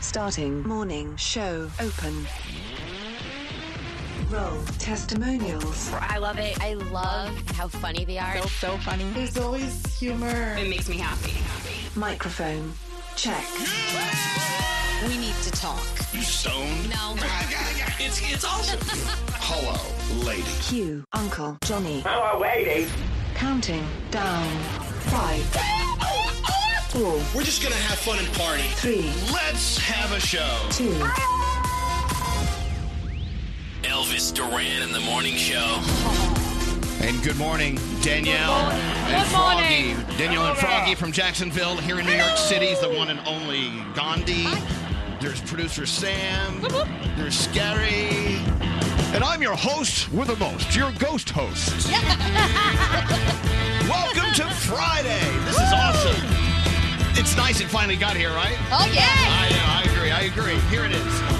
Starting morning show open. Roll testimonials. I love it. I love how funny they are. It's so funny. There's always humor. It makes me happy. Microphone check. We need to talk. You stoned? No. It's it's awesome. Hello, lady. Q. Uncle Johnny. Hello, lady. Counting down. Five, four, We're just gonna have fun and party. three, Let's have a show. two. Elvis Duran in the morning show. And good morning, Danielle and Froggy. Danielle and Froggy from Jacksonville here in New York City, the one and only Gandhi. There's producer Sam. There's Scary. And I'm your host with a most, your ghost host. Welcome to Friday. This is awesome. It's nice it finally got here, right? Oh yeah. I know, I agree, I agree. Here it is. Oh,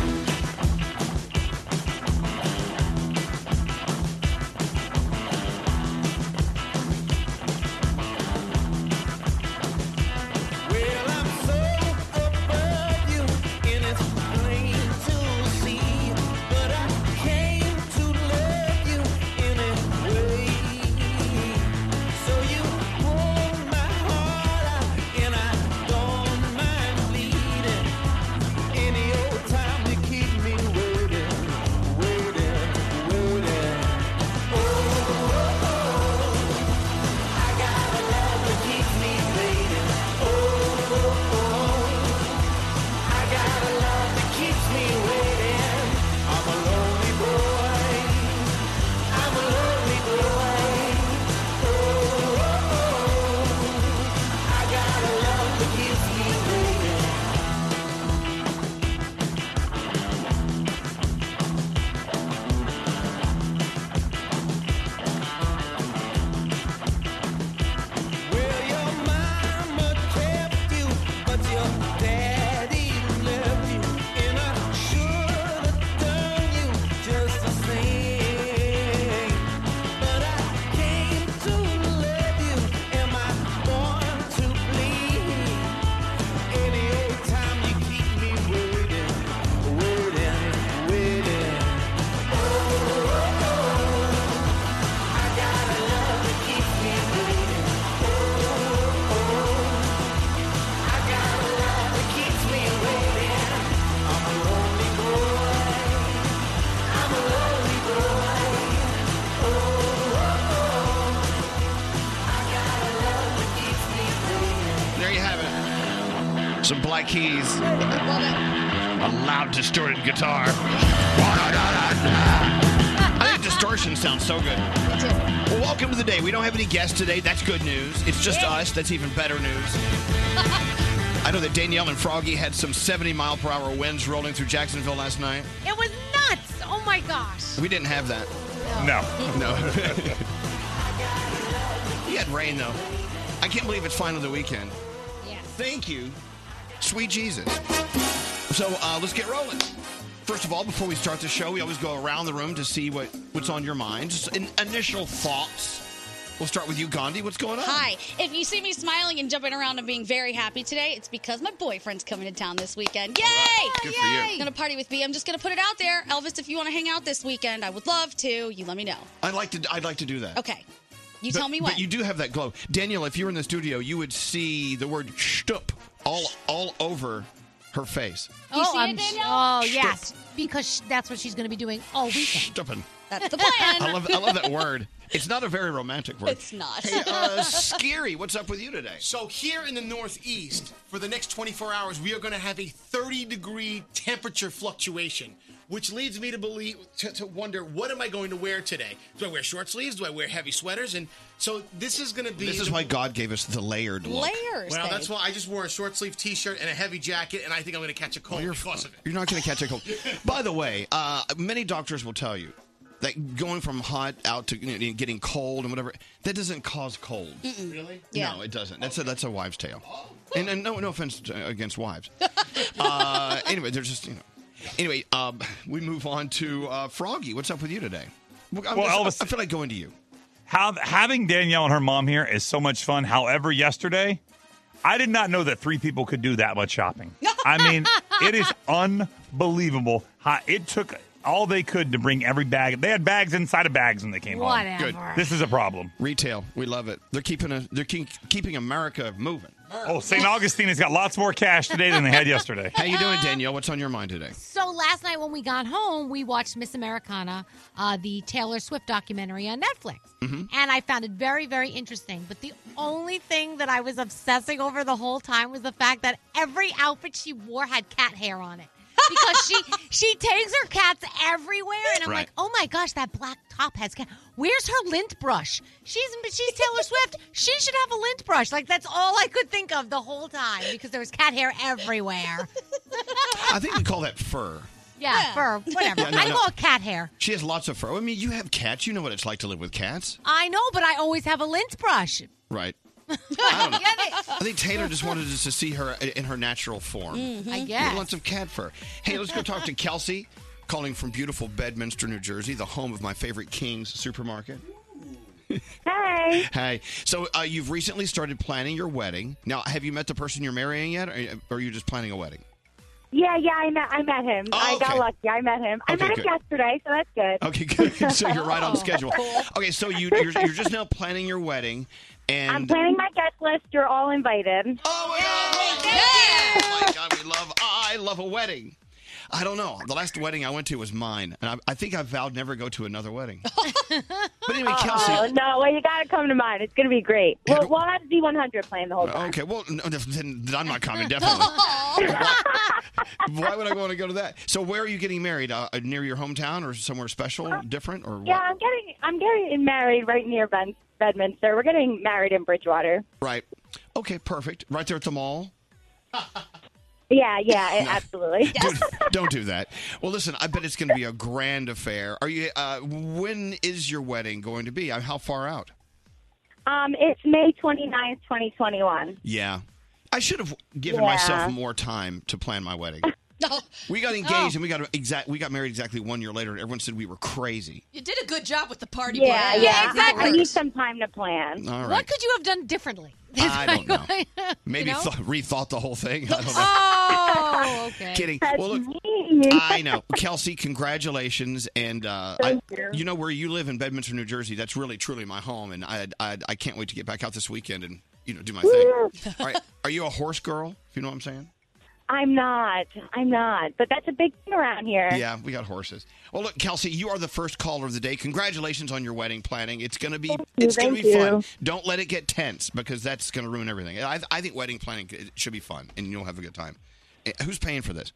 Oh, There you have it. Some Black Keys. A loud, distorted guitar. I think distortion sounds so good. Well, welcome to the day. We don't have any guests today. That's good news. It's just us. That's even better news. I know that Danielle and Froggy had some 70 mile per hour winds rolling through Jacksonville last night. It was nuts. Oh my gosh. We didn't have that. No. No. we had rain, though. I can't believe it's finally the weekend. Yes. Thank you, sweet Jesus. So uh, let's get rolling. First of all, before we start the show, we always go around the room to see what, what's on your mind. Just in, initial thoughts. We'll start with you, Gandhi. What's going on? Hi. If you see me smiling and jumping around and being very happy today, it's because my boyfriend's coming to town this weekend. Yay! Good for you. Gonna party with me. I'm just gonna put it out there. Elvis, if you wanna hang out this weekend, I would love to. You let me know. I'd like to. I'd like to do that. Okay. You But- tell me when. But you do have that glow, Daniel. If you were in the studio, you would see the word "shtup" all all over her face. You see it, Danielle? Oh yes, because sh- that's what she's going to be doing all weekend. Shtuppin'. That's the I plan. love I love that word. It's not a very romantic word. it's not. Hey, uh, Scary, what's up with you today? So here in the Northeast, for the next 24 hours, we are going to have a 30 degree temperature fluctuation, which leads me to believe to, to wonder what am I going to wear today? Do I wear short sleeves? Do I wear heavy sweaters? And so this is going to be This is the- why God gave us the layered look. Layers. Well, babe. that's why I just wore a short sleeve T-shirt and a heavy jacket, and I think I'm going to catch a cold because of it. You're not going to catch a cold. By the way, uh, many doctors will tell you that going from hot out to you know, getting cold and whatever that doesn't cause cold. Really? Mm, Yeah. No, it doesn't. That's a that's a wives' tale. And, and no no offense to- against wives. uh, anyway, they're just you know. Anyway, um, we move on to uh, Froggy. What's up with you today? Well, I'm Well, just- Elvis- I feel like going to you. Have, having Danielle and her mom here is so much fun. However, yesterday, I did not know that three people could do that much shopping. I mean, it is unbelievable how it took all they could to bring every bag. They had bags inside of bags when they came home. Whatever. Good. This is a problem. Retail, we love it. They're keeping a, they're keep, keeping America moving. Oh, St. Augustine has got lots more cash today than they had yesterday. How you doing, Danielle? What's on your mind today? So last night when we got home, we watched Miss Americana, uh, the Taylor Swift documentary on Netflix, and I found it very, very interesting. But the only thing that I was obsessing over the whole time was the fact that every outfit she wore had cat hair on it. because she she takes her cats everywhere, and I'm Right. like, oh my gosh, that black top has cat. Where's her lint brush? She's she's Taylor Swift. She should have a lint brush. Like that's all I could think of the whole time because there was cat hair everywhere. I think we call that fur. Yeah, fur, whatever. Yeah, no, I no. call it cat hair. She has lots of fur. I mean, you have cats. You know what it's like to live with cats, I know, but I always have a lint brush. right? I don't know. I think Taylor just wanted us to see her i- in her natural form. Mm-hmm. I With guess. lots of cat fur. Hey, let's go talk to Kelsey, calling from beautiful Bedminster, New Jersey, the home of my favorite King's supermarket. Hi. Hey, so uh, you've recently started planning your wedding. Now, have you met the person you're marrying yet, or, or are you just planning a wedding? Yeah, yeah, I met I met him. Oh, I got okay. lucky. I met him. I Okay, met him good. yesterday, so that's good. Okay, good. so you're right on schedule. Okay, so you, you're, you're just now planning your wedding, and I'm planning my guest list. You're all invited. Oh my God! Oh my God! We love. I love a wedding. I don't know. The last wedding I went to was mine, and I, I think I vowed never to go to another wedding. but anyway, Kelsey. Oh no, well you gotta come to mine. It's gonna be great. We'll, we'll have Z100 playing the whole time. Okay, well, no, then, then I'm not coming. Definitely. Why would I want to go to that? So, where are you getting married? Uh, near your hometown, or somewhere special, different, or what? Yeah, I'm getting I'm getting married right near ben, Bedminster. We're getting married in Bridgewater. Right. Okay, perfect. Right there at the mall. Yeah, yeah, absolutely. Dude, don't do that. Well, listen, I bet it's going to be a grand affair. Are you? Uh, when is your wedding going to be? Uh, How far out? Um, it's May 29th, 2021. Yeah. I should have given Yeah. myself more time to plan my wedding. We got engaged and we got exact we got married exactly one year later and everyone said we were crazy. You did a good job with the party. Yeah, plan. yeah. I need some time to plan. All What right. could you have done differently? I don't know. Maybe know? th- rethought the whole thing. I don't know. Oh, okay. Kidding. That's Well, look, me. I know. Kelsey, congratulations. And uh, I, Thank you. you know where you live in Bedminster, New Jersey. That's really, truly my home. And I, I, I can't wait to get back out this weekend and, you know, do my thing. All right. Are you a horse girl? If you know what I'm saying? I'm not. I'm not. But that's a big thing around here. Yeah, we got horses. Well, look, Kelsey, you are the first caller of the day. Congratulations on your wedding planning. It's gonna be you, it's gonna be thank you. fun. Don't let it get tense because that's gonna ruin everything. I, I think wedding planning it should be fun, and you'll have a good time. Eh, Who's paying for this?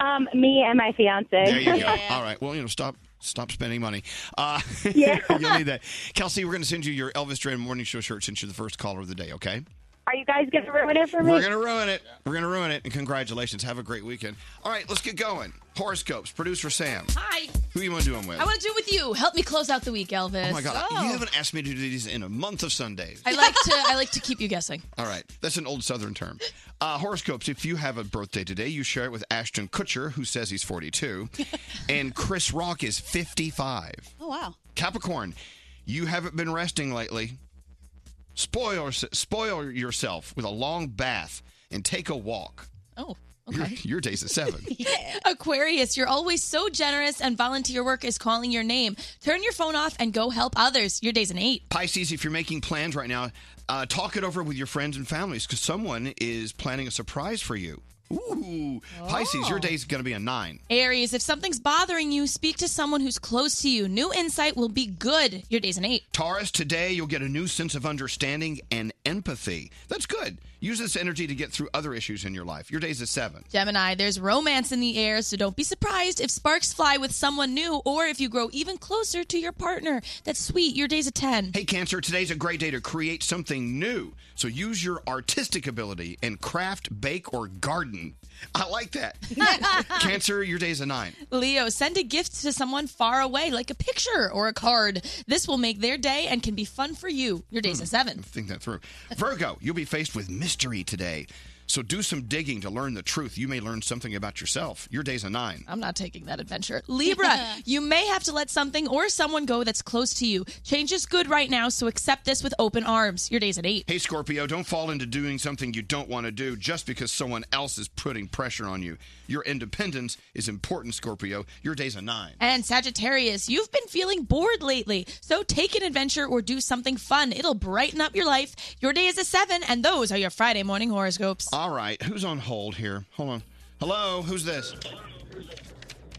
Um, me and my fiance. There you go. All right. Well, you know, stop stop spending money. Uh, Yeah. you'll need that. Kelsey, we're gonna send you your Elvis Duran Morning Show shirt since you're the first caller of the day. Okay. Are you guys gonna ruin it for me? We're gonna ruin it. We're gonna ruin it. And congratulations. Have a great weekend. All right, let's get going. Horoscopes. Producer Sam. Hi. Who you want to do them with? I want to do it with you. Help me close out the week, Elvis. Oh my god, you haven't asked me to do these in a month of Sundays. I like to. I like to keep you guessing. All right, that's an old Southern term. Uh, horoscopes. If you have a birthday today, you share it with Ashton Kutcher, who says he's 42, and Chris Rock is 55. Oh wow. Capricorn, you haven't been resting lately. Spoil spoil yourself with a long bath and take a walk. Oh. Your, your day's at seven. Aquarius, you're always so generous, and volunteer work is calling your name. Turn your phone off and go help others. Your day's an eight. Pisces, if you're making plans right now, uh, talk it over with your friends and families because someone is planning a surprise for you. Ooh, Pisces, Oh. Oh. your day's going to be a nine. Aries, if something's bothering you, speak to someone who's close to you. New insight will be good. Your day's an eight. Taurus, today you'll get a new sense of understanding and empathy. That's good. Use this energy to get through other issues in your life. Your day's a seven. Gemini, there's romance in the air, so don't be surprised if sparks fly with someone new or if you grow even closer to your partner. That's sweet. Your day's a 10. Hey, Cancer, today's a great day to create something new. So use your artistic ability and craft, bake, or garden. I like that. Cancer, your day's a nine. Leo, send a gift to someone far away, like a picture or a card. This will make their day and can be fun for you. Your day's a seven. think that through. Virgo, you'll be faced with mystery today. So do some digging to learn the truth. You may learn something about yourself. Your day's a nine. I'm not taking that adventure. Libra, you may have to let something or someone go that's close to you. Change is good right now, so accept this with open arms. Your day's at eight. Hey, Scorpio, don't fall into doing something you don't want to do just because someone else is putting pressure on you. Your independence is important, Scorpio. Your day's a nine. And Sagittarius, you've been feeling bored lately, so take an adventure or do something fun. It'll brighten up your life. Your day is a seven, and those are your Friday morning horoscopes. All right, who's on hold here? Hold on. Hello, who's this?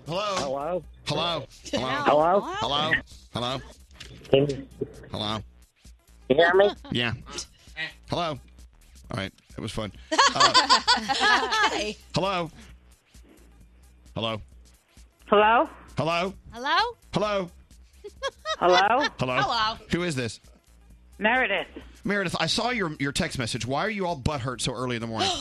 Hello. Hello. Hello. Hello. Hello? Hello. Hello. Hello. You hear me? Yeah. Hello. All right, that was fun. Uh, Hi. hello. Hello. Hello. Hello. Hello? Hello. Hello. Hello. Who is this? Meredith. Meredith, I saw your your text message. Why are you all butthurt so early in the morning?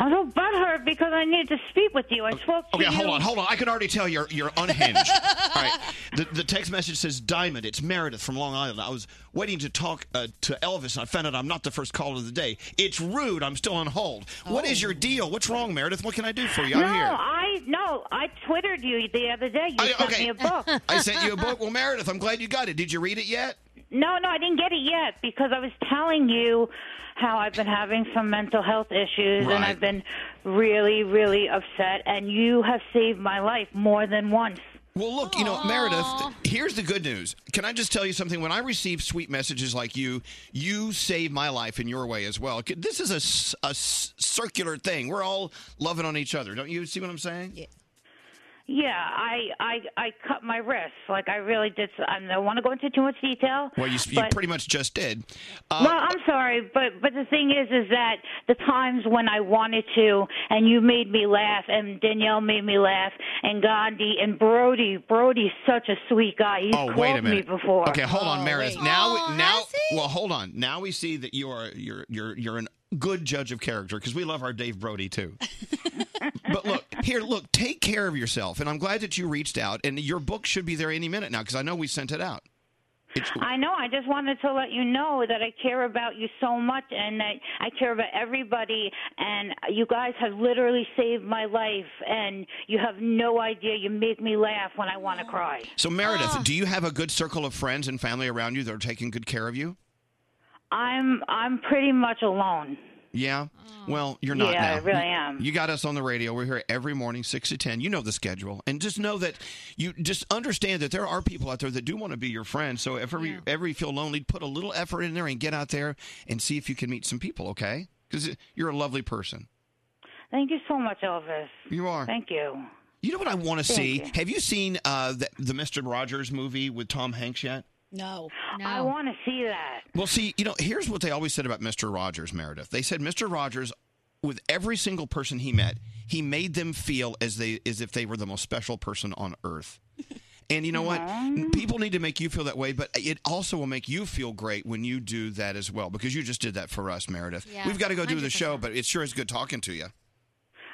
I'm so butthurt because I need to speak with you. I spoke Okay, to you. hold on, hold on. I can already tell you're you're unhinged. All right. The, the text message says Diamond. It's Meredith from Long Island. I was waiting to talk uh, to Elvis, and I found out I'm not the first caller of the day. It's rude. I'm still on hold. What is your deal? What's wrong, Meredith? What can I do for you? Oh. No, I'm here. I no. I twittered you the other day. You sent me a book. I sent you a book. Well, Meredith, I'm glad you got it. Did you read it yet? No, no, I didn't get it yet because I was telling you how I've been having some mental health issues and Right. I've been really, really upset. And you have saved my life more than once. Well, look, you know, Meredith, here's the good news. Can I just tell you something? When I receive sweet messages like you, you save my life in your way as well. This is a s- a, s- circular thing. We're all loving on each other. Don't you see what I'm saying? Yeah. Yeah, I, I, I cut my wrist. Like I really did. so- I don't want to go into too much detail. Well, you, you but- pretty much just did. Uh, well, I'm sorry, but but the thing is, is that the times when I wanted to, and you made me laugh, and Danielle made me laugh, and Gandhi and Brody. Brody's such a sweet guy. He's Oh, called wait a minute. me before. Oh, Okay, hold on, Meredith. Now, we- now, well, hold on. Now we see that you are you're you're you're an good judge of character because we love our Dave Brody too. but look here, look, take care of yourself, and I'm glad that you reached out. And your book should be there any minute now because I know we sent it out. It's, I know. I just wanted to let you know that I care about you so much, and that I care about everybody. And you guys have literally saved my life, and you have no idea. You make me laugh when I want to cry. so, Meredith, do you have a good circle of friends and family around you that are taking good care of you? I'm I'm pretty much alone. Yeah. Well, you're not Yeah, now. I really You- am. You got us on the radio. We're here every morning, six to ten. You know the schedule, and just know that you just understand that there are people out there that do want to be your friend. So if ever you ever you feel lonely, put a little effort in there and get out there and see if you can meet some people. Okay, because you're a lovely person. Thank you so much, Elvis. You are. Thank you. You know what I want to Thank see? you. Have you seen uh, the, the Mister Rogers movie with Tom Hanks yet? No. I want to see that. Well, see, you know, here's what they always said about Mr. Rogers, Meredith. They said Mr. Rogers, with every single person he met, he made them feel as they as if they were the most special person on earth. And you know what? N- People need to make you feel that way, but it also will make you feel great when you do that as well, because you just did that for us, Meredith. Yeah, We've got to go do the show, but it sure is good talking to you.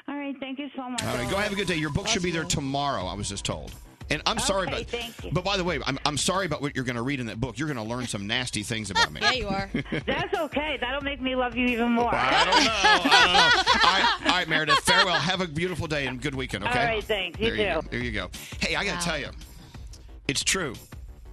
All right. Thank you so much. All right, go have a good day. Your book should be there tomorrow. I was just told. And I'm sorry, Okay, but thank you. but by the way, I'm, I'm sorry about what you're going to read in that book. You're going to learn some nasty things about me. you are. That's okay. That'll make me love you even more. I don't know. I don't know. All right, all right, Meredith. Farewell. Have a beautiful day and good weekend. All Okay. right, thanks. You there You too. go. There you go. Hey, I gotta tell you, it's true.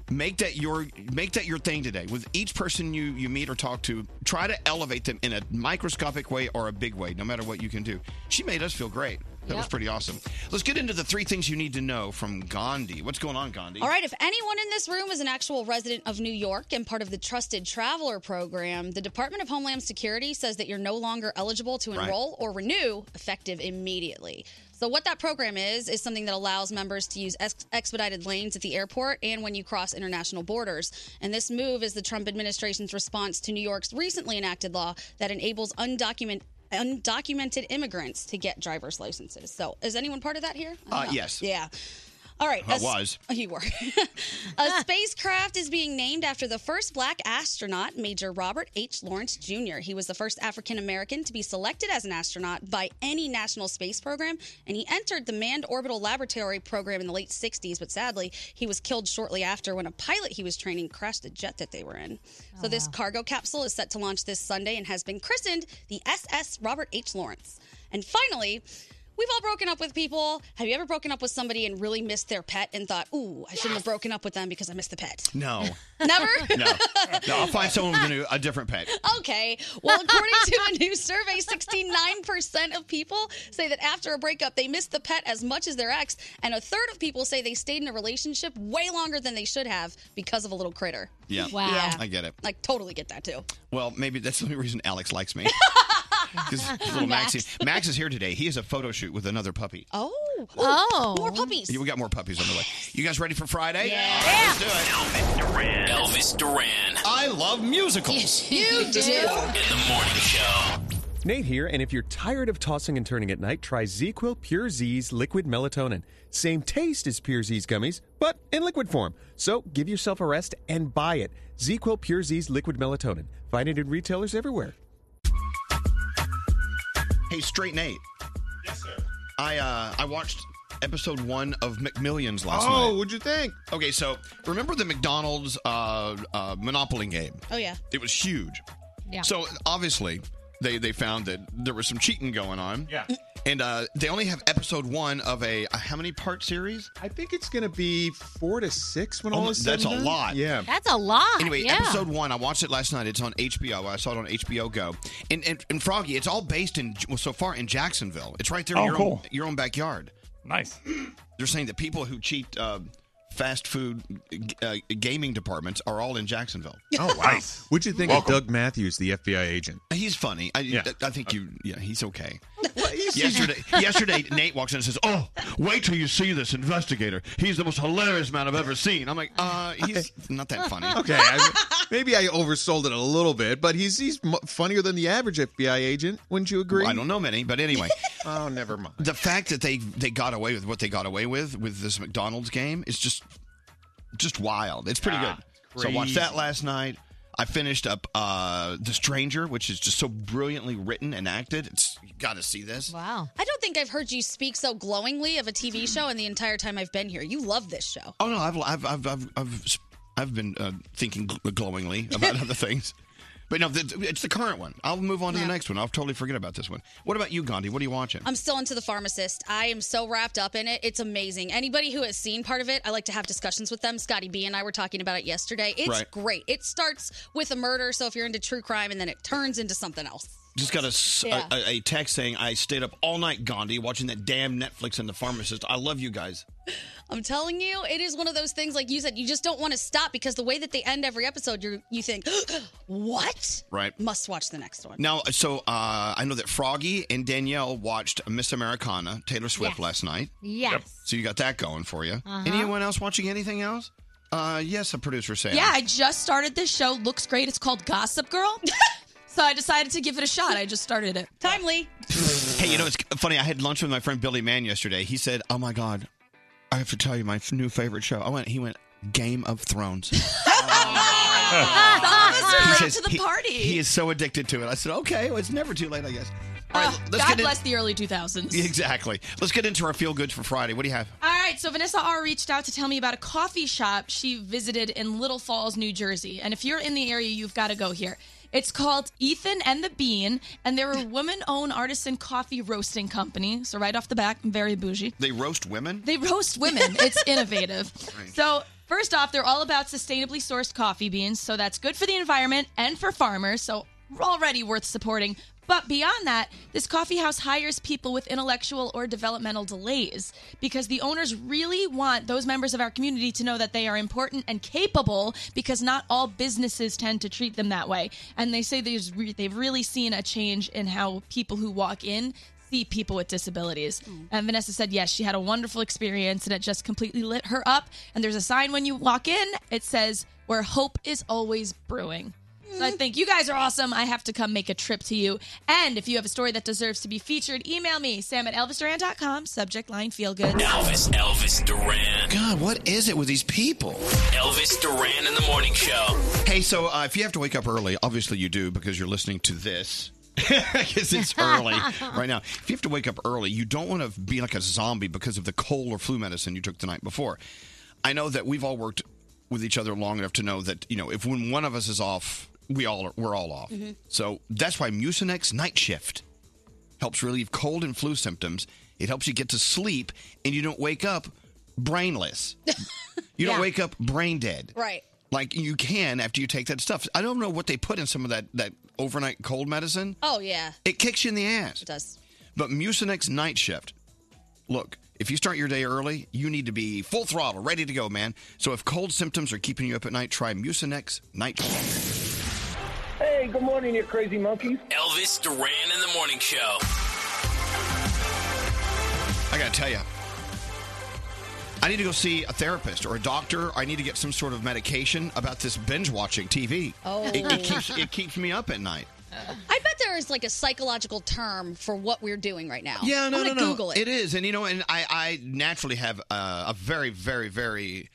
Make that your make that your thing today. With each person you you meet or talk to, try to elevate them in a microscopic way or a big way. No matter what you can do, she made us feel great. That was Yep. pretty awesome. Let's get into the three things you need to know from Gandhi. What's going on, Gandhi? All right, if anyone in this room is an actual resident of New York and part of the Trusted Traveler Program, the Department of Homeland Security says that you're no longer eligible to Right. enroll or renew effective immediately. So, what that program is, is something that allows members to use ex- expedited lanes at the airport and when you cross international borders. And this move is the Trump administration's response to New York's recently enacted law that enables undocumented. Undocumented immigrants to get driver's licenses. So, is anyone part of that here? I don't Uh, know. yes. Yeah. All right. I a s- was. Oh, You were. a spacecraft is being named after the first black astronaut, Major Robert H. Lawrence Jr. He was the first African American to be selected as an astronaut by any national space program, and he entered the Manned Orbital Laboratory program in the late 60s, but sadly, he was killed shortly after when a pilot he was training crashed a jet that they were in. So, this cargo capsule is set to launch this Sunday and has been christened the SS Robert H. Lawrence. And finally, We've all broken up with people. Have you ever broken up with somebody and really missed their pet and thought, ooh, I shouldn't have broken up with them because I missed the pet? No. Never? No. No, I'll find someone with a, new, a different pet. Okay. Well, according to a new survey, 69% of people say that after a breakup, they miss the pet as much as their ex, and a third of people say they stayed in a relationship way longer than they should have because of a little critter. Yeah. Wow. Yeah. I get it. Like, totally get that too. Well, maybe that's the only reason Alex likes me. 'Cause little Max. Maxie. Max is here today. He has a photo shoot with another puppy. Oh. Ooh, Oh. More puppies. Yeah, We got more puppies on the way. You guys ready for Friday? Yeah. Elvis Duran. Elvis Duran. I love musicals. You do. In the morning show. Nate here, and if you're tired of tossing and turning at night, try ZQL Pure Z's liquid melatonin. Same taste as Pure Z's gummies, but in liquid form. So give yourself a rest and buy it. ZQL Pure Z's liquid melatonin. Find it in retailers everywhere. Hey, straight Nate. Yes, sir. I uh, I watched episode one of McMillions last night. Oh, what'd you think? Okay, so remember the McDonald's uh, uh, Monopoly game? Oh, yeah. It was huge. Yeah. So obviously, they they found that there was some cheating going on. Yeah. And uh, they only have episode one of a, a how many part series? I think it's going to be four to six when all is said That's and a done. lot. Yeah. That's a lot. Anyway, yeah. episode one, I watched it last night. It's on HBO. I saw it on HBO Go. And and, and Froggy, it's all based in well, so far in Jacksonville. It's right there in Oh, your cool. own your own backyard. Nice. They're saying that people who cheat uh, fast food g- uh, gaming departments are all in Jacksonville. Oh, wow. What'd you think Welcome. of Doug Matthews, the FBI agent? He's funny. I, I think you. Yeah, he's okay. yesterday, Yesterday- yesterday, Nate walks in and says, "Oh, wait till you see this investigator. He's the most hilarious man I've ever seen." I'm like, "Uh, he's not that funny." Okay, I, maybe I oversold it a little bit, but he's he's m- funnier than the average FBI agent. Wouldn't you agree? I don't know many, but anyway. oh, never mind. the fact that they they got away with what they got away with with this McDonald's game is just just wild. It's pretty Yeah, good. it's So I watched that crazy. last night. I finished up uh The Stranger, which is just so brilliantly written and acted. It's you got to see this. Wow. I don't think I've heard you speak so glowingly of a TV show in the entire time I've been here. You love this show. Oh no, I've I've I've I've, I've, sp- I've been uh, thinking gl- glowingly about other things. But no, th- it's the current one. I'll move on to the next one. I'll totally forget about this one. What about you, Gandhi? What are you watching? I'm still into the pharmacist. I am so wrapped up in it. It's amazing. Anybody who has seen part of it, I like to have discussions with them. Scotty B and I were talking about it yesterday. It's Right. great. It starts with a murder, so if you're into true crime, and then it turns into something else. Just got a s a Yeah. a a a text saying, I stayed up all night, Gandhi, watching that damn Netflix and the pharmacist. I love you guys. I'm telling you, it is one of those things. Like you said, you just don't want to stop because the way that they end every episode, you you think, what? Right. Must watch the next one. Now, so uh, I know that Froggy and Danielle watched Miss Americana, Taylor Swift, Yes. last night. Yes. Yep. So you got that going for you. Uh-huh. Anyone else watching anything else? Uh, yes, a producer Sam. Yeah, I just started this show. Looks great. It's called Gossip Girl. so I decided to give it a shot. I just started it. Timely. Hey, you know, it's funny. I had lunch with my friend Billy Mann yesterday. He said, Oh my God, I have to tell you my f- new favorite show. I went, He went, Game of Thrones. Ah, He says he- He is so addicted to it. I said, Okay, well, it's never too late, I guess. let's God get in- bless the early 2000s. Exactly. Let's get into our feel goods for Friday. What do you have? All right, so Vanessa R reached out to tell me about a coffee shop she visited in Little Falls, New Jersey. And if you're in the area, you've got to go here. It's called Ethan and the Bean, and they're a woman owned artisan coffee roasting company. So, right off the back, very bougie. They roast women? They roast women. It's innovative. Right. So, first off, they're all about sustainably sourced coffee beans. So, that's good for the environment and for farmers. So, already worth supporting. But beyond that, this coffee house hires people with intellectual or developmental delays because the owners really want those members of our community to know that they are important and capable because not all businesses tend to treat them that way. And they say there's re- they've really seen a change in how people who walk in see people with disabilities. And Vanessa said, yes, she had a wonderful experience and it just completely lit her up. And there's a sign when you walk in, it says, where hope is always brewing. So I think you guys are awesome. I have to come make a trip to you. And if you have a story that deserves to be featured, email me, sam at elvisduran.com, subject line feel good. Elvis, Elvis Duran. God, what is it with these people? Elvis Duran in the morning show. Hey, so uh, if you have to wake up early, obviously you do because you're listening to this. Because it's early right now. If you have to wake up early, you don't want to be like a zombie because of the cold or flu medicine you took the night before. I know that we've all worked with each other long enough to know that you know if when one of us is off, we all are, we're all off. Mhm. So that's why Mucinex Night Shift helps relieve cold and flu symptoms. It helps you get to sleep, and you don't wake up brainless. You don't Yeah. wake up brain dead. Right. Like you can after you take that stuff. I don't know what they put in some of that that overnight cold medicine. Oh yeah. It kicks you in the ass. It does. But Mucinex Night Shift. Look, if you start your day early, you need to be full throttle, ready to go, man. So if cold symptoms are keeping you up at night, try Mucinex Night Shift. Hey, good morning, you crazy monkeys. Elvis Duran in the morning show. I gotta tell you, I need to go see a therapist or a doctor. I need to get some sort of medication about this binge watching TV. Oh. It, it keeps it keeps me up at night. I bet there is like a psychological term for what we're doing right now. Yeah, no, I'm no, gonna no. Google it. It is, and you know, and I, I naturally have uh, a very, very, very,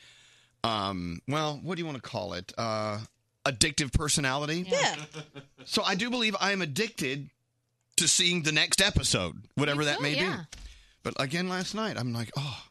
um, well, what do you want to call it? Uh, addictive personality. Yeah. So I do believe I am addicted to seeing the next episode, whatever that so, may yeah. be. But again, last night I'm like, oh,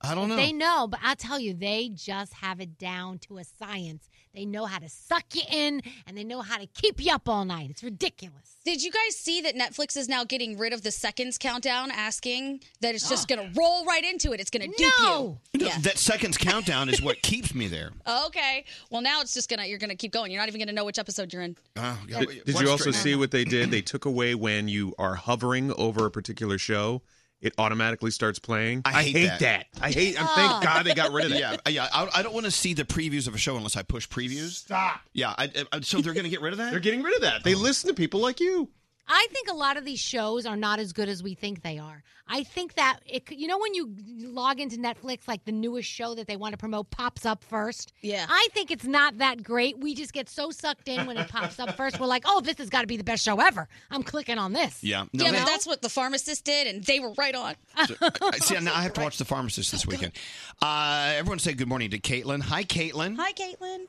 I don't know. They know, but I'll tell you, they just have it down to a science. They know how to suck you in and they know how to keep you up all night. It's ridiculous. Did you guys see that Netflix is now getting rid of the seconds countdown, asking that it's just going to roll right into it? It's going to dupe you. Yeah. That seconds countdown is what keeps me there. Okay. Well, now it's just going to, you're going to keep going. You're not even going to know which episode you're in. Oh, God. Did, did you also see what they did? They took away when you are hovering over a particular show, it automatically starts playing. I hate that. I hate. I'm Oh. thank God they got rid of that. Yeah, yeah. I, I don't want to see the previews of a show unless I push previews. Stop. Yeah. I, I, so they're going to get Oh. rid of that. They're getting rid of that. They listen to people like you. I think a lot of these shows are not as good as we think they are. I think that it, c- you know when you log into Netflix, like the newest show that they want to promote pops up first. Yeah, I think it's not that great. We just get so sucked in when it pops up first. We're like, oh, this has got to be the best show ever. I'm clicking on this. Yeah. yeah, they- but that's what the pharmacist did, and they were right on. Ah, I- uh, See, now I have to watch The Pharmacist this weekend. Uh, everyone say good morning to Caitlin. Hi, Caitlin. Hi, Caitlin.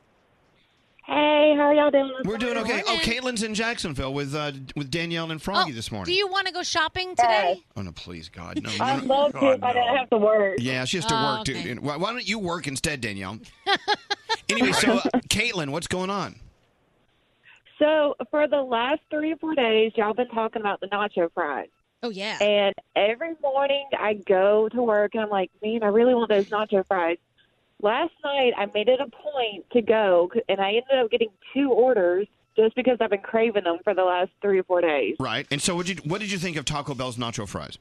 Hey, how are y'all doing? We're doing okay. Oh, Caitlin's in Jacksonville with uh, with Danielle and Froggy this morning. Do you want to go shopping today? oh no, please, God, no. no, I'd no. love to, God, but I no. have to work. Yeah, she has to Oh, work, okay. dude. Why, why don't you work instead, Danielle? anyway, so uh, Caitlin, what's going on? So for the last three or four days, y'all been talking about the nacho fries. Oh yeah. And every morning I go to work and I'm like, man, I really want those nacho fries. Last night I made it a point to go, and I ended up getting two orders just because I've been craving them for the last three or four days. Right. And so, what you what did you think of Taco Bell's nacho fries?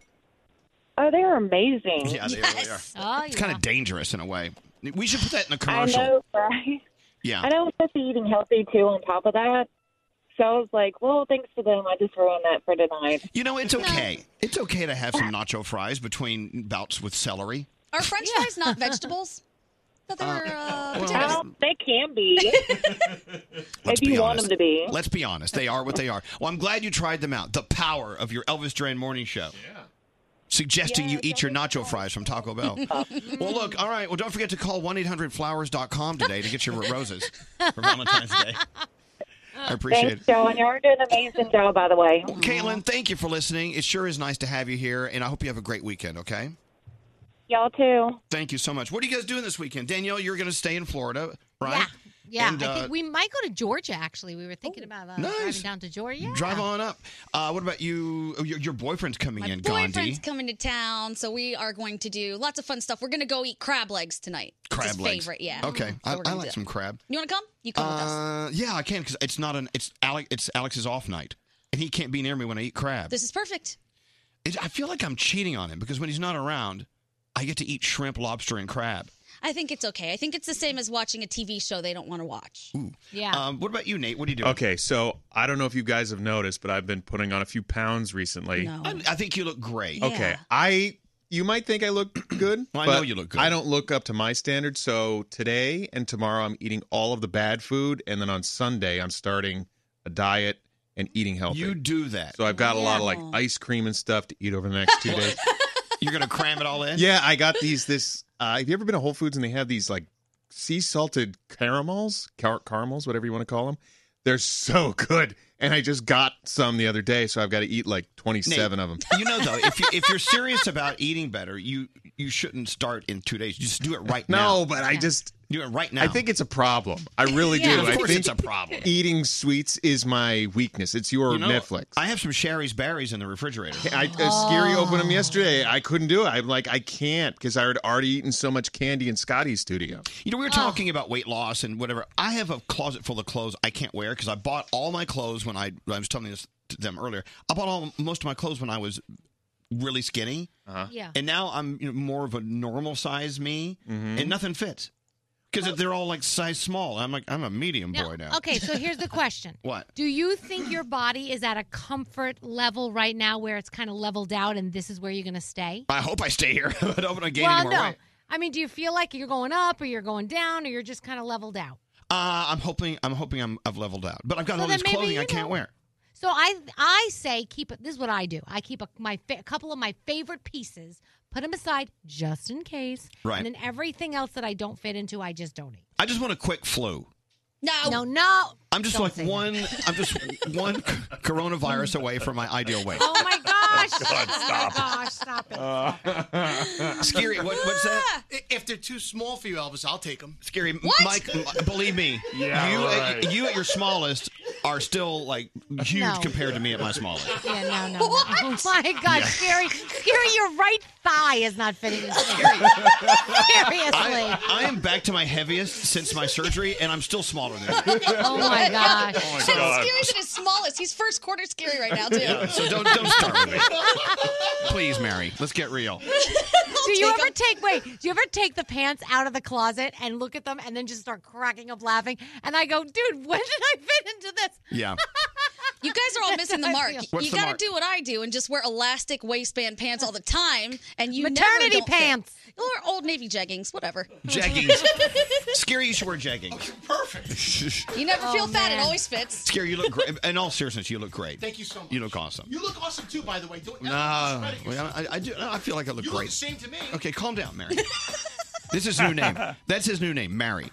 Oh, they're amazing. Yeah, they really are. Oh, It's kind of dangerous in a way. We should put that in a commercial. I know, right? Yeah. I know I'm supposed to be eating healthy too. On top of that, so I was like, well, thanks to them, I just ruined that for tonight. You know, it's okay. It's okay to have some nacho fries between bouts with celery. Are French fries not vegetables? But they Uh, were uh, well, potatoes. they can be. Let's you be want honest. them to be. Let's be honest. They are what they are. Well, I'm glad you tried them out. The power of your Elvis Duran morning show. Yeah. Suggesting you eat your nacho fries from Taco Bell. well, look, all right. Well, don't forget to call 1 800 flowers.com today to get your roses for Valentine's Day. I appreciate Thanks, it. Joe, and you're doing an amazing job, by the way. Caitlin, thank you for listening. It sure is nice to have you here, and I hope you have a great weekend, okay? Y'all too. Thank you so much. What are you guys doing this weekend? Danielle, you're going to stay in Florida, right? Yeah, And, I uh, Oh, think we might go to Georgia. Actually, we were thinking about uh, nice. driving down to Georgia. Drive on up. Uh, what about you? oh, Your, your boyfriend's coming in, Boyfriend's Gandhi. coming to town, so we are going to do lots of fun stuff. We're going to go eat crab legs tonight. It's crab his legs. favorite, yeah. Mm-hmm. Okay, So I, we're I gonna do like that. some crab. You want to come? You come with us. Uh, yeah, I can because it's not an it's Alec it's Alex's off night, and he can't be near me when I eat crab. This is perfect. It- I feel like I'm cheating on him because when he's not around, I get to eat shrimp, lobster, and crab. I think it's okay. I think it's the same as watching a TV show they don't want to watch. Yeah. Um, what about you, Nate? What are you doing? Okay, so I don't know if you guys have noticed, but I've been putting on a few pounds recently. I, I think you look great. Okay, I you might think I look good. Well, I but know you look good. I don't look up to my standards. So today and tomorrow, I'm eating all of the bad food, and then on Sunday, I'm starting a diet and eating healthy. You do that. So I've got a lot of like ice cream and stuff to eat over the next two days. You're gonna cram it all in. yeah, I got these. This uh, have you ever been to Whole Foods and they have these like sea salted caramels, car- caramels, whatever you want to call them. They're so good, and I just got some the other day, so I've got to eat like 27 Nate, of them. You know, though, if you, if you're serious about eating better, you you shouldn't start in two days. Just do it right now. No, but I just do it right now. I think it's a problem. I really Yeah, do. of I course think it's a problem. Eating sweets is my weakness. It's your You know, Netflix. I have some Sherry's berries in the refrigerator. I, uh, Scary opened them yesterday. I couldn't do it. I'm like, I can't because I had already eaten so much candy in Scotty's studio. You know, we were Oh. talking about weight loss and whatever. I have a closet full of clothes I can't wear because I bought all my clothes when I, I was telling this to them earlier. I bought all most of my clothes when I was really skinny. Uh-huh. Yeah. And now I'm you know, more of a normal size me, and nothing fits because they're all like size small. I'm like I'm a medium boy now. Okay, so here's the question. What? Do you think your body is at a comfort level right now where it's kind of leveled out and this is where you're going to stay? I hope I stay here. I don't want to gain well, any more no. weight. I mean, do you feel like you're going up or you're going down or you're just kind of leveled out? Uh, I'm hoping I'm hoping I'm I've leveled out, but I've got So all then this maybe clothing you I can't don't- wear. So I I say keep it. This is what I do. I keep a, my fa- a couple of my favorite pieces, put them aside just in case, Right. and then everything else that I don't fit into, I just don't eat. I just want a quick flu. No, no, no. I'm just like one. I'm just one c- coronavirus away from my ideal weight. Oh my gosh! God, stop. Oh my gosh! Stop it! Scary. What, what's Ah! that? If they're too small for you, Elvis, I'll take them. Scary. Mike, m- believe me, Yeah, you, uh, right. you at your smallest are still like huge No. compared to me at my smallest. Yeah, no, no. no. Oh my gosh, Scary, Scary, your right thigh is not fitting. in. Seriously. I, I am back to my heaviest since my surgery, and I'm still smaller than you. Oh my gosh. Oh my Shit's God. Scary's at his smallest. He's first quarter scary right now, too. Yeah, so don't don't start with me, please, Mary. Let's get real. do you ever take wait? Do you ever take the pants out of the closet and look at them and then just start cracking up laughing? And I go, dude, when did I fit into this? Yeah. You guys are all missing the mark. What's you the gotta mark? do what I do and just wear elastic waistband pants all the time, and you never Maternity don't fit. pants. or old navy jeggings, whatever. Jeggings. Scary, you should wear jeggings. perfect. You never Oh, feel fat. man. It always fits. Scary, you look great. In all seriousness, you look great. Thank you so much. You look awesome. You look awesome too, by the way. Don't No, ever discredit well, I, I do. I feel like I look You look great. the same to me. Okay, calm down, Mary. this is his new name. That's his new name, Mary.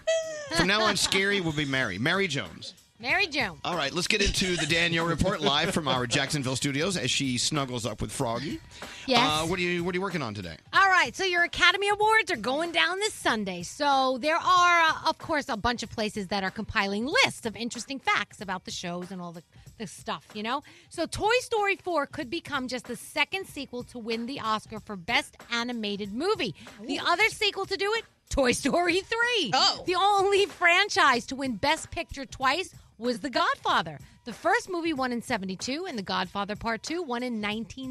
From now on, Scary will be Mary. Mary Jones. Mary Joan. All right, let's get into the Danielle report live from our Jacksonville studios as she snuggles up with Froggy. Yes. Uh, what are you What are you working on today? All right, so your Academy Awards are going down this Sunday. So there are, uh, of course, a bunch of places that are compiling lists of interesting facts about the shows and all the, the stuff, you know? So Toy Story 4 could become just the second sequel to win the Oscar for Best Animated Movie. The other sequel to do it, Toy Story 3. Oh. The only franchise to win Best Picture twice was The Godfather. The first movie won in 72 and The Godfather Part 2 won in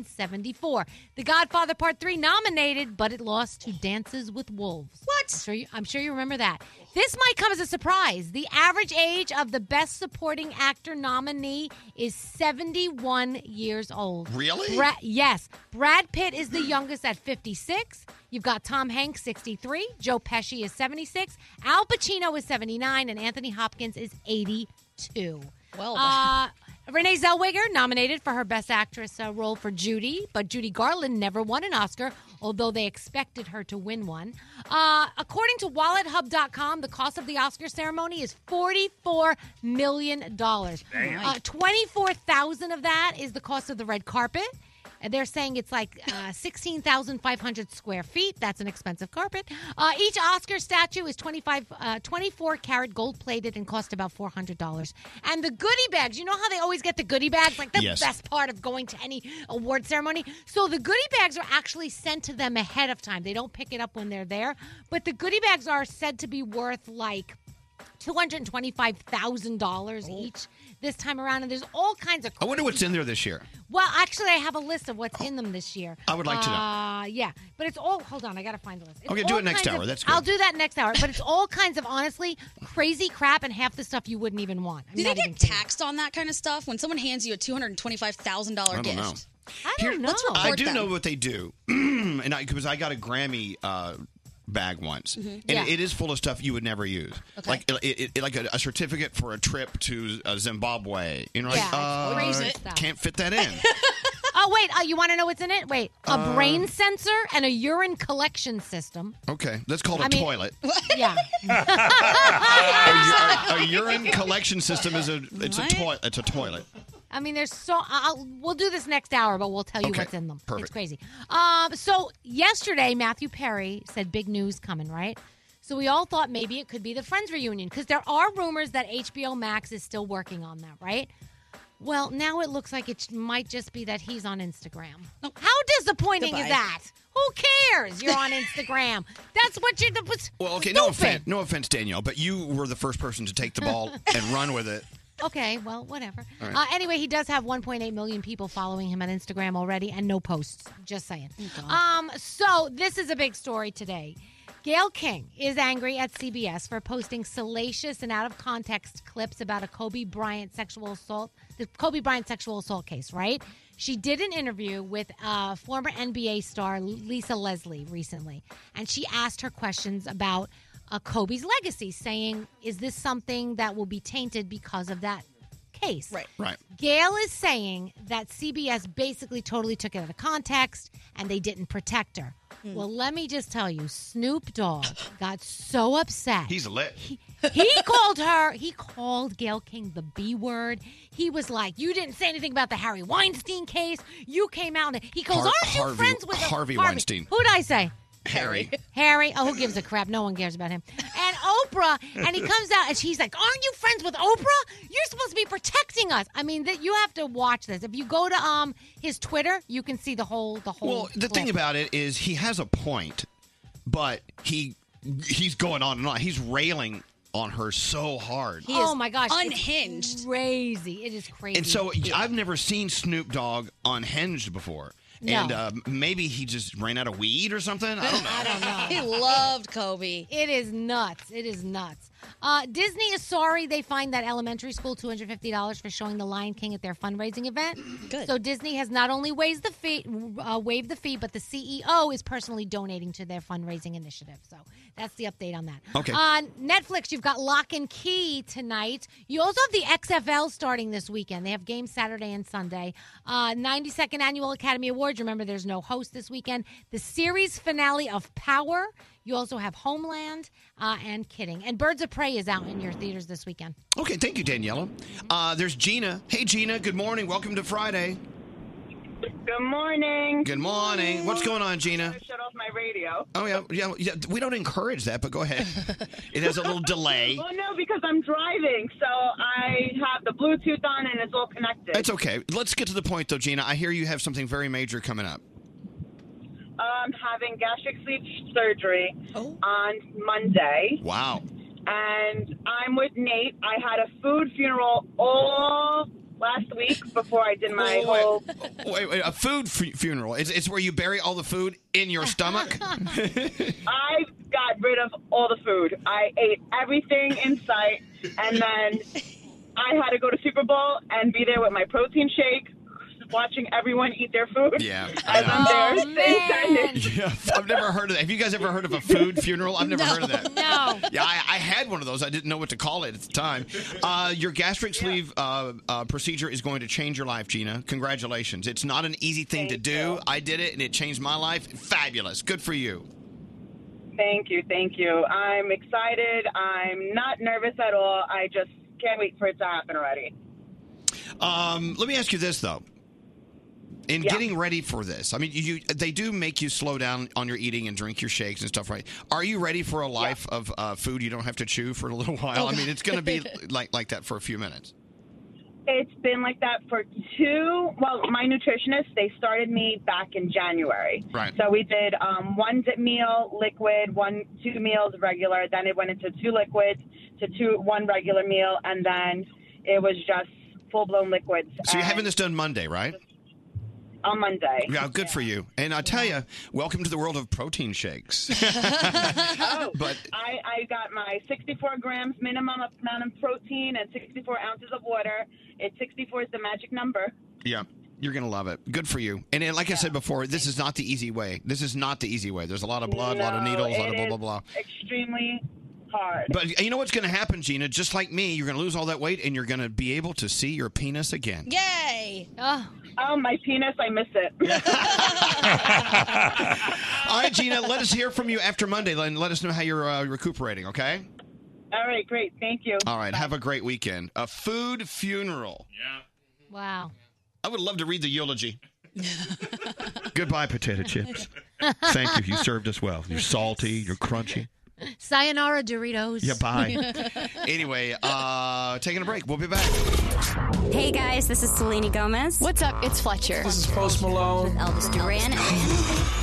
1974. The Godfather Part 3 nominated, but it lost to Dances with Wolves. What? I'm sure you, I'm sure you remember that. This might come as a surprise. The average age of the Best Supporting Actor nominee is 71 years old. Really? Bra- yes. Brad Pitt is the youngest at 56. You've got Tom Hanks, 63. Joe Pesci is 76. Al Pacino is 79. And Anthony Hopkins is 82. Well, uh, Renee Zellweger nominated for her Best Actress uh, role for Judy, but Judy Garland never won an Oscar, although they expected her to win one. Uh, according to WalletHub.com, the cost of the Oscar ceremony is $44 million. Damn. Uh, 24,000 of that is the cost of the red carpet. And They're saying it's like uh, 16,500 square feet. That's an expensive carpet. Uh, each Oscar statue is 25, uh, 24 carat gold plated and cost about $400. And the goodie bags, you know how they always get the goodie bags? Like the Yes. best part of going to any award ceremony. So the goodie bags are actually sent to them ahead of time. They don't pick it up when they're there. But the goodie bags are said to be worth like $225,000 each this time around. And there's all kinds of Oh. I wonder what's in there this year. well, actually, I have a list of what's in them this year. I would like to know. Uh, yeah, but it's all. Hold on, I gotta find the list. It's Okay, do all it next kinds hour. of- That's I'll good. do that next hour. But it's all kinds of honestly crazy crap and half the stuff you wouldn't even want. I'm Do they not even get kidding. taxed on that kind of stuff when someone hands you a two hundred twenty-five thousand I dollar don't gift? know. I don't know. I do know what they do, and and I because I got a Grammy uh, bag once, Mm-hmm. Mhm. and Yeah. it is full of stuff you would never use, Okay. like it, it, it- like a, a certificate for a trip to uh, Zimbabwe. You know, like Yeah, uh, it's crazy stuff. can't fit that in. oh wait, uh, you want to know what's in it? Wait, a Uh, brain sensor and a urine collection system. Okay, that's called a I mean- toilet. yeah. a, u- a urine collection system is a it's a toilet. It's a toilet. I mean, there's so. I'll, we'll do this next hour, but we'll tell you Okay, what's in them. perfect. It's crazy. Um, so yesterday, Matthew Perry said big news coming, right? So we all thought maybe it could be the Friends reunion because there are rumors that HBO Max is still working on that, right? Well, now it looks like it might just be that he's on Instagram. How disappointing Goodbye. is that? Who cares? You're on Instagram. That's what you're. That was Well, okay, no offense, no offense, Danielle, but you were the first person to take the ball and run with it. Okay, well, whatever. All right. Uh, anyway, he does have 1.8 million people following him on Instagram already and no posts. Just saying. Um, so this is a big story today. Gail King is angry at CBS for posting salacious and out of context clips about a Kobe Bryant sexual assault, the Kobe Bryant sexual assault case, right? She did an interview with uh, former NBA star Lisa Leslie recently, and she asked her questions about uh, Kobe's legacy, saying, Is this something that will be tainted because of that case? Right. Right. Gail is saying that CBS basically totally took it out of context and they didn't protect her. Well, let me just tell you, Snoop Dogg got so upset. He's lit. Uh, he called her, he called Gail King the B word. He was like, You didn't say anything about the Harry Weinstein case. You came out and he goes, Har- Aren't you Harvey- friends with the- Harvey Weinstein." Who'd I say? Harry. Harry, oh, who gives a crap? No one cares about him. And Oprah, and he comes out and she's like, Aren't you friends with Oprah? You're supposed to be protecting us. I mean, that you have to watch this. If you go to um his Twitter, you can see the whole the whole Well, the thing clip. about it is he has a point, but he he's going on and on. He's railing on her so hard. Oh my gosh. Unhinged. crazy. It is crazy. and so I've never seen Snoop Dogg unhinged before. No. And uh, maybe he just ran out of weed or something. I don't know. he loved Kobe. It is nuts. It is nuts. Uh, Disney is sorry they fined that elementary school $250 for showing The Lion King at their fundraising event. Good. So Disney has not only waived the fee, uh, waived the fee, but the CEO is personally donating to their fundraising initiative. So that's the update on that. Okay. On Netflix, you've got Lock and Key tonight. You also have the XFL starting this weekend. They have games Saturday and Sunday. Uh, 92nd Annual Academy Awards. Remember, there's no host this weekend. The series finale of Power. You also have Homeland uh, and Kidding. And Birds of Prey is out in your theaters this weekend. Okay, thank you, Daniela. Uh, there's Gina. Hey, Gina. Good morning. Welcome to Friday. Good morning. Good morning. What's going on, Gina? Shut off my radio. Oh yeah, yeah, yeah. We don't encourage that, but go ahead. It has a little delay. Well, Oh, no, because I'm driving, so I have the Bluetooth on and it's all connected. It's okay. Let's get to the point, though, Gina. I hear you have something very major coming up. I'm having gastric sleeve surgery on Monday. Wow. and I'm with Nate. I had a food funeral all last week before I did my whole. Wait, wait, a food fu- funeral. It's, it's where you bury all the food in your stomach. I got rid of all the food. I ate everything in sight, and then I had to go to Super Bowl and be there with my protein shake, watching everyone eat their food. Yeah, I as I'm there. know. staying standing. yeah, I've never heard of that. Have you guys ever heard of a food funeral? I've never heard of that. No. Yeah, I, I had one of those. I didn't know what to call it at the time. Uh, your gastric sleeve uh, uh, procedure is going to change your life, Gina. Congratulations. It's not an easy thing to do. I did it, and it changed my life. Fabulous. Good for you. Thank you, thank you. I'm excited. I'm not nervous at all. I just can't wait for it to happen already. Um, let me ask you this though. In getting ready for this, I mean, you they do make you slow down on your eating and drink your shakes and stuff, right? Are you ready for a life of uh, food you don't have to chew for a little while? Oh, I mean, God. it's going to be like like that for a few minutes. It's been like that for two. Well, my nutritionist they started me back in January. Right. So we did um, one dip meal, liquid, one two meals regular. Then it went into two liquids to two one regular meal, and then it was just full blown liquids. So you're having this done Monday, right? on Monday. Yeah, good for you. And I tell you, welcome to the world of protein shakes. but Oh, I, I got my 64 grams minimum amount of protein and 64 ounces of water. It's 64 is the magic number. yeah, You're gonna love it. Good for you. And then, like I said before, this is not the easy way. This is not the easy way. There's a lot of blood, a lot of No, needles, a lot it of blah blah is blah. Extremely hard. But you know what's gonna happen, Gina? Just like me, you're gonna lose all that weight, and you're gonna be able to see your penis again. Yay! Oh. my penis, I miss it. All right, Gina. Let us hear from you after Monday, and let us know how you're uh, recuperating. Okay. All right, great. Thank you. All right. Have a great weekend. A food funeral. Wow. I would love to read the eulogy. Goodbye, potato chips. Thank you. You served us well. You're salty. You're crunchy. Sayonara Doritos. Yeah, bye. Anyway, uh taking a break. We'll be back. Hey guys, this is Selena Gomez. What's up? It's Fletcher. This is Post Malone. With Elvis Duran.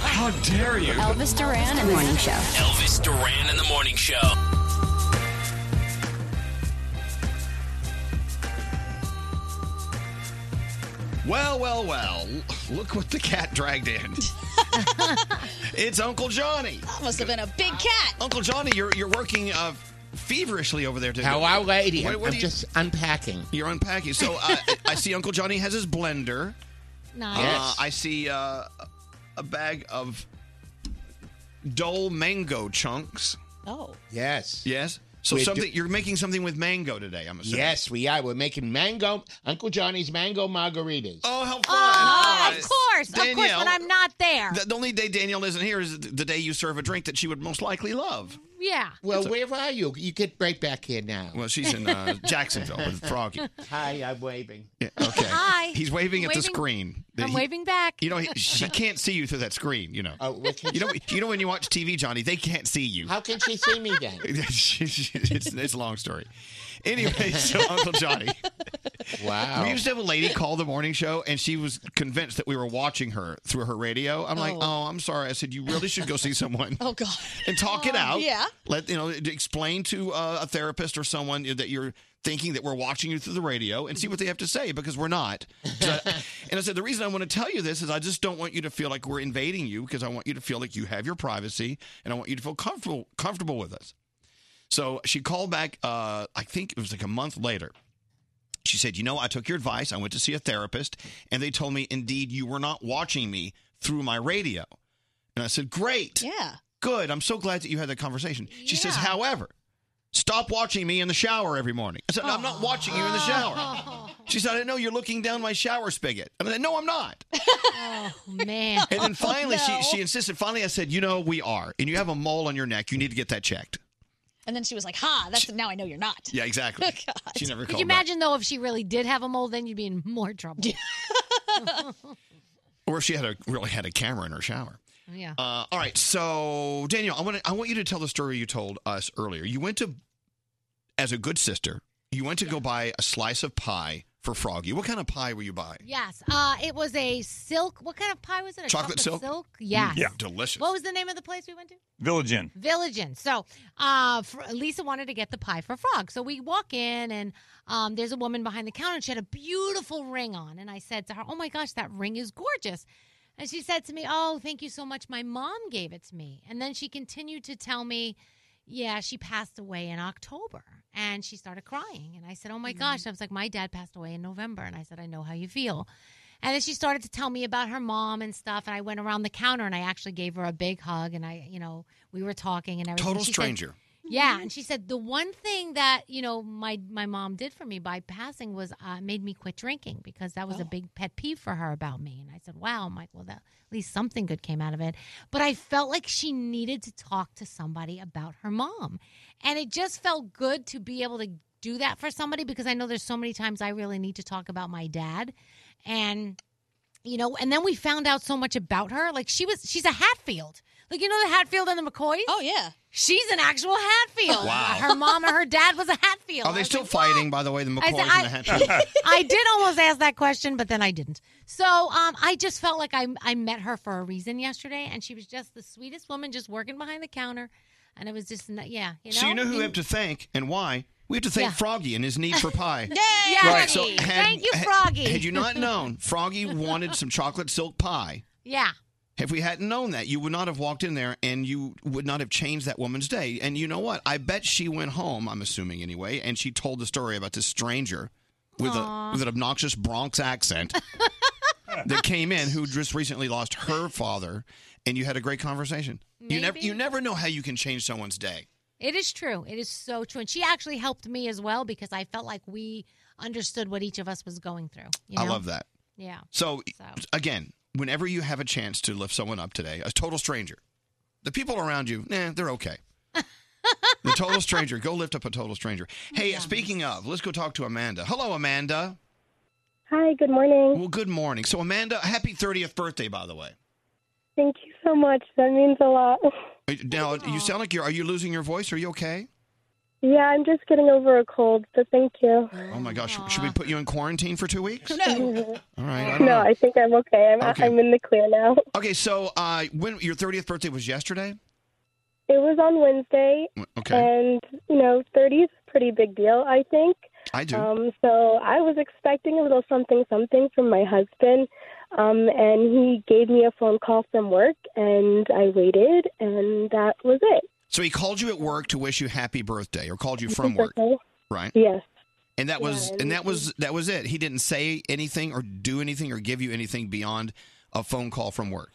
How dare you? Elvis Duran and the Morning Show. Elvis Duran in the morning show. Well, well, well. Look what the cat dragged in. it's Uncle Johnny. That must have been a big cat. Uncle Johnny, you're you're working uh, feverishly over there. today. Hello, lady. I'm- I'm just unpacking. You're unpacking. So uh, I see Uncle Johnny has his blender. Nice. Uh, I see uh, a bag of dull mango chunks. Oh. Yes. Yes. So We're do- something you're making something with mango today. I'm assuming. Yes, we are. We're making mango, Uncle Johnny's mango margaritas. Oh, how fun! Oh, Nice. of course. Of course, Danielle. when I'm not there. The, the only day Danielle isn't here is the day you serve a drink that she would most likely love. yeah. Well, where are you? You get right back here now. Well, she's in uh, Jacksonville with Froggy. Hi, I'm waving. Yeah, okay. Hi. He's waving at the Waving- screen. I'm He- waving back. You know, he, she can't see you through that screen. You know. Oh, you know. You know when you watch TV, Johnny, they can't see you. How can she see me then? it's, it's a long story. Anyway, so Uncle Johnny. Wow. We used to have a lady call the morning show, and she was convinced that we were watching her through her radio. I'm like, Oh. oh, I'm sorry. I said, you really should go see someone. Oh God. And talk it Oh, out. yeah. Let you know. Explain to uh, a therapist or someone that you're thinking that we're watching you through the radio, and see what they have to say because we're not. So I- and I said the reason I want to tell you this is I just don't want you to feel like we're invading you because I want you to feel like you have your privacy, and I want you to feel comfortable comfortable with us. So she called back. Uh, I think it was like a month later. She said, You know, I took your advice. I went to see a therapist, and they told me, indeed, you were not watching me through my radio. And I said, Great. Yeah. Good. I'm so glad that you had that conversation. She says, However, stop watching me in the shower every morning. I said, I'm not watching you in the Oh. shower. She said, I know you're looking down my shower spigot. And I said, No, I'm not. Oh, man. And then finally, no. she, she insisted, Finally, I said, You know, we are. And you have a mole on your neck. You need to get that checked. And then she was like, "Ha! That's now I know you're not." Yeah, exactly. She never Could called you back. imagine, though, if she really did have a mole, then you'd be in more trouble. Or if she had a really had a camera in her shower. yeah. Uh, all right, so Daniel, I want to, I want you to tell the story you told us earlier. You went to, as a good sister, you went to go buy a slice of pie for Froggy. What kind of pie were you buying? Yes. Uh, it was a silk. What kind of pie was it? A Chocolate, silk. Mm, silk? Yes. yeah, delicious. What was the name of the place we went to? Village Inn. Village Inn. So uh, Fr- Lisa wanted to get the pie for Frog. So we walk in, and um, there's a woman behind the counter, and she had a beautiful ring on. And I said to her, Oh my gosh, that ring is gorgeous. And she said to me, Oh, thank you so much. My mom gave it to me. And then she continued to tell me, Yeah, she passed away in October. And she started crying. And I said, Oh my gosh. I was like, My dad passed away in November. And I said, I know how you feel. And then she started to tell me about her mom and stuff. And I went around the counter and I actually gave her a big hug. And I, you know, we were talking and everything. Total She said- stranger. yeah, and she said the one thing that you know my my mom did for me by passing was uh, made me quit drinking because that was Oh. a big pet peeve for her about me. And I said, "Wow, I'm like, well, that, at least something good came out of it." But I felt like she needed to talk to somebody about her mom, and it just felt good to be able to do that for somebody because I know there's so many times I really need to talk about my dad, and you know, and then we found out so much about her. Like she was, she's a Hatfield. Like you know the Hatfield and the McCoys. Oh yeah, she's an actual Hatfield. Wow. Her mom and her dad was a Hatfield. Are I they was still like, fighting? By the way, the I McCoys said, and the Hatfield. I did almost ask that question, but then I didn't. So um, I just felt like I, I met her for a reason yesterday, and she was just the sweetest woman, just working behind the counter, and it was just n- yeah, you know. So you know who we have to thank and why? We have to thank Yeah. Froggy and his need for pie. Yay, Froggy. Thank you, had- Froggy. Had, you not known, Froggy wanted some chocolate silk pie. yeah. If we hadn't known that, you would not have walked in there and you would not have changed that woman's day. And you know what? I bet she went home, I'm assuming anyway, and she told the story about this stranger with a Aw. with an obnoxious Bronx accent that came in who just recently lost her father, and you had a great conversation. You never Maybe. you never know how you can change someone's day. It is true. It is so true. And she actually helped me as well because I felt like we understood what each of us was going through. you I know? love that. Yeah. So, again, whenever you have a chance to lift someone up today, a total stranger, the people around you, nah, they're okay. the total stranger, go lift up a total stranger. Hey, speaking of, let's go talk to Amanda. Hello, Amanda. Hi, good morning. Well, good morning. So, Amanda, happy 30th birthday, by the way. Thank you so much. That means a lot. Now, you sound like you're, are you losing your voice? Are you okay? Yeah, I'm just getting over a cold, but thank you. Oh, my gosh. Should we put you in quarantine for two weeks? No. All right. I don't No, know. I think I'm okay. I'm, Okay. I'm in the clear now. Okay, so uh, when your 30th birthday was yesterday? It was on Wednesday. okay. And, you know, 30 is a pretty big deal, I think. I do. Um, so I was expecting a little something something from my husband. Um, and he gave me a phone call from work, and I waited, and that was it. So he called you at work to wish you happy birthday or called you from work, Okay. right? Yes. And that was Yeah, and that was that was it. He didn't say anything or do anything or give you anything beyond a phone call from work.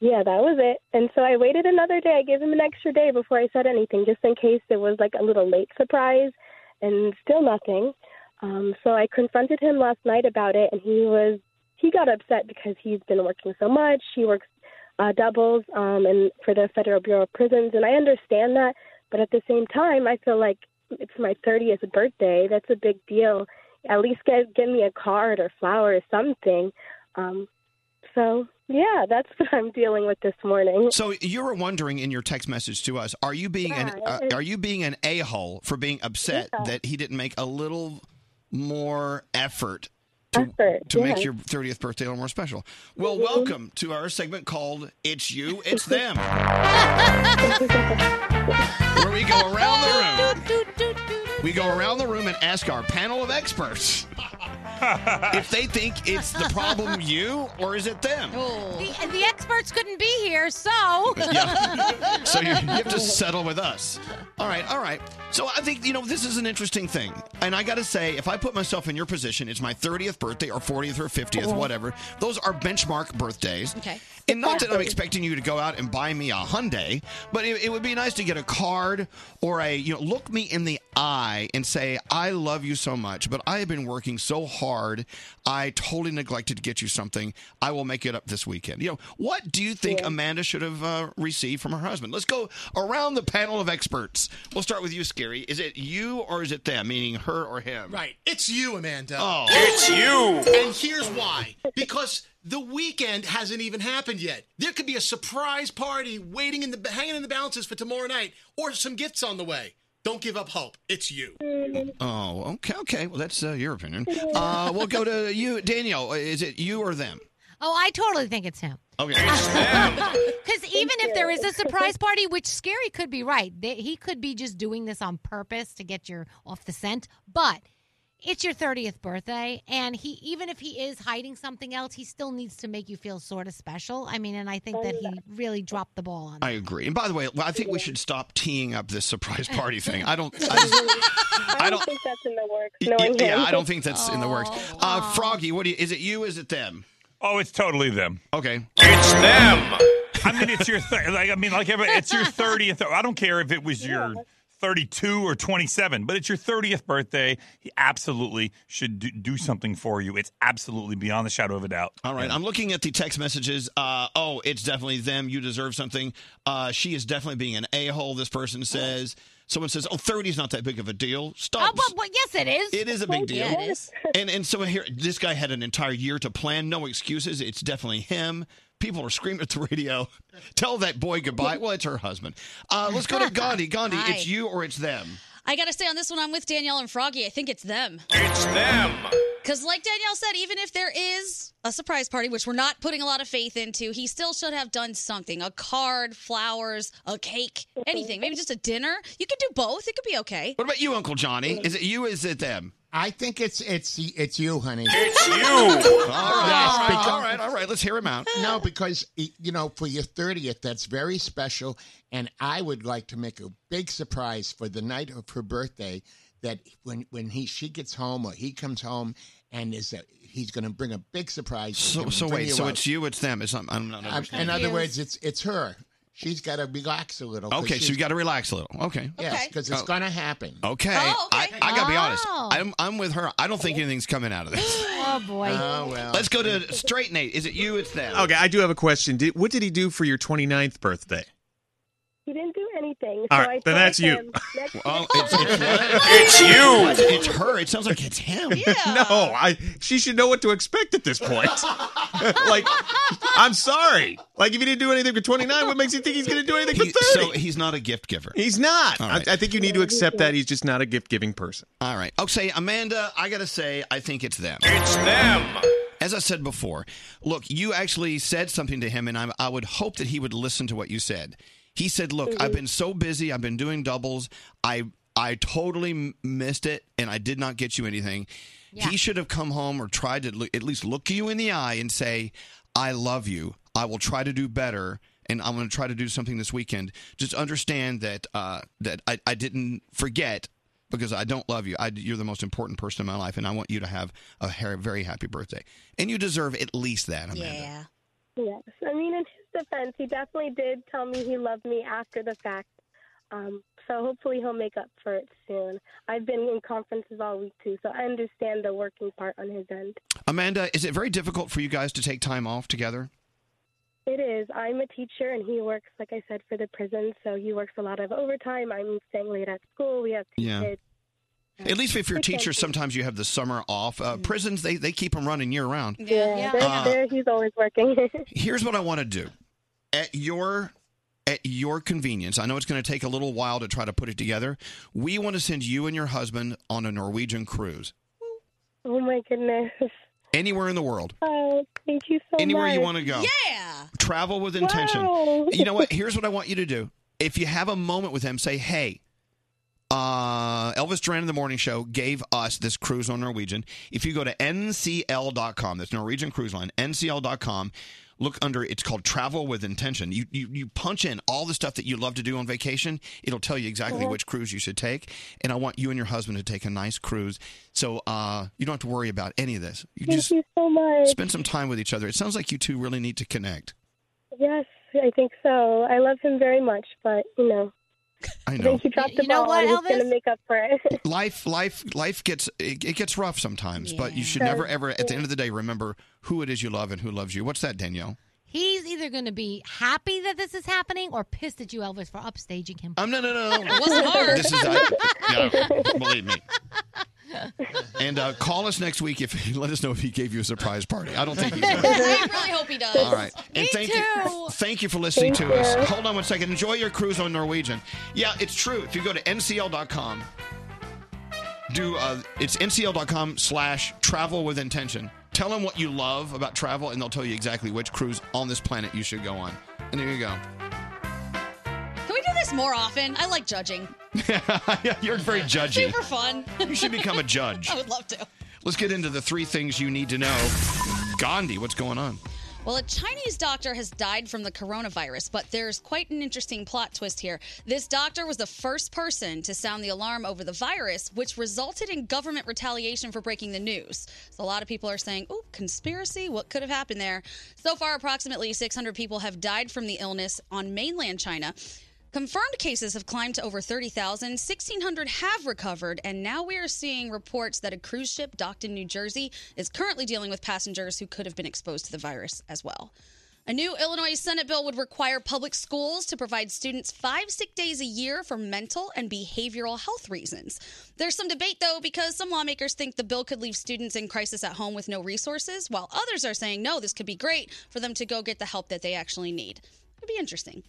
Yeah, that was it. And so I waited another day. I gave him an extra day before I said anything, just in case it was like a little late surprise, and still nothing. Um, so I confronted him last night about it, and he was he got upset because he's been working so much. He works uh, doubles um, and for the Federal Bureau of Prisons, and I understand that. But at the same time, I feel like it's my 30th birthday. That's a big deal. At least get give me a card or flowers, something. Um, so yeah, that's what I'm dealing with this morning. So you were wondering in your text message to us, are you being an Yeah, uh, it- are you being an a-hole for being upset Yeah. that he didn't make a little more effort to Effort, to make yeah. your 30th birthday a little more special? Well, welcome to our segment called It's You, It's Them. where we go around the room. We go around the room and ask our panel of experts if they think it's the problem you or is it them. The, the experts couldn't be here, so. Yeah. So you, you have to settle with us. All right, all right. So I think you know this is an interesting thing, and I got to say, if I put myself in your position, it's my 30th birthday or 40th or 50th, whatever. Those are benchmark birthdays. Okay. And not that I'm expecting you to go out and buy me a Hyundai, but it, it would be nice to get a card or a you know look me in the eye and say I love you so much, but I have been working so hard, I totally neglected to get you something. I will make it up this weekend. You know what do you think Amanda should have uh, received from her husband? Let's go around the panel of experts. We'll start with you, Scary. Is it you or is it them? Meaning her or him? Right. It's you, Amanda. Oh. It's you. And here's why. Because the weekend hasn't even happened yet. There could be a surprise party waiting in the hanging in the balances for tomorrow night or some gifts on the way. Don't give up hope. It's you. Oh, okay, okay. Well, that's uh, your opinion. Uh, we'll go to you, Daniel. Is it you or them? Oh, I totally think it's him. Okay. Oh, Because even if there is a surprise party, which Scary could be right, they, he could be just doing this on purpose to get your off the scent. But it's your thirtieth birthday, and he even if he is hiding something else, he still needs to make you feel sort of special. I mean, and I think that he really dropped the ball on. I agree. And by the way, I think we should stop teeing up this surprise party thing. I don't. I just, I don't think that's in the works. Knowing yeah, him. I don't think that's in the works. Uh, Froggy, what do you, is it? You? Is it them? Oh, it's totally them. Okay. It's them. I mean, it's your thir- like. I mean, like every, it's your thirtieth. I don't care if it was your thirty-two or twenty-seven, but it's your thirtieth birthday. He absolutely should do, do something for you. It's absolutely beyond the shadow of a doubt. All right. I'm looking at the text messages. Uh, oh, it's definitely them. You deserve something. Uh, she is definitely being an a hole. This person says. Someone says, "Oh, 30 is not that big of a deal." Stop. Oh, but, but yes, it is. It is a big deal. Yeah, it is. And and so here, this guy had an entire year to plan. No excuses. It's definitely him. People are screaming at the radio. Tell that boy goodbye. Well, it's her husband. Uh, let's go to Gandhi. Gandhi, Hi. it's you or it's them. I gotta say on this one, I'm with Danielle and Froggy. I think it's them. It's them. Because, like Danielle said, even if there is a surprise party, which we're not putting a lot of faith into, he still should have done something a card, flowers, a cake, anything. Maybe just a dinner. You could do both, it could be okay. What about you, Uncle Johnny? Is it you? or Is it them? I think it's it's it's you, honey. It's you. all right, all Yes, right, because- all right, all right. Let's hear him out. No, because y- you know, for your thirtieth, that's very special, and I would like to make a big surprise for the night of her birthday. that when when he she gets home or he comes home and is a, he's going to bring a big surprise. He's So, gonna so bring wait, you so out. it's you, it's them. It's, I'm, I'm not Um, understanding. in other words, it's it's her. She's got to relax a little. 'cause okay, so she's- you got to relax a little. Okay. Yes, because it's Oh. going to happen. Okay. Oh. I, I got to be honest. I'm, I'm with her. I don't think anything's coming out of this. Oh boy. Oh well. Let's go to straight Nate. Is it you? It's them. Okay, I do have a question. Did, what did he do for your 29th birthday? He didn't do anything. All so right, I then that's told you. him next- Oh, it's, It's you. It's her. It sounds like it's him. No, I. She should know what to expect at this point. like, I'm sorry. Like, if he didn't do anything for 29, what makes you think he's going to do anything He- for 30? so he's not a gift giver. he's not. All right. I, I think you need to accept that he's just not a gift giving person. All right. Okay, Oh, Amanda, I got to say, I think it's them. It's them. As I said before, look, you actually said something to him, and I, I would hope that he would listen to what you said. He said, Look, I've been so busy. I've been doing doubles. I. I totally m- missed it and I did not get you anything. He should have come home or tried to lo- at least look you in the eye and say, I love you. I will try to do better and I'm going to try to do something this weekend. Just understand that uh, that I, I didn't forget because I don't love you. I, you're the most important person in my life, and I want you to have a ha- very happy birthday. And you deserve at least that, Amanda. Yeah. Yes. I mean, in his defense, he definitely did tell me he loved me after the fact. Um, so hopefully he'll make up for it soon. I've been in conferences all week too, so I understand the working part on his end. Amanda, is it very difficult for you guys to take time off together? It is. I'm a teacher and he works, like I said, for the prison, so he works a lot of overtime. I'm staying late at school. We have two Yeah. kids. At least if you're a It's teacher, okay. sometimes you have the summer off. Uh, prisons, they, they keep them running year round. Mm-hmm. Yeah, Yeah. They're, Uh, they're- he's always working. Here's what I want to do. At your at your convenience, I know it's going to take a little while to try to put it together. We want to send you and your husband on a Norwegian cruise oh my goodness. anywhere in the world. Oh, thank you so Anywhere much. you want to go. Yeah. Travel with intention. Wow. You know what? Here's what I want you to do. If you have a moment with him, say, hey, uh, Elvis Duran in the Morning Show gave us this cruise on Norwegian. If you go to ncl.com, that's Norwegian Cruise Line, ncl.com, look under, it's called Travel with Intention. You, you, you punch in all the stuff that you love to do on vacation. It'll tell you exactly Uh-huh. which cruise you should take. And I want you and your husband to take a nice cruise. So uh, you don't have to worry about any of this. You Thank just you so much. spend some time with each other. It sounds like you two really need to connect. Yes, I think so. I love him very much, but you know, I I know. think he dropped the ball. and he's gonna make up for it. life life life gets it, it gets rough sometimes but you should Yeah. never ever at the end of the day remember who it is you love and who loves you what's that danielle He's either going to be happy that this is happening or pissed at you, Elvis, for upstaging him. Um, no, no, no. It wasn't hard. This is I, no, believe me. And uh, call us next week if let us know if he gave you a surprise party. I don't think he did. I really hope he does. All right. And Me thank too. you thank you for listening Thank to you. us. Hold on one second. Enjoy your cruise on Norwegian. Yeah, it's true. If you go to ncl.com, do uh, it's ncl.com slash travel with intention. Tell them what you love about travel, and they'll tell you exactly which cruise on this planet you should go on. And there you go. Can we do this more often? I like judging. You're very judgy. Super fun. You should become a judge. I would love to. Let's get into the three things you need to know. Gandhi, what's going on? Well, a Chinese doctor has died from the coronavirus, but there's quite an interesting plot twist here. This doctor was the first person to sound the alarm over the virus, which resulted in government retaliation for breaking the news. So a lot of people are saying, "Ooh, conspiracy! What could have happened there?" So far, approximately 600 people have died from the illness on mainland China. Confirmed cases have climbed to over 30,000. 1,600 have recovered, and now we are seeing reports that a cruise ship docked in New Jersey is currently dealing with passengers who could have been exposed to the virus as well. A new Illinois Senate bill would require public schools to provide students five sick days a year for mental and behavioral health reasons. There's some debate, though, because some lawmakers think the bill could leave students in crisis at home with no resources, while others are saying, no, this could be great for them to go get the help that they actually need. It'd be interesting.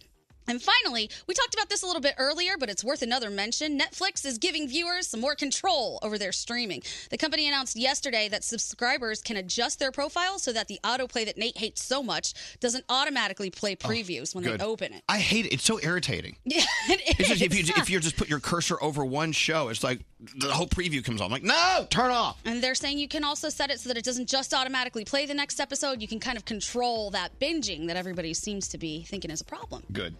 And finally, we talked about this a little bit earlier, but it's worth another mention. Netflix is giving viewers some more control over their streaming. The company announced yesterday that subscribers can adjust their profile so that the autoplay that Nate hates so much doesn't automatically play previews when Oh, Good. they open it. I hate it. It's so irritating. Yeah, it It's just if you is. if you just put your cursor over one show, it's like the whole preview comes on. I'm like, no, turn off. And they're saying you can also set it so that it doesn't just automatically play the next episode. You can kind of control that binging that everybody seems to be thinking is a problem. Good.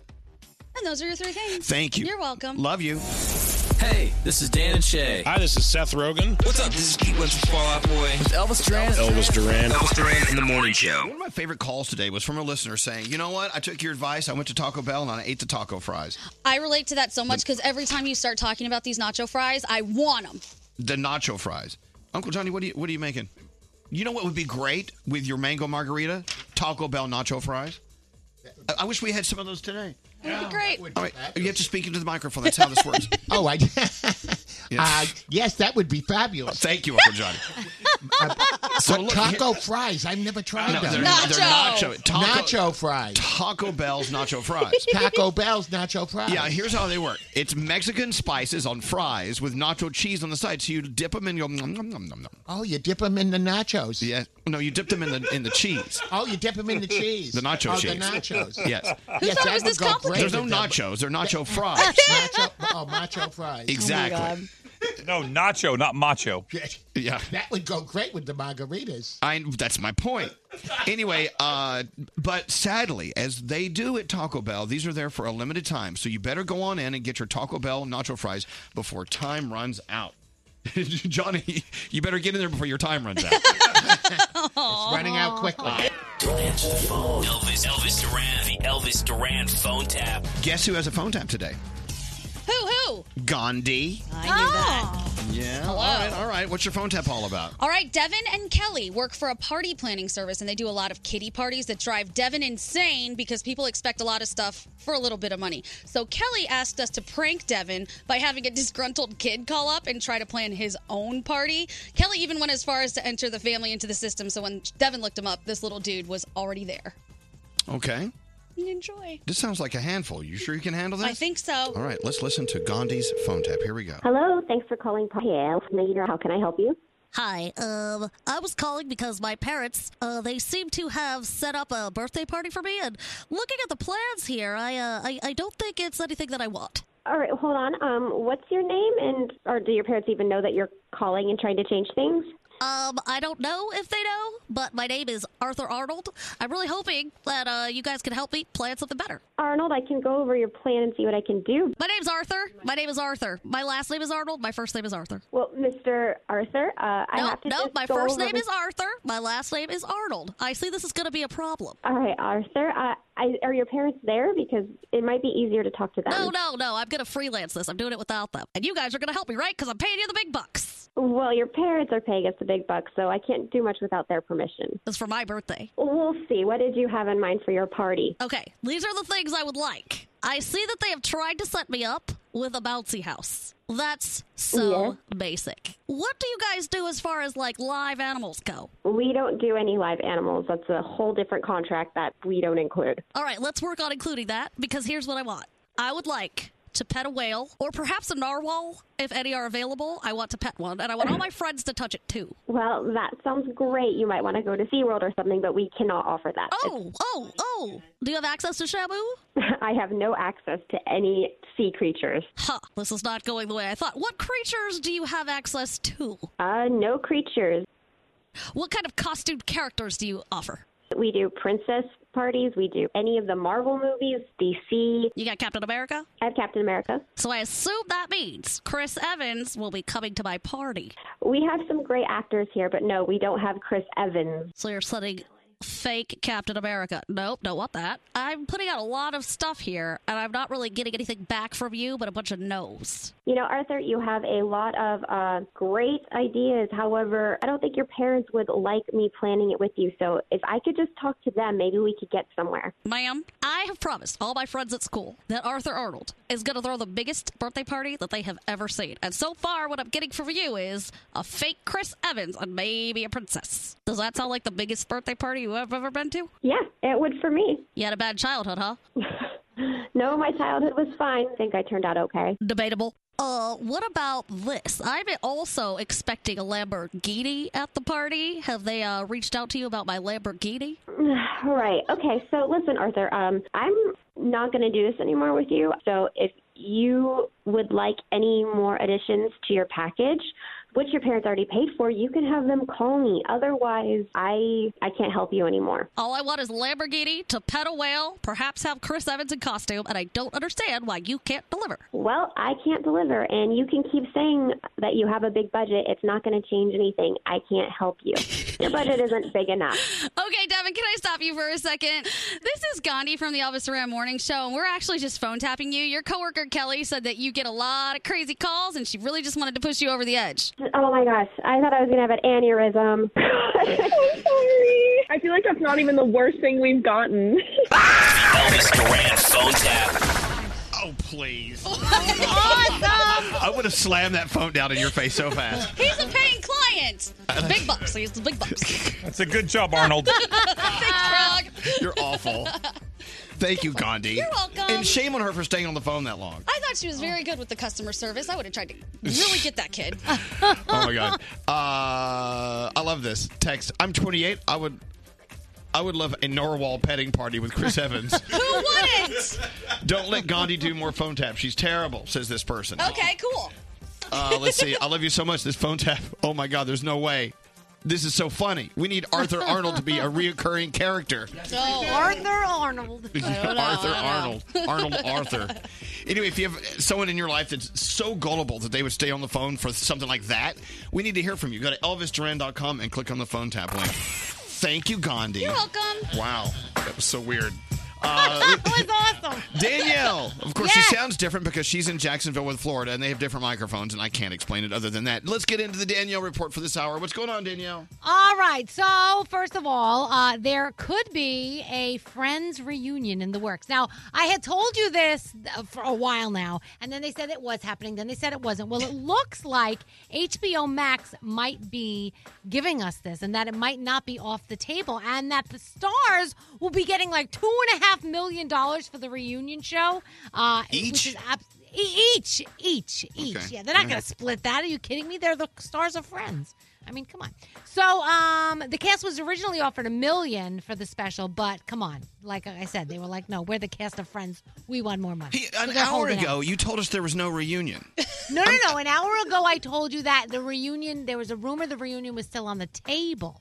And those are your three things. Thank you. You're welcome. Love you. Hey, this is Dan and Shay. Hi, this is Seth Rogen. What's up? This is Pete Wentz from Fall Out Boy. With Elvis Duran. Elvis Duran. Elvis Duran in the Morning Show. One of my favorite calls today was from a listener saying, "You know what? I took your advice. I went to Taco Bell and I ate the taco fries. I relate to that so much because every time you start talking about these nacho fries, I want them. The nacho fries. Uncle Johnny, what are you what are you making? You know what would be great with your mango margarita? Taco Bell nacho fries. I, I wish we had some of those today. That'd be great. All right, you have to speak into the microphone. That's how this works. oh, I. Uh, yes, that would be fabulous. Uh, Thank you, Uncle Johnny. But taco fries, I've never tried No, them. they're- they're Nacho. nacho. Taco- Nacho fries. Taco Bell's nacho fries. Taco Bell's nacho fries. Yeah, here's how they work. It's Mexican spices on fries with nacho cheese on the side. So you dip them in your nom nom nom nom. nom. Oh, you dip them in the nachos. Yeah. No, you dip them in the in the cheese. Oh, you dip them in the cheese. The nacho oh, cheese. The nachos. Yes. Who Yes, thought that it was would this go great There's complicated? no with them. nachos. They're nacho fries. nacho, oh, macho fries. Exactly. No, nacho, not macho. Yeah. That would go great with the margaritas. I, that's my point. Anyway, uh, but sadly, as they do at Taco Bell, these are there for a limited time. So you better go on in and get your Taco Bell nacho fries before time runs out. Johnny, you better get in there before your time runs out. It's running out quickly. Don't answer the phone. Elvis, Elvis Duran, the Elvis Duran phone tap. Guess who has a phone tap today? Who, who? Ah. Gandhi. I knew that. Yeah. Hello. All right. All right. What's your phone tap all about? All right, Devin and Kelly work for a party planning service, and they do a lot of kitty parties that drive Devin insane because people expect a lot of stuff for a little bit of money. So Kelly asked us to prank Devin by having a disgruntled kid call up and try to plan his own party. Kelly even went as far as to enter the family into the system, so when Devin looked him up, this little dude was already there. Okay. Enjoy. This sounds like a handful. You sure you can handle this? I think so. All right. Let's listen to Gandhi's phone tap. Here we go. Hello, thanks for calling Party Elf Leader. How can I help you? Hi, um, I was calling because my parents, uh, they seem to have set up a birthday party for me, and looking at the plans here, I, uh, I, I don't think it's anything that I want. All right, hold on. Um, what's your name, and or do your parents even know that you're calling and trying to change things? Um, I don't know if they know, but my name is Arthur Arnold. I'm really hoping that, uh, you guys can help me plan something better. Arnold, I can go over your plan and see what I can do. My name's Arthur. My name is Arthur. My last name is Arnold. My first name is Arthur. Well, Mr. Arthur, uh, I No, have to no, just my go first over name with- is Arthur. My last name is Arnold. I see this is going to be a problem. All right, Arthur. Uh, I, are your parents there? Because it might be easier to talk to them. No, no, no. I'm going to freelance this. I'm doing it without them. And you guys are going to help me, right? Because I'm paying you the big bucks. Well, your parents are paying us the big bucks, so I can't do much without their permission. It's for my birthday. We'll see. What did you have in mind for your party? Okay, these are the things I would like. I see that they have tried to set me up with a bouncy house. That's so basic. What do you guys do as far as like live animals go? We don't do any live animals. That's a whole different contract that we don't include. All right, let's work on including that because here's what I want. I would like to pet a whale or perhaps a narwhal if any are available. I want to pet one and I want all my friends to touch it too. Well, that sounds great. You might want to go to SeaWorld or something, but we cannot offer that. Oh, oh, oh. Do you have access to Shabu? I have no access to any sea creatures. Huh, this is not going the way I thought. What creatures do you have access to? Uh, no creatures. What kind of costumed characters do you offer? We do princess parties. We do any of the Marvel movies, DC. You got Captain America? I have Captain America. So I assume that means Chris Evans will be coming to my party. We have some great actors here, but no, we don't have Chris Evans. So you're setting fake Captain America. Nope, don't want that. I'm putting out a lot of stuff here, and I'm not really getting anything back from you but a bunch of no's. You know, Arthur, you have a lot of uh, great ideas. However, I don't think your parents would like me planning it with you. So if I could just talk to them, maybe we could get somewhere. Ma'am, I have promised all my friends at school that Arthur Arnold is going to throw the biggest birthday party that they have ever seen. And so far, what I'm getting from you is a fake Chris Evans and maybe a princess. Does that sound like the biggest birthday party you have ever been to? Yeah, it would for me. You had a bad childhood, huh? No, my childhood was fine. I think I turned out okay. Debatable. Uh, what about this? I'm also expecting a Lamborghini at the party. Have they uh, reached out to you about my Lamborghini? All right. Okay. So listen, Arthur. Um, I'm not going to do this anymore with you. So if you would like any more additions to your package, which your parents already paid for, you can have them call me. Otherwise, I I can't help you anymore. All I want is Lamborghini to pet a whale, perhaps have Chris Evans in costume, and I don't understand why you can't deliver. Well, I can't deliver, and you can keep saying that you have a big budget. It's not going to change anything. I can't help you. your budget isn't big enough. Okay, Devin, can I stop you for a second? This is Gandhi from the Elvis Duran Morning Show, and we're actually just phone tapping you. Your coworker Kelly said that you get a lot of crazy calls, and she really just wanted to push you over the edge. Oh my gosh, I thought I was going to have an aneurysm. Sorry. I feel like that's not even the worst thing we've gotten. Elvis Duran phone tap. Oh, please. Awesome. I would have slammed that phone down in your face so fast. He's a paying client. It's big bucks. He's the big bucks. That's a good job, Arnold. Thanks, Frog. You're awful. Thank you, Gandhi. You're welcome. And shame on her for staying on the phone that long. I thought she was very good with the customer service. I would have tried to really get that kid. Oh my god. Uh, I love this text. I'm 28. I would, I would love a Norwal petting party with Chris Evans. Who wouldn't? Don't let Gandhi do more phone tap. She's terrible, says this person. Okay, cool. Uh, let's see. I love you so much. This phone tap. Oh my god. There's no way. This is so funny. We need Arthur Arnold to be a reoccurring character. Oh, Arthur Arnold. Arthur Arnold. Arnold Arthur. Anyway, if you have someone in your life that's so gullible that they would stay on the phone for something like that, we need to hear from you. Go to elvisduran.com and click on the phone tap link. Thank you, Gandhi. You're welcome. Wow. That was so weird. Uh, that was awesome. Danielle, of course, she sounds different because she's in Jacksonville with Florida and they have different microphones, and I can't explain it other than that. Let's get into the Danielle report for this hour. What's going on, Danielle? All right. So, first of all, uh, there could be a friends reunion in the works. Now, I had told you this uh, for a while now, and then they said it was happening. Then they said it wasn't. Well, it looks like HBO Max might be giving us this, and that it might not be off the table, and that the stars will be getting like two and a half million dollars for the reunion show. Uh, Which is ab- e- each, each, each. Okay. Yeah, they're not Mhm. going to split that. Are you kidding me? They're the stars of Friends. I mean, come on. So, um, the cast was originally offered a million for the special, but come on, like I said, they were like, "No, we're the cast of Friends. We want more money." So An they're hour holding out. ago, you told us there was no reunion. No, no, no. An hour ago, I told you that the reunion. There was a rumor the reunion was still on the table,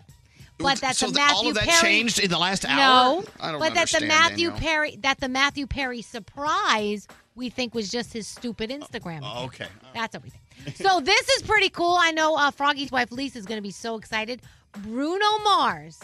but that's so a the- Matthew all of that Perry. changed in the last hour. No, I don't but that the understand, Matthew Danielle. Perry that the Matthew Perry surprise we think was just his stupid Instagram. Oh, okay. That's everything. So this is pretty cool. I know uh, Froggy's wife Lisa is going to be so excited. Bruno Mars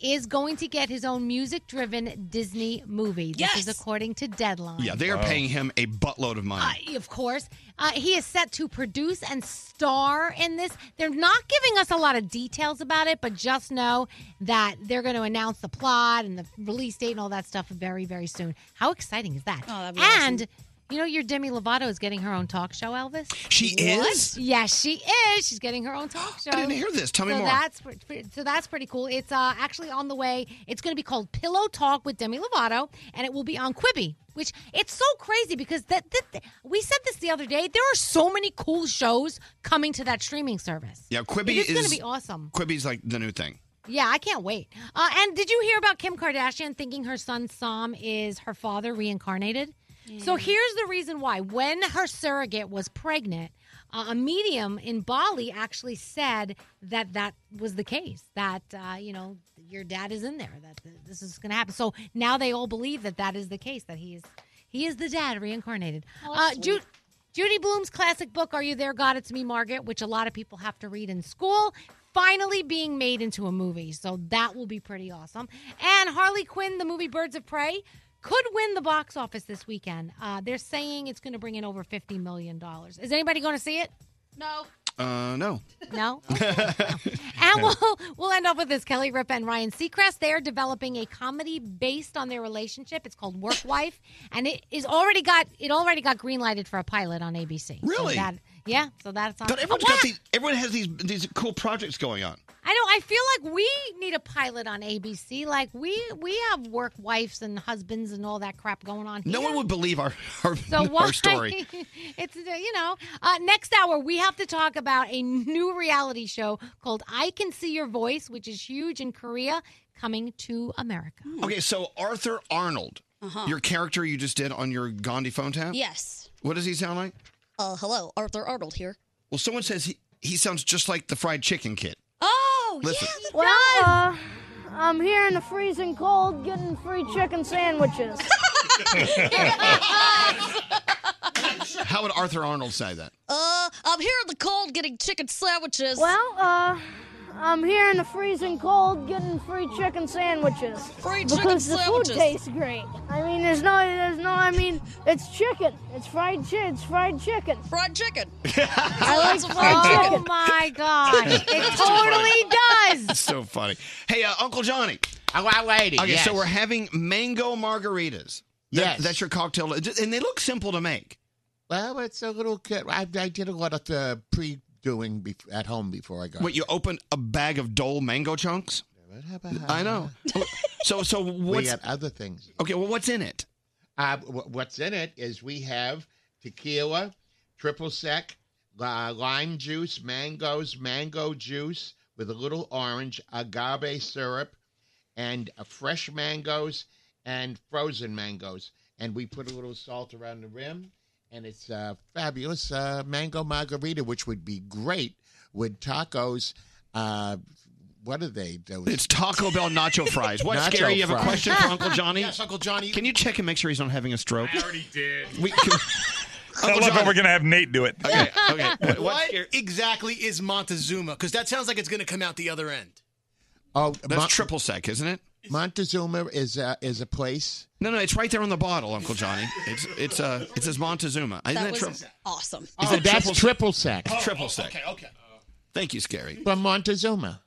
is going to get his own music-driven Disney movie. This is according to Deadline. Yeah, they are paying him a buttload of money. Uh, of course. Uh, he is set to produce and star in this. They're not giving us a lot of details about it, but just know that they're going to announce the plot and the release date and all that stuff very, very soon. How exciting is that? Oh, that'd be and. You know, your Demi Lovato is getting her own talk show, Elvis. She What? is? Yes, she is. She's getting her own talk show. didn't hear this. Tell me so more. That's pre- pre- so that's pretty cool. It's uh, actually on the way. It's going to be called Pillow Talk with Demi Lovato, and it will be on Quibi. Which it's so crazy because that, that, that- we said this the other day. There are so many cool shows coming to that streaming service. yeah, Quibi It is is gonna be awesome. Quibi's like the new thing. Yeah, I can't wait. Uh, and did you hear about Kim Kardashian thinking her son Sam is her father reincarnated? So here's the reason why. When her surrogate was pregnant, uh, a medium in Bali actually said that that was the case. That uh, you know your dad is in there. That th- this is going to happen. So now they all believe that that is the case. That he is he is the dad reincarnated. Oh, uh, that's Ju- Judy Bloom's classic book, Are You There, God? It's Me, Margaret, which a lot of people have to read in school, finally being made into a movie. So that will be pretty awesome. And Harley Quinn, the movie Birds of Prey, could win the box office this weekend. Uh, they're saying it's going to bring in over $50 million. Is anybody going to see it? No. Uh, no. No. And we'll we'll end up with this Kelly Ripa and Ryan Seacrest. They are developing a comedy based on their relationship. It's called Work Wife, and it is already got it already got green lighted for a pilot on ABC. So Really? that- yeah. So that's on. But everyone's got these, everyone has these these cool projects going on. I know. I feel like we need a pilot on ABC. Like we we have work wives and husbands and all that crap going on. Here. No one would believe our our, So why? our story. it's you know. Uh, next hour we have to talk about a new reality show called "I Can See Your Voice," which is huge in Korea, coming to America. Okay, so Arthur Arnold, Uh-huh. your character you just did on your Gandhi phone tap. Yes. What does he sound like? Uh, hello, Arthur Arnold here. Well, someone says he He sounds just like the fried chicken kid. Oh, Listen. yeah, Well, uh, I'm here in the freezing cold getting free chicken sandwiches. How would Arthur Arnold say that? uh, I'm here in the cold getting chicken sandwiches. Well, uh, I'm here in the freezing cold getting free chicken sandwiches. Free chicken because sandwiches. the food tastes great. I mean, there's no, there's no. I mean, it's chicken. It's fried chi It's fried chicken. Fried chicken. I like fried oh chicken. my gosh. It totally does. It's so funny. Hey, uh, Uncle Johnny. Oh, I'm waiting. Okay, yes. so we're having mango margaritas. That- Yes. That's your cocktail. And they look simple to make. Well, it's a little kid. I, I did a lot of the pre doing be- at home before I got. What, you open a bag of Dole mango chunks? I know. Oh, so, so we what's. have other things. Okay, well, what's in it? Uh, wh- what's in it is we have tequila, triple sec, uh, lime juice, mangoes, mango juice with a little orange, agave syrup, and uh, fresh mangoes and frozen mangoes. And we put a little salt around the rim, and it's a fabulous uh, mango margarita, which would be great with tacos. Uh, what are they? Those It's Taco Bell nacho fries. What, Nacho Scary, you have a fries. question for Uncle Johnny? Yes, Uncle Johnny. Can you check and make sure he's not having a stroke? I already did. We, can, I love how we're going to have Nate do it. Okay, okay. What, exactly is Montezuma? Because that sounds like it's going to come out the other end. Oh, That's triple sec, isn't it? Montezuma is a, is a place. No, no, it's right there on the bottle, Uncle Johnny. It's it's uh it says Montezuma. Isn't That that, was tri- awesome. Is oh, it that's triple- triple sec. It's triple sec. Oh, Okay, okay. Thank you, Scary. From Montezuma.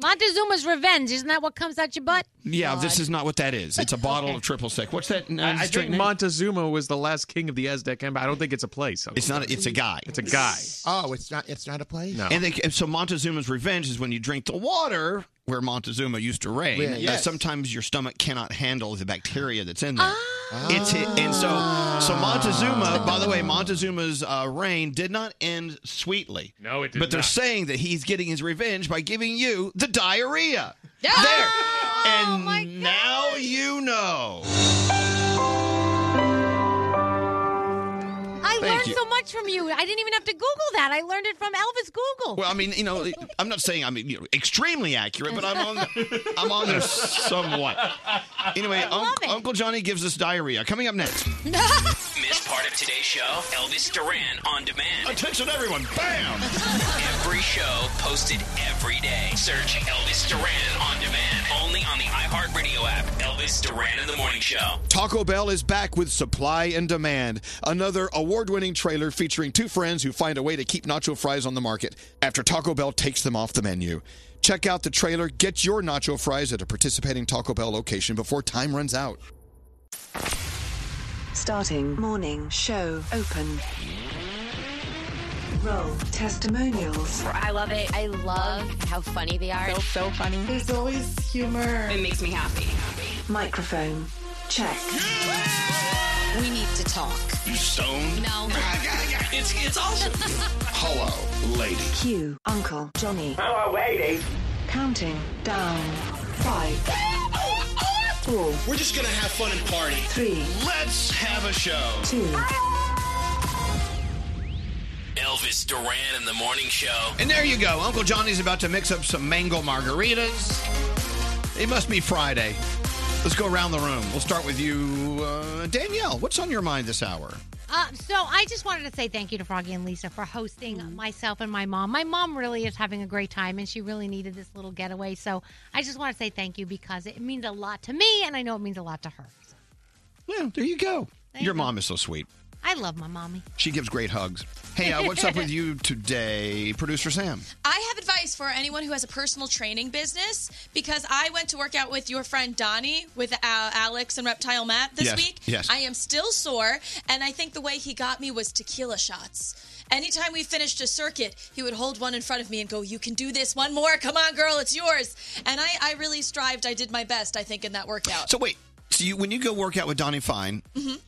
Montezuma's revenge. Isn't that what comes out your butt? Yeah, this is not what that is. It's a bottle of triple sec. What's that? I, I think name? Montezuma was the last king of the Aztec Empire. I don't think it's a place. It's not. It's a guy. It's a guy. Oh, it's not. It's not a place. And, they, and so Montezuma's revenge is when you drink the water where Montezuma used to reign. Yeah, uh, yes. Sometimes your stomach cannot handle the bacteria that's in there. It's hi- and so so Montezuma. By the way, Montezuma's uh, reign did not end sweetly. No, it did But they're not. saying that he's getting his revenge by giving you the diarrhea. There. And now you know. I Thank learned you. so much from you. I didn't even have to Google that. I learned it from Elvis Google. Well, I mean, you know, I'm not saying I'm you know, extremely accurate, but I'm on, I'm on there somewhat. Anyway, Unc- Uncle Johnny gives us diarrhea. Coming up next. Miss part of today's show? Elvis Duran on demand. Attention, everyone! Bam! Every show posted every day. Search Elvis Duran on demand. Only on the iHeartRadio app. Elvis Duran in the Morning Show. Taco Bell is back with Supply and Demand, another award winning trailer featuring two friends who find a way to keep nacho fries on the market after Taco Bell takes them off the menu. Check out the trailer, get your nacho fries at a participating Taco Bell location before time runs out. Starting morning show open. Roll testimonials. I love it. I love how funny they are. So, so funny. There's always humor. It makes me happy. Microphone check. We need to talk. You stoned? No. It's, it's awesome. Hello, lady. Q. Uncle Johnny. Hello, lady. Counting down. Five. Four. We're just going to have fun and party. Three. Let's have a show. Two. Elvis Duran in the Morning Show. And there you go. Uncle Johnny's about to mix up some mango margaritas. It must be Friday. Let's go around the room. We'll start with you, uh, Danielle. What's on your mind this hour? Uh, so I just wanted to say thank you to Froggy and Lisa for hosting Mm-hmm. myself and my mom. My mom really is having a great time, and she really needed this little getaway. So I just want to say thank you because it means a lot to me, and I know it means a lot to her. Yeah, there you go. Thank your you. mom is so sweet. I love my mommy. She gives great hugs. Hey, uh, what's up with you today, producer Sam? I have advice for anyone who has a personal training business because I went to work out with your friend Donnie with uh, Alex and Reptile Matt this Yes, week. yes. I am still sore, and I think the way he got me was tequila shots. Anytime we finished a circuit, he would hold one in front of me and go, You can do this one more. Come on, girl, it's yours. And I, I really strived. I did my best, I think, in that workout. So wait, so you when you go work out with Donnie Fine Mhm.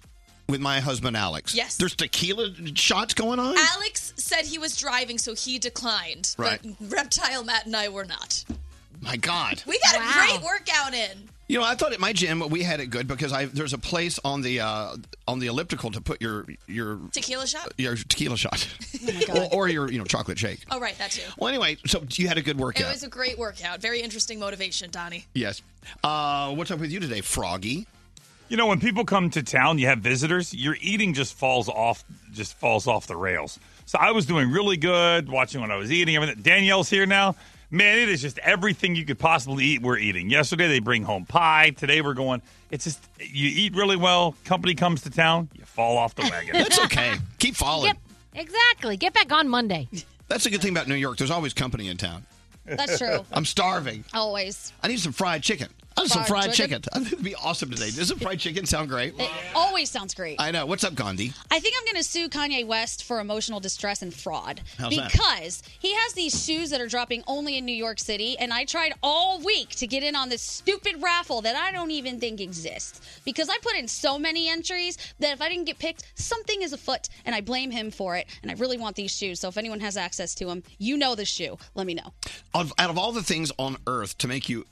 with my husband Alex? Yes. There's tequila shots going on. Alex said he was driving, so he declined. Right. But Reptile Matt and I were not. My God. We got a great workout in. You know, I thought at my gym we had it good because I there's a place on the uh, on the elliptical to put your your Tequila shot? your tequila shot, Oh my God. or, or your you know chocolate shake. Oh, right, that too. Well, anyway, so you had a good It workout. was a great workout. Very interesting motivation, Donnie. yes. Uh, what's up with you today, Froggy? You know, when people come to town, you have visitors, your eating just falls off just falls off the rails. So I was doing really good, watching what I was eating, everything. Danielle's here now. Man, it is just everything you could possibly eat, we're eating. Yesterday they bring home pie. Today we're going it's just you eat really well, company comes to town, you fall off the wagon. That's okay. Keep following. Yep, exactly. Get back on Monday. That's the good thing about New York. There's always company in town. That's true. I'm starving. Always. I need some fried chicken. I need some Fried fried chicken. chicken. It'd be awesome today. Doesn't fried chicken sound great? It always sounds great. I know. What's up, Gandhi? I think I'm going to sue Kanye West for emotional distress and fraud How's that? because he has these shoes that are dropping only in New York City, and I tried all week to get in on this stupid raffle that I don't even think exists because I put in so many entries that if I didn't get picked, something is afoot, and I blame him for it. And I really want these shoes, so if anyone has access to them, you know the shoe. Let me know. Of, out of all the things on earth to make you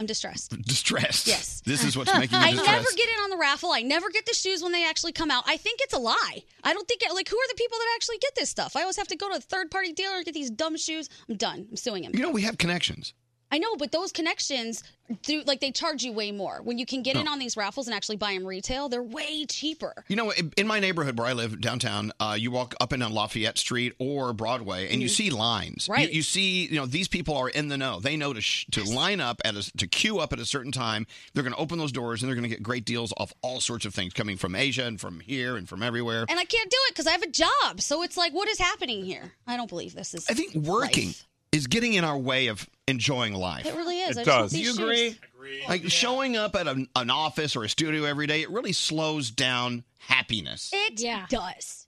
I'm distressed. distressed, Yes. this is what's making you I distressed. never get in on the raffle. I never get the shoes when they actually come out. I think it's a lie. I don't think it, like who are the people that actually get this stuff? I always have to go to a third party dealer and get these dumb shoes. I'm done. I'm suing him. You know, we have connections. I know, but those connections do like they charge you way more. When you can get in No. on these raffles and actually buy them retail, they're way cheaper. You know, in in my neighborhood where I live downtown, uh, you walk up and down Lafayette Street or Broadway, and you Mhm. see lines. You- Right. You, see, you know, these people are in the know. They know to sh- to line up at a, to queue up at a certain time. They're going to open those doors, and they're going to get great deals off all sorts of things coming from Asia and from here and from everywhere. And I can't do it because I have a job. So it's like, what is happening here? I don't believe this is. I think Working is getting in our way of enjoying life. It really is. It I just want does. these you shoes. agree? Like showing up at an, an office or a studio every day, it really slows down happiness. It does.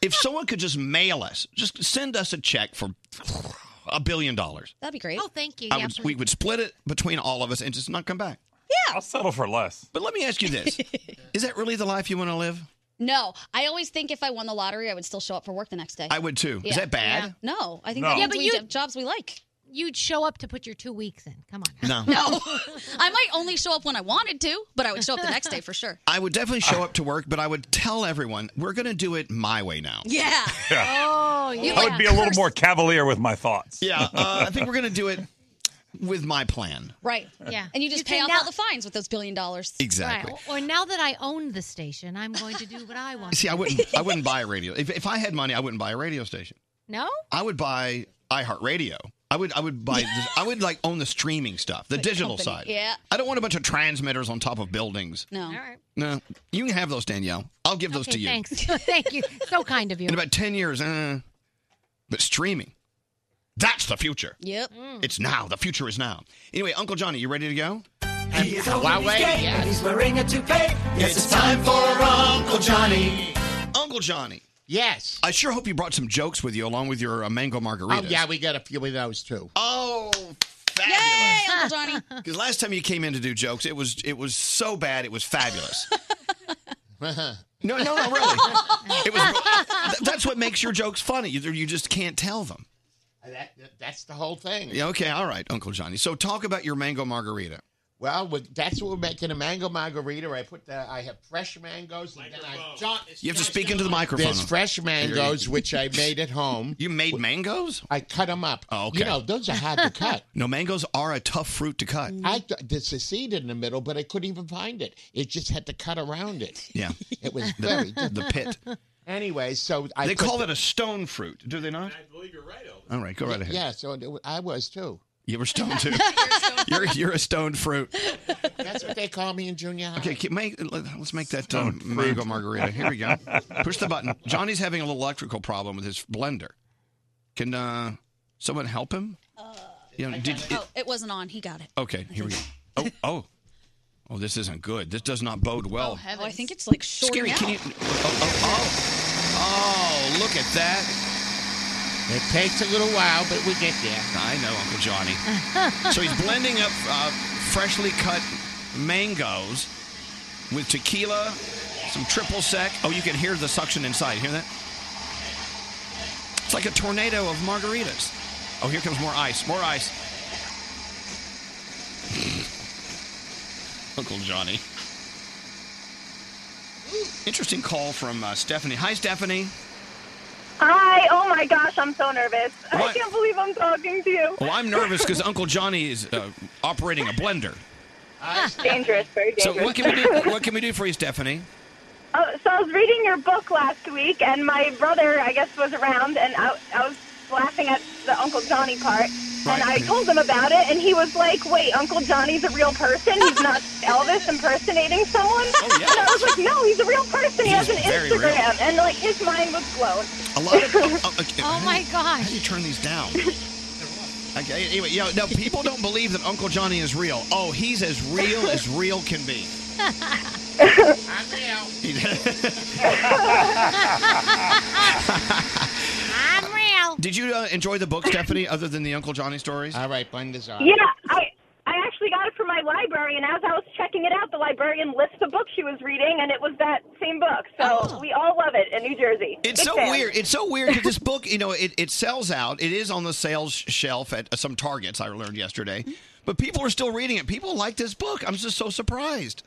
if someone could just mail us, just send us a check for a billion dollars. That'd be great. Oh, thank you. I would, we would split it between all of us and just not come back. Yeah. I'll settle for less. But let me ask you this. Is that really the life you want to live? No, I always think if I won the lottery, I would still show up for work the next day. I would too. Is that bad? No, I think No. that Yeah, means but we you- have jobs we like. You'd show up to put your two weeks in. Come on. No. No, I might only show up when I wanted to, but I would show up the next day for sure. I would definitely show up to work, but I would tell everyone we're going to do it my way now. Yeah. Oh, yeah. I would be a little more cavalier with my thoughts. Yeah, uh, I think we're going to do it with my plan. Right. Yeah. And you just You pay can off now- all the fines with those billion dollars. Exactly. Right. Or or now that I own the station, I'm going to do what I want. See, I wouldn't. I wouldn't buy a radio. If, if I had money, I wouldn't buy a radio station. No? I would buy iHeartRadio. I would. I would buy. I would like own the streaming stuff, the, digital side. Yeah. I don't want a bunch of transmitters on top of buildings. No. All right. No, you can have those, Danielle. I'll give those Okay, to you. Thanks. Thank you. So kind of you. In about ten years, uh, but streaming. That's the future. Yep. Hmm. Mm. It's now. The future is now. Anyway, Uncle Johnny, you ready to go? He is old and he's gay, and he's wearing a toupee. Yes, it's time for Uncle Johnny. Uncle Johnny. Yes. I sure hope you brought some jokes with you along with your uh, mango margaritas. Oh, yeah, we got a few of those too. Oh, Yay, Uncle Johnny. Because last time you came in to do jokes, it was it was so bad, it was fabulous. no, no, no, really. It was. th- That's what makes your jokes funny. You, you just can't tell them. That, that- that's the whole thing. Yeah, okay, all right, Uncle Johnny. So talk about your mango margarita. Well, with, that's what we're making a mango margarita. I put the I have fresh mangoes and then I John. You have to speak into the microphone. There's fresh mangoes which I made at home. You made mangoes? I cut them up. Oh, okay. You know those are hard to cut. No, mangoes are a tough fruit to cut. I th- there's a seed in the middle, but I couldn't even find it. It just had to cut around it. Yeah. It was The- very the pit. Anyway, so I they put call the- it a stone fruit, do they not? I believe you're right, Elvis. All right, go right ahead. Yeah, so it, I was too. You were stoned too. you're, you're a stoned fruit. That's what they call me in junior high. Okay, keep- make, let- let's make that uh, mango margarita. Here we go. Push the button. Johnny's having a little electrical problem with his blender. Can uh, someone help him? You know, did, Oh, it wasn't on. He got it. okay, here we go. Oh, oh, oh, this isn't good. This does not bode well. Oh, I think it's like short. Scary, can you? Oh, oh, oh, oh, look at that. It takes a little while, but we get there. I know, Uncle Johnny. so he's blending up uh, freshly cut mangoes with tequila, some triple sec. Oh, you can hear the suction inside. Hear that? It's like a tornado of margaritas. Oh, here comes more ice. More ice. Uncle Johnny. Interesting call from uh, Stephanie. Hi, Stephanie. Hi. Oh my gosh, I'm so nervous. I What? can't believe I'm talking to you. Well, Oh, I'm nervous because Uncle Johnny is uh, operating a blender. dangerous. Very So dangerous. what can we do? What can we do for you, Stephanie? Oh, so I was reading your book last week, and my brother, I guess, was around, and I, I was laughing at the Uncle Johnny part. And I told him about it, and he was like, "Wait, Uncle Johnny's a real person? He's not Elvis impersonating someone?" And I was like, "No, he's a real person. He Oh, He's has an very real. Instagram." And like his mind was blown. A lot of. Oh, okay. Oh my How do you turn these down? Okay, anyway, you know, no, people don't believe that Uncle Johnny is real. Oh, he's as real as real can be. I'm real. Did you uh, enjoy the book, Stephanie, other than the Uncle Johnny stories? All right, blend is on. Yeah, I I actually got it from my librarian. As I was checking it out, the librarian lists the book she was reading, and it was that same book. So we all love it in New Jersey. Oh. It's Big so fans. weird. It's so weird because this book, you know, it, it sells out. It is on the sales shelf at uh, some Targets, I learned yesterday. But people are still reading it. People like this book. I'm just so surprised.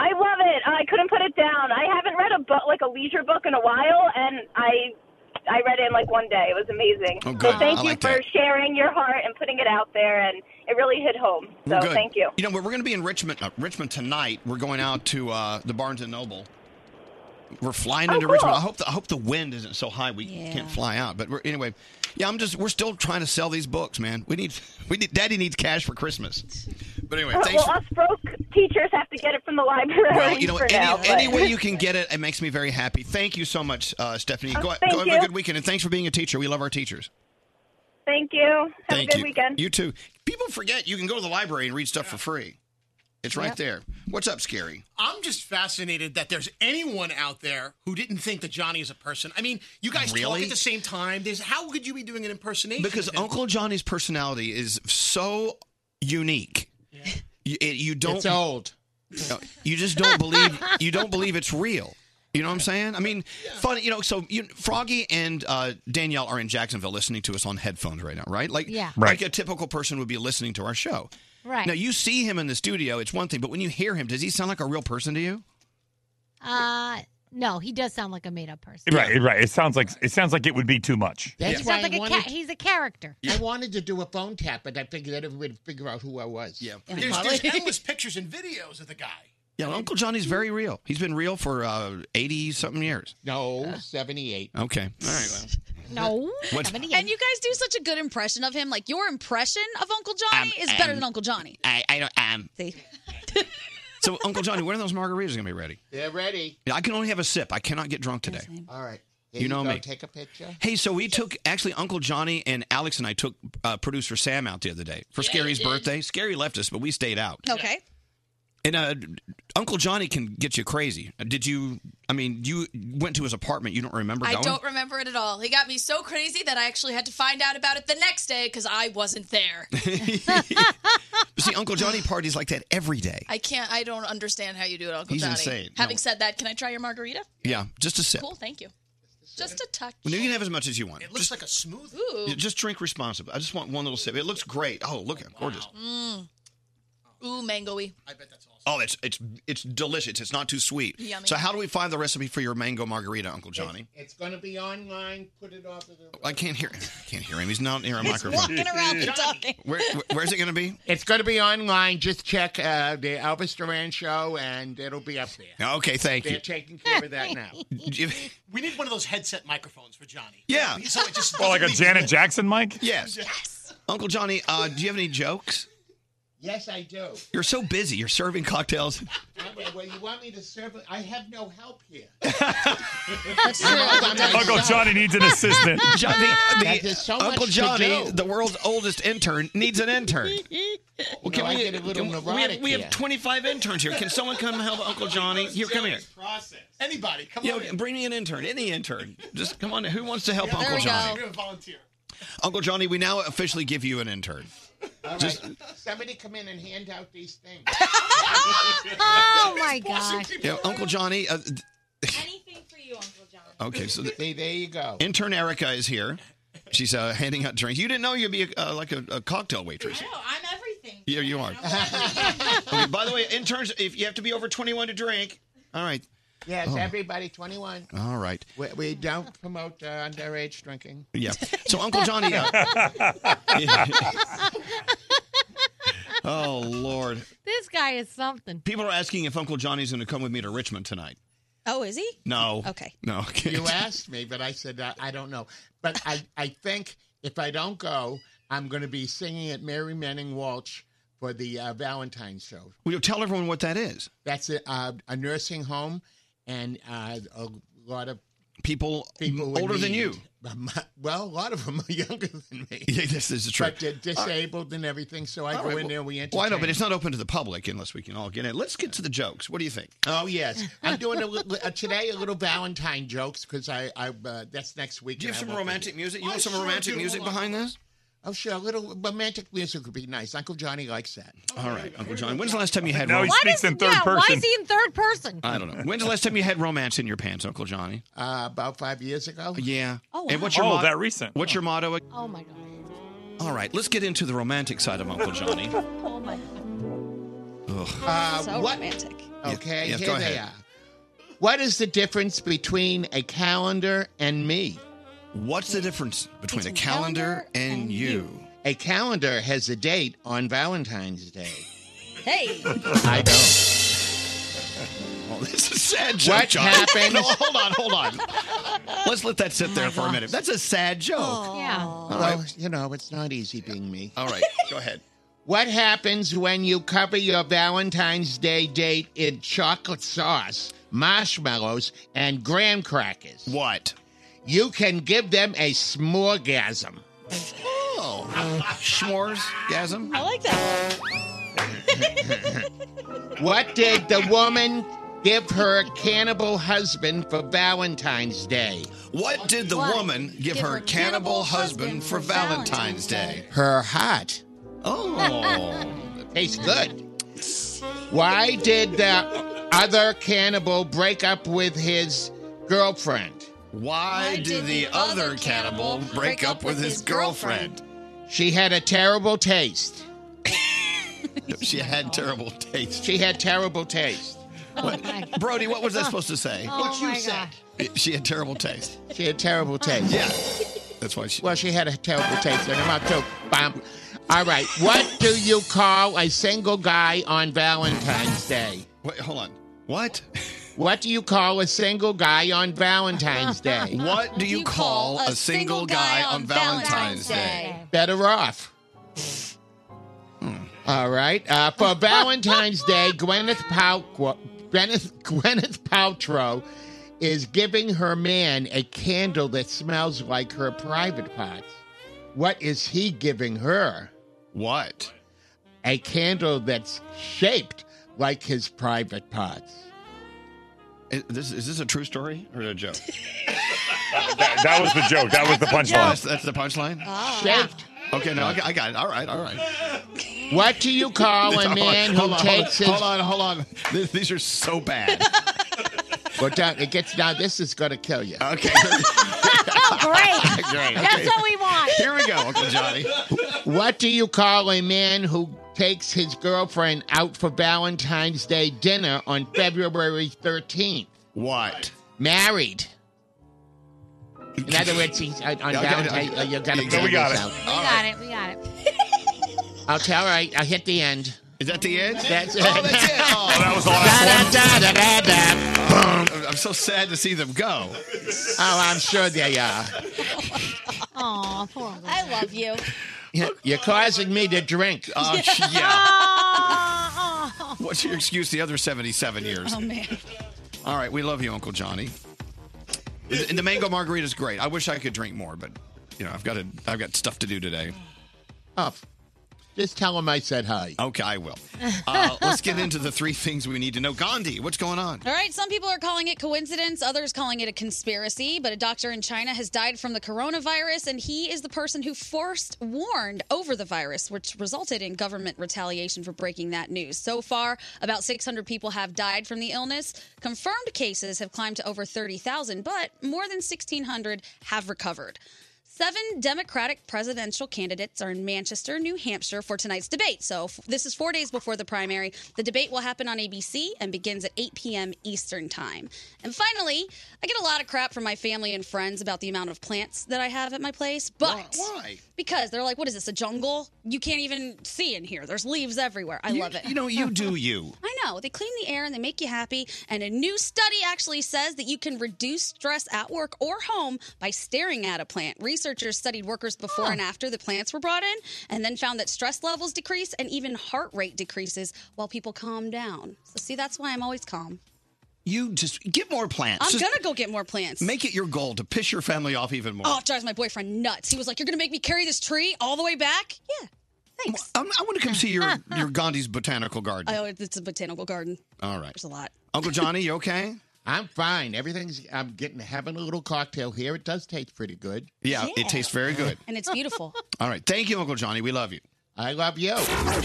I love it. I couldn't put it down. I haven't read a book like a leisure book in a while, and I I read it in like one day. It was amazing. Oh, So good. thank I you like for that. sharing your heart and putting it out there, and it really hit home. So We're good. thank you. You know, we're going to be in Richmond uh, Richmond tonight. We're going out to uh, the Barnes and Noble. We're flying Oh, into Richmond. cool. I hope the, I hope the wind isn't so high we can't fly out. But we're, anyway, yeah, I'm just we're still trying to sell these books, man. We need we need Daddy needs cash for Christmas. But anyway, Uh, thanks. well, for, us broke teachers have to get it from the library well, you know, for any, now. but- any way you can get it, it makes me very happy. Thank you so much, uh, Stephanie. Oh, Go, thank go have you. a good weekend, and thanks for being a teacher. We love our teachers. Thank you. Have Thank a good you. weekend. You too. People forget you can go to the library and read stuff for free. It's right Yep. there. What's up, Scary? I'm just fascinated that there's anyone out there who didn't think that Johnny is a person. I mean, you guys talk Really? at the same time. There's how could you be doing an impersonation? Because Uncle Johnny's personality is so unique. You, it- you don't. It's old. No, You just don't believe. You don't believe it's real. You know what I'm saying? I mean, funny. You know, so you, Froggy and uh, Danielle are in Jacksonville listening to us on headphones right now, right? Like, Yeah. like a typical person would be listening to our show. Right. Now you see him in the studio, it's one thing, but when you hear him, does he sound like a real person to you? Uh, no, he does sound like a made up person. Right, right. It sounds like it sounds like it would be too much. He sounds like a wanted- cat. He's a character. I wanted to do a phone tap, but I figured everybody would figure out who I was. Yeah. There's, there's endless pictures and videos of the guy. Yeah, Uncle Johnny's very real. He's been real for eighty something years. No, seventy-eight. Okay, all right. Well. No. What- And you guys do such a good impression of him. Like your impression of Uncle Johnny Um, is better um, than Uncle Johnny. I, I don't. Um. See? so, Uncle Johnny, when are those margaritas gonna be ready? They're ready. Yeah, I can only have a sip. I cannot get drunk today. All right. You know go. me. Take a picture. Hey, so we took actually Uncle Johnny and Alex and I took uh, producer Sam out the other day for Scary's birthday. Scary left us, but we stayed out. Okay. And uh, Uncle Johnny can get you crazy. Uh, Did you? I mean, you went to his apartment. You don't remember I going? don't remember it at all. He got me so crazy that I actually had to find out about it the next day because I wasn't there. See, Uncle Johnny parties like that every day. I can't. I don't understand how you do it, Uncle He's Johnny. insane. Having No. said that, can I try your margarita? Yeah, just a sip. Cool. Thank you. Just a touch. Well, you can have as much as you want. It looks like a smooth. Ooh. Yeah, Just drink responsibly. I just want one little sip. It looks great. Oh, look, it's gorgeous. Mm. Ooh, mangoey. I bet that's Oh, it's it's it's delicious. It's not too sweet. Yummy. So, how do we find the recipe for your mango margarita, Uncle Johnny? It's going to be online. Put it off. Of the- I can't hear. I can't hear him. He's not near a microphone. time. Where, where's it going to be? It's going to be online. Just check uh, the Elvis Duran show, and it'll be up there. Okay, thank They're you. taking care of that now. we need one of those headset microphones for Johnny. Yeah. So it just Well, like a Janet Jackson mic. Yes. Uncle Johnny, uh, do you have any jokes? Yes, I do. You're so busy. You're serving cocktails. I'm- Well, you want me to serve? it? I have no help here. That's true. Uncle Johnny needs an assistant. John- the- That the- is so much Uncle to Johnny, do. the world's oldest intern, needs an intern. Well, No, I get a little can we- we, have, neurotic we have here. 25 interns here. Can someone come help Uncle Johnny? Here, come here. Process. Anybody, come Yeah, on. in. bring me an intern. Any intern. Just come on. in. Who wants to help Yeah, Uncle Johnny? We're gonna volunteer. Uncle Johnny, we now officially give you an intern. All right. Just- Somebody come in and hand out these things. oh my gosh. Yeah, Uncle Johnny. Uh, th- Anything for you, Uncle John. okay, so the, there you go. Intern Erica is here. She's uh, handing out drinks. You didn't know you'd be a, uh, like a, a cocktail waitress. No, I'm everything. Yeah, you are. Okay, by the way, interns, if you have to be over 21 to drink. All right. Yes, Oh. everybody 21. All right. We, we don't promote uh, underage drinking. Yeah. So Uncle Johnny. uh, oh Lord. This guy is something. People are asking if Uncle Johnny's going to come with me to Richmond tonight. Oh, is he? No. Okay. No. You asked me, but I said, uh, I don't know. But I, I think if I don't go, I'm going to be singing at Mary Manning Walsh for the uh, Valentine's show. Will you tell everyone what that is? That's a, uh, a nursing home and uh, a lot of people, people in older than need. you. Um, Well, a lot of them are younger than me. Yeah, this is true. But they're disabled and everything, so I All go right, in there. We entertain. Well, I know, but it's not open to the public unless we can all get in. Let's get to the jokes. What do you think? Oh yes, I'm doing a, little- uh, today a little Valentine jokes because I, I uh, that's next week. Do you and have I some won't be romantic there. music? You Oh, want some sure, romantic dude, music hold on. behind this? Oh sure, a little romantic music would be nice. Uncle Johnny likes that. All right, Uncle John. When's the last time you had? Now he romance? speaks in third yeah, Why is he in third person? I don't know. When's the last time you had romance in your pants, Uncle Johnny? Uh, about five years ago. Yeah. Oh, And what's wow. your Oh, motto? that recent. What's your motto? Oh my god. All right, let's get into the romantic side of Uncle Johnny. Oh my god. Ugh. Uh, so what- romantic. Okay, Yes, here go they ahead. are. What is the difference between a calendar and me? What's the difference between a calendar and you? A calendar has a date on Valentine's Day. Hey. I don't. Oh, this is a sad joke. What John. happened? No, hold on, hold on. Let's let that sit there for a minute. That's a sad joke. Yeah. Well, you know, it's not easy being me. All right, go ahead. What happens when you cover your Valentine's Day date in chocolate sauce, marshmallows, and graham crackers? What? You can give them a smorgasm. Oh, s'mores, gasm. I like that. What did the woman give her cannibal husband for Valentine's Day? What did the woman give her cannibal husband for Valentine's Day? Her heart. Oh. Tastes good. Why did the other cannibal break up with his girlfriend? Why did the other cannibal break up with his girlfriend? She had a terrible taste. She had terrible taste. She had terrible taste. What- Brody, what was I supposed to say? Oh What you my said. God. She had terrible taste. She had terrible taste. Yeah. That's why she. Well, she had a terrible taste in her mouth too. Bam. All right. What do you call a single guy on Valentine's Day? Wait, hold on. What? What do you call a single guy on Valentine's Day? What do you call a single guy on Valentine's Day? Better off. All right. Uh, for Valentine's Day, Gwyneth Paltrow, Gwyneth, Gwyneth Paltrow is giving her man a candle that smells like her private parts. What is he giving her? What? A candle that's shaped like his private parts. Is this, is this a true story or a joke? That, that was the joke. That was the That's, punchline. that's the punchline? Shaped. Oh. Okay, no, I got, I got it. All right, all right. What do you call Hold a on, man hold who on, takes his? Hold on, hold on. Th- These are so bad. Well, down, it gets down. This is gonna kill you. Okay. Oh, Great. Great. That's what we want. Here we go, Uncle Johnny. What do you call a man who takes his girlfriend out for Valentine's Day dinner on February 13th? What? Married. In other words, he's uh, on, on Okay, Valentine's okay. Day. You gotta Yeah, figure we got this it. out. We got it. We got it. Okay, all right. I hit the end. Is that the end? That's it. Oh, that's it. Oh, that was the last I'm- I'm so sad to see them go. Oh, I'm sure they are. Aw, poor little I love you. You're causing me to drink. Oh, gee, yeah. Oh, oh. What's your excuse the other 77 years? Oh man. All right, we love you, Uncle Johnny. And the mango margarita is great. I wish I could drink more, but you know, I've got to, I've got stuff to do today. Oh, just tell him I said hi. Okay, I will. Uh, let's get into the three things we need to know. Gandhi, what's going on? All right, some people are calling it coincidence, others calling it a conspiracy, but a doctor in China has died from the coronavirus, and he is the person who first warned over the virus, which resulted in government retaliation for breaking that news. So far, about 600 people have died from the illness. Confirmed cases have climbed to over 30,000, but more than 1,600 have recovered. Seven Democratic presidential candidates are in Manchester, New Hampshire for tonight's debate. So f- this is four days before the primary. The debate will happen on ABC and begins at 8 p.m. Eastern Time. And finally, I get a lot of crap from my family and friends about the amount of plants that I have at my place, but Why? Because they're like, "What is this? A jungle? You can't even see in here. There's leaves everywhere." I You- love it. You know, you do you. I know. They clean the air and they make you happy. And a new study actually says that you can reduce stress at work or home by staring at a plant. Researchers studied workers before and after the plants were brought in and then found that stress levels decrease and even heart rate decreases while people calm down. So, see, that's why I'm always calm. You just get more plants. I'm Just going to go get more plants. Make it your goal to piss your family off even more. Oh, it drives my boyfriend nuts. He was like, You're going to make me carry this tree all the way back? Yeah. Thanks. I'm, I want to come see your, your Gandhi's botanical garden. Oh, it's a botanical garden. All right. There's a lot. Uncle Johnny, you okay? I'm fine. Everything's. I'm getting having a little cocktail here. It does taste pretty good. Yeah, it tastes very good. And it's beautiful. All right. Thank you, Uncle Johnny. We love you. I love you.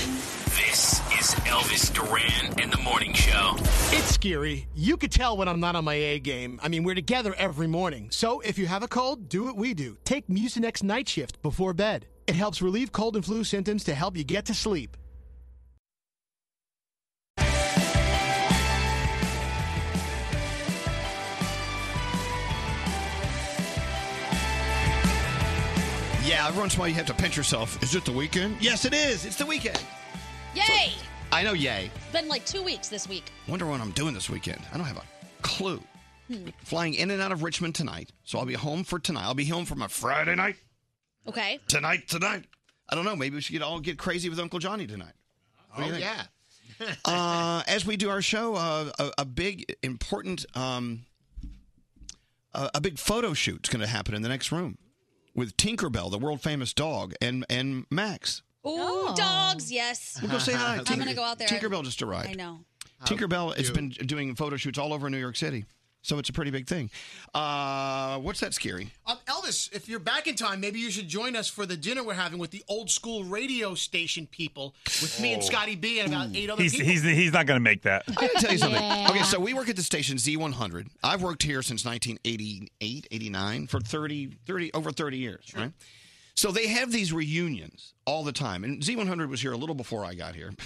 This is Elvis Duran and the Morning Show. It's scary. You could tell when I'm not on my A game. I mean, we're together every morning. So if you have a cold, do what we do. Take Mucinex Night Shift before bed. It helps relieve cold and flu symptoms to help you get to sleep. Uh. Yeah, every once in a while you have to pinch yourself. Is it the weekend? Yes, it is. It's the weekend. Yay! I know, yay. It's been like two weeks this week. Wonder what I'm doing this weekend. I don't have a clue. Hmm. Flying in and out of Richmond tonight, so I'll be home for tonight. I'll be home for my Friday night. Okay. Tonight, tonight. I don't know. Maybe we should all get crazy with Uncle Johnny tonight. What do you Oh think? yeah. uh, as we do our show, uh, a, a big important, um, a, a big photo shoot's going to happen in the next room with Tinkerbell, the world famous dog, and and Max. Ooh, dogs, yes. We'll go say hi. I'm going to go out there. Tinkerbell just arrived. I know. Tinkerbell has been doing photo shoots all over New York City, so it's a pretty big thing. Uh, what's that scary? Um, Elvis, if you're back in time, maybe you should join us for the dinner we're having with the old school radio station people, with me and Oh. Scotty B and about eight other He's, people. he's, he's not going to make that. I'm going to tell you something. Okay, so we work at the station Z100. I've worked here since 1988, 89 for 30, 30 over 30 years, right? So they have these reunions all the time. And Z100 was here a little before I got here.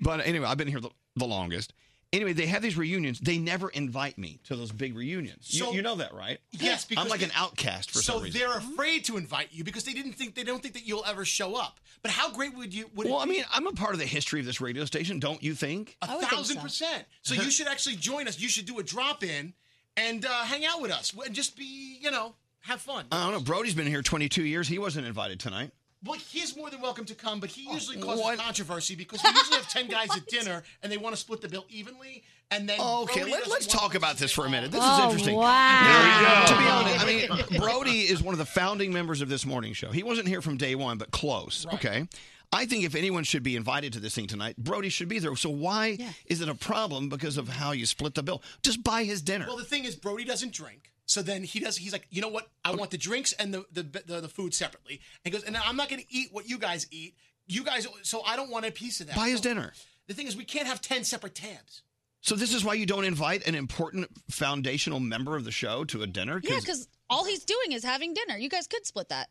but anyway, I've been here the, the longest. Anyway, they have these reunions. They never invite me to those big reunions. You- So- you, know that, right? Yes, because I'm like they- an outcast for so some reason. they're afraid to invite you because they didn't think they don't think that you'll ever show up. But how great would you? Would Well, it I be? mean, I'm a part of the history of this radio station, don't you think? A thousand percent. So you should actually join us. You should do a drop in and uh, hang out with us and just be, you know, have fun. I don't know. Brody's been here 22 years. He wasn't invited tonight. Well, he's more than welcome to come, but he usually causes Oh, what? controversy because we usually have ten guys at dinner and they want to split the bill evenly. And then Oh, Okay, Brody let, doesn't us want- talk about this for a minute. This is Oh, interesting. wow. To There be you go. honest, I mean, Brody is one of the founding members of this morning show. He wasn't here from day one, but close. Okay. I think if anyone should be invited to this thing tonight, Brody should be there. So why is it a problem because of how you split the bill? Just buy his dinner. Well, the thing is, Brody doesn't drink. So then he does. He's like, you know what? I want the drinks and the the, the, the food separately. And he goes, and I'm not going to eat what you guys eat. You guys, so I don't want a piece of that. buy his So dinner. The thing is, we can't have ten separate tabs. So this is why you don't invite an important foundational member of the show to a dinner. Yeah, because all he's doing is having dinner. You guys could split that.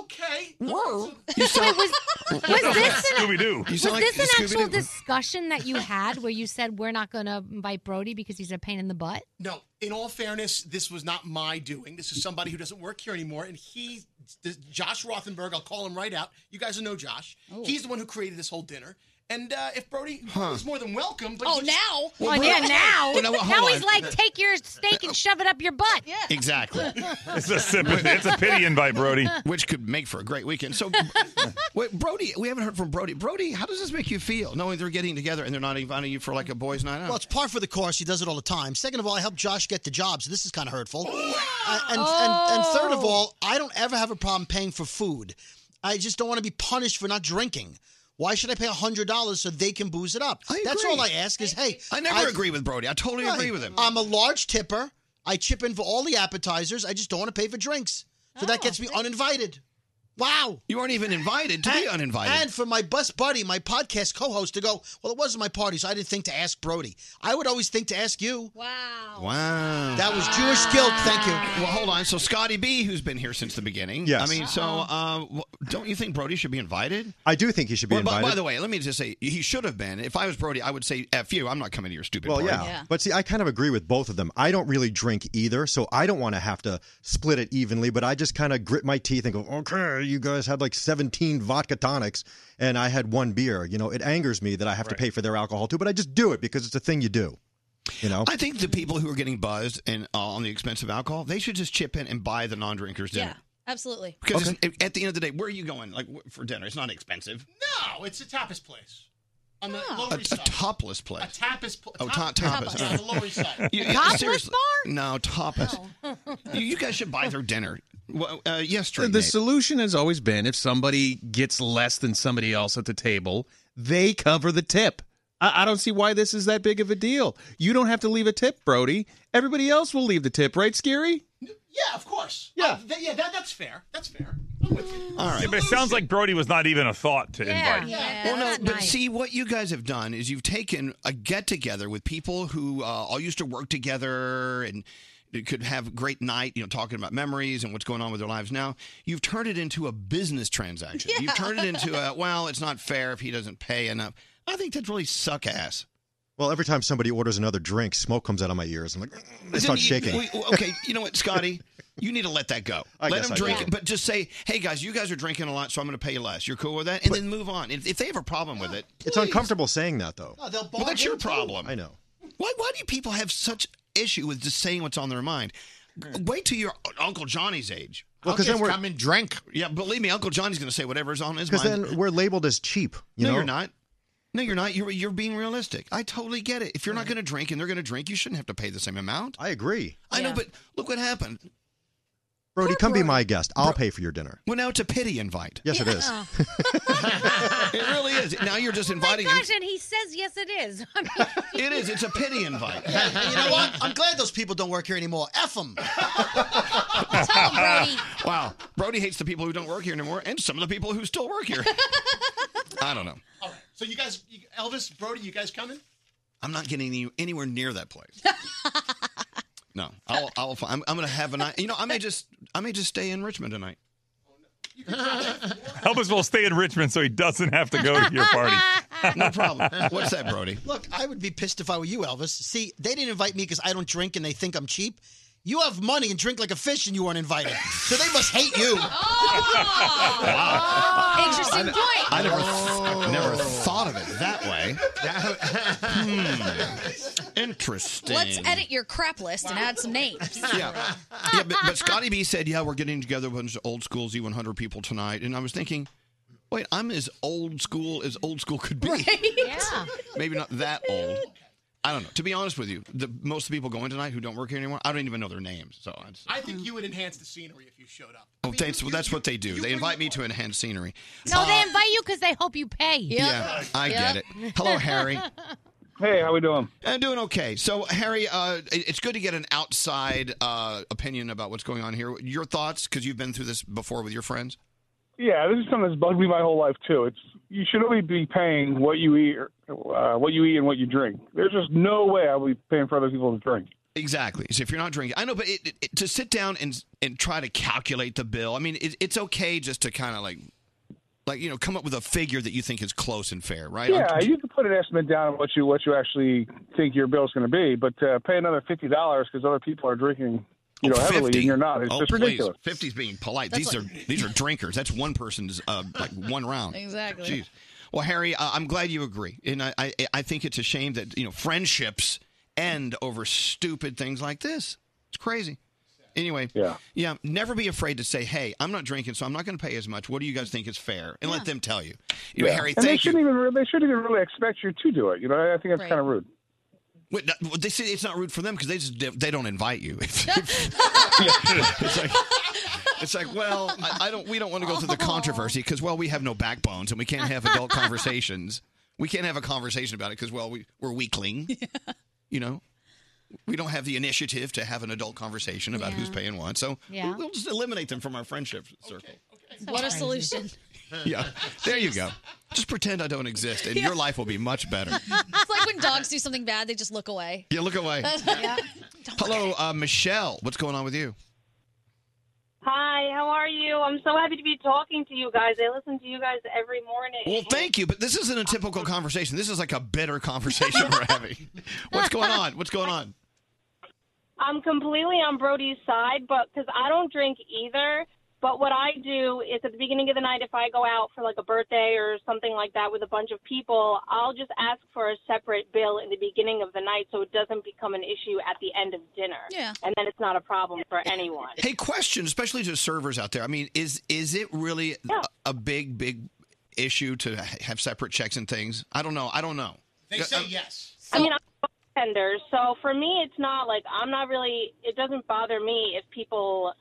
Okay. Whoa. Was this an, Scooby Doo? was this an actual discussion that you had where you said we're not going to invite Brody because he's a pain in the butt? No, in all fairness, this was not my doing. This is somebody who doesn't work here anymore, and he, this- Josh Rothenberg, I'll call him right out. You guys will know Josh. Oh. He's the one who created this whole dinner. And uh, if Brody Huh. is more than welcome, but Oh, he- now? Oh yeah, now Well, now, hold now on. he's like, take your steak and shove it up your butt. Yeah. Exactly. It's a sip- it's a pity invite, Brody. Oh, Which could make for a great weekend. So, wait, Brody, we haven't heard from Brody. Brody, how does this make you feel knowing they're getting together and they're not inviting you for like a boys' night out? Well, it's par for the course. He does it all the time. Second of all, I helped Josh get the job, so this is kind of hurtful. Uh, and, and, and third Oh. of all, I don't ever have a problem paying for food. I just don't want to be punished for not drinking. Why should I pay hundred dollars so they can booze it up? That's agree. all I ask is, hey, I never agree with Brody. I totally agree with him. I'm a large tipper. I chip in for all the appetizers. I just don't want to pay for drinks, so that gets me uninvited. Wow. You aren't even invited to be uninvited. And for my bus buddy, my podcast co host, to go, well, it wasn't my party, so I didn't think to ask Brody. I would always think to ask you. Wow. That was Jewish guilt. Thank you. Well, hold on. So Scotty B, who's been here since the beginning. Yes. I mean, so Uh-huh. uh, wh- don't you think Brody should be invited? I do think he should be Well, by, invited. by the way, let me just say he should have been. If I was Brody, I would say F you. I'm not coming to your stupid well, party. yeah. But see, I kind of agree with both of them. I don't really drink either, so I don't want to have to split it evenly, but I just kind of grit my teeth and go, okay, you guys had like 17 vodka tonics and I had one beer. You know, it angers me that I have to pay for their alcohol too, but I just do it because it's a thing you do. You Oh. know? I think the people who are getting buzzed and uh, on the expense of alcohol, they should just chip in and buy the non-drinkers dinner. Yeah, absolutely. Because it's- at the end of the day, where are you going? Like wh- for dinner, it's not expensive. No, it's a tapas place. On Ah. the A, Lower a East Side. topless A place. tapas pl- Oh, ta- tapas. On the Lower East Side. You- you- seriously. No, tapas. you, you guys should buy their dinner. Well, uh, yes, The, Trey, the Nate. solution has always been if somebody gets less than somebody else at the table, they cover the tip. I, I don't see why this is that big of a deal. You don't have to leave a tip, Brody. Everybody else will leave the tip, right, Scary? Yeah, of course. Yeah. yeah, that, that's fair. That's fair. I'm with you. All right. Yeah, but it sounds like Brody was not even a thought to invite. well, no, but see, what you guys have done is you've taken a get together with people who uh, all used to work together and could have a great night, you know, talking about memories and what's going on with their lives now. You've turned it into a business transaction. You've turned it into a, well, it's not fair if he doesn't pay enough. I think that's really suck ass. Well, every time somebody orders another drink, smoke comes out of my ears. I'm like, I start You- shaking. we- okay, you know what, Scotty? You need to let that go. I let guess them I drink do. it, but just say, hey, guys, you guys are drinking a lot, so I'm going to pay you less. You're cool with that? And then move on. If, if they have a problem with it, It's uncomfortable saying that, though. No, Oh, they'll Well, that's your bargain, too. problem. I know. Why, why do people have such issue with just saying what's on their mind? G- Wait till your Uncle Johnny's age. Well, 'cause I'll then just we're- come and drink. Yeah, believe me, Uncle Johnny's going to say whatever's on his Because mind. then we're labeled as cheap. You no, know? you're not. No, you're not. You're you're being realistic. I totally get it. If you're not going to drink and they're going to drink, you shouldn't have to pay the same amount. I agree. I know, but look what happened. Brody, come be my guest. I'll pay for your dinner. Well, now it's a pity invite. Yes, it is. it really is. Now you're just inviting him. Gosh, and he says yes, it is. I mean, It is. It's a pity invite. And you know what? I'm glad those people don't work here anymore. F them. wow. Brody hates the people who don't work here anymore and some of the people who still work here. I don't know. All right. So you guys, you, Elvis, Brody, you guys coming? I'm not getting any, anywhere near that place. no, I'll, I'll, fi- I'm, I'm going to have a night. You know, I may just, I may just stay in Richmond tonight. Elvis will stay in Richmond so he doesn't have to go to your party. no problem. What's that, Brody? Look, I would be pissed if I were you, Elvis. See, they didn't invite me because I don't drink and they think I'm cheap. You have money and drink like a fish and you weren't invited. So they must hate you. Wow. Oh. Interesting I- point. I never, I never thought of it that way. Hmm. Interesting. Let's edit your crap list and add some names. Yeah. yeah, but, but Scotty B said, "Yeah, we're getting together a bunch of old school Z100 people tonight," and I was thinking, "Wait, I'm as old school as old school could be. yeah. Maybe not that old. I don't know. To be honest with you, the most of the people going tonight who don't work here anymore, I don't even know their names. So I just, I think you would enhance the scenery if you showed up. oh, that's that's what they do. They invite me to enhance scenery. no, Uh, they invite you because they hope you pay. Yeah, I get it. Hello, Harry. Hey, how we doing? I'm Uh, doing okay. So, Harry, uh, it- it's good to get an outside uh, opinion about what's going on here. Your thoughts, because you've been through this before with your friends. Yeah, this is something that's bugged me my whole life too. It's you should only be paying what you eat, uh, what you eat and what you drink. There's just no way I would be paying for other people's drink. Exactly. So if you're not drinking, I know, but it, it- it- to sit down and and try to calculate the bill, I mean, it, it's okay just to kind of like, like you know, come up with a figure that you think is close and fair, right? yeah, you can put an estimate down on what you what you actually think your bill's going to be, but uh, pay another fifty dollars because other people are drinking, you know, heavily and you're not. It's oh, just please. ridiculous. 50's being polite. these are these are drinkers. That's one person's uh, like one round. Exactly. Jeez. Well, Harry, uh, I'm glad you agree, and I, I I think it's a shame that you know friendships end over stupid things like this. It's crazy. Anyway, yeah, yeah. Never be afraid to say, "Hey, I'm not drinking, so I'm not going to pay as much. What do you guys think is fair?" And let them tell you. You know, Yeah. Harry, and they thank you. shouldn't even re- they shouldn't even really expect you to do it. You know, I I think that's Right. kind of rude. Wait, that- well, they say it's not rude for them because they just they don't invite you. it's like. It's like, well, I, I don't. We don't want to go through the controversy because, well, we have no backbones and we can't have adult conversations. We can't have a conversation about it because, well, we, we're weakling. You know, we don't have the initiative to have an adult conversation about who's paying what. So Yeah. we'll just eliminate them from our friendship circle. what a solution. Yeah. There you go. Just pretend I don't exist, and your life will be much better. it's like when dogs do something bad, they just look away. Yeah, look away. Hello, uh, Michelle. What's going on with you? Hi, how are you? I'm so happy to be talking to you guys. I listen to you guys every morning. Well, thank you, but this isn't a typical conversation. This is like a bitter conversation we're having. What's going on? What's going on? I'm completely on Brody's side, but because I don't drink either. But what I do is at the beginning of the night, if I go out for like a birthday or something like that with a bunch of people, I'll just ask for a separate bill in the beginning of the night so it doesn't become an issue at the end of dinner. Yeah. And then it's not a problem for anyone. Hey, question, especially to servers out there. I mean, is is it really a, a big, big issue to ha- have separate checks and things? I don't know. I don't know. They Uh, say uh, yes. I mean, I'm a bartender, so for me, it's not like I'm not really. It doesn't bother me if people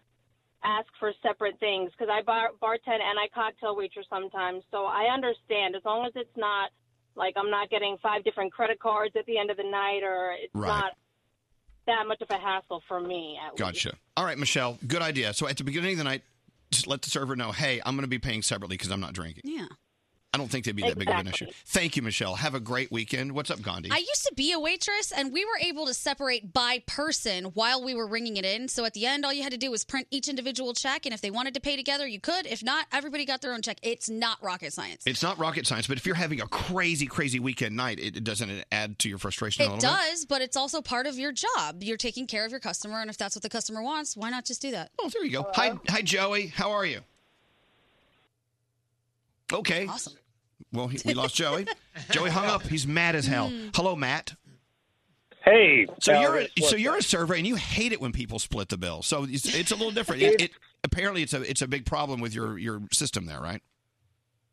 ask for separate things because I bar- bartend and I cocktail waitress sometimes, so I understand as long as it's not like I'm not getting five different credit cards at the end of the night, or it's Right. not that much of a hassle for me. At least. Gotcha. All right, Michelle. Good idea. So at the beginning of the night, just let the server know, hey, I'm going to be paying separately because I'm not drinking. Yeah. I don't think that'd be that big of an issue. Exactly. Thank you, Michelle. Have a great weekend. What's up, Gandhi? I used to be a waitress, and we were able to separate by person while we were ringing it in. So at the end, all you had to do was print each individual check, and if they wanted to pay together, you could. If not, everybody got their own check. It's not rocket science. it's not rocket science, but if you're having a crazy, crazy weekend night, it, it doesn't add to your frustration a It little bit. does, but it's also part of your job. You're taking care of your customer, and if that's what the customer wants, why not just do that? Oh, there you go. Hi, hi, Joey. How are you? Okay. Awesome. Well, he, we lost Joey. Joey hung up. He's mad as hell. Mm. Hello, Matt. Hey. So Now you're a, this- so what's you're a server, and you hate it when people split the bill. So it's, it's a little different. it, It's- it, apparently, it's a it's a big problem with your your system there, right?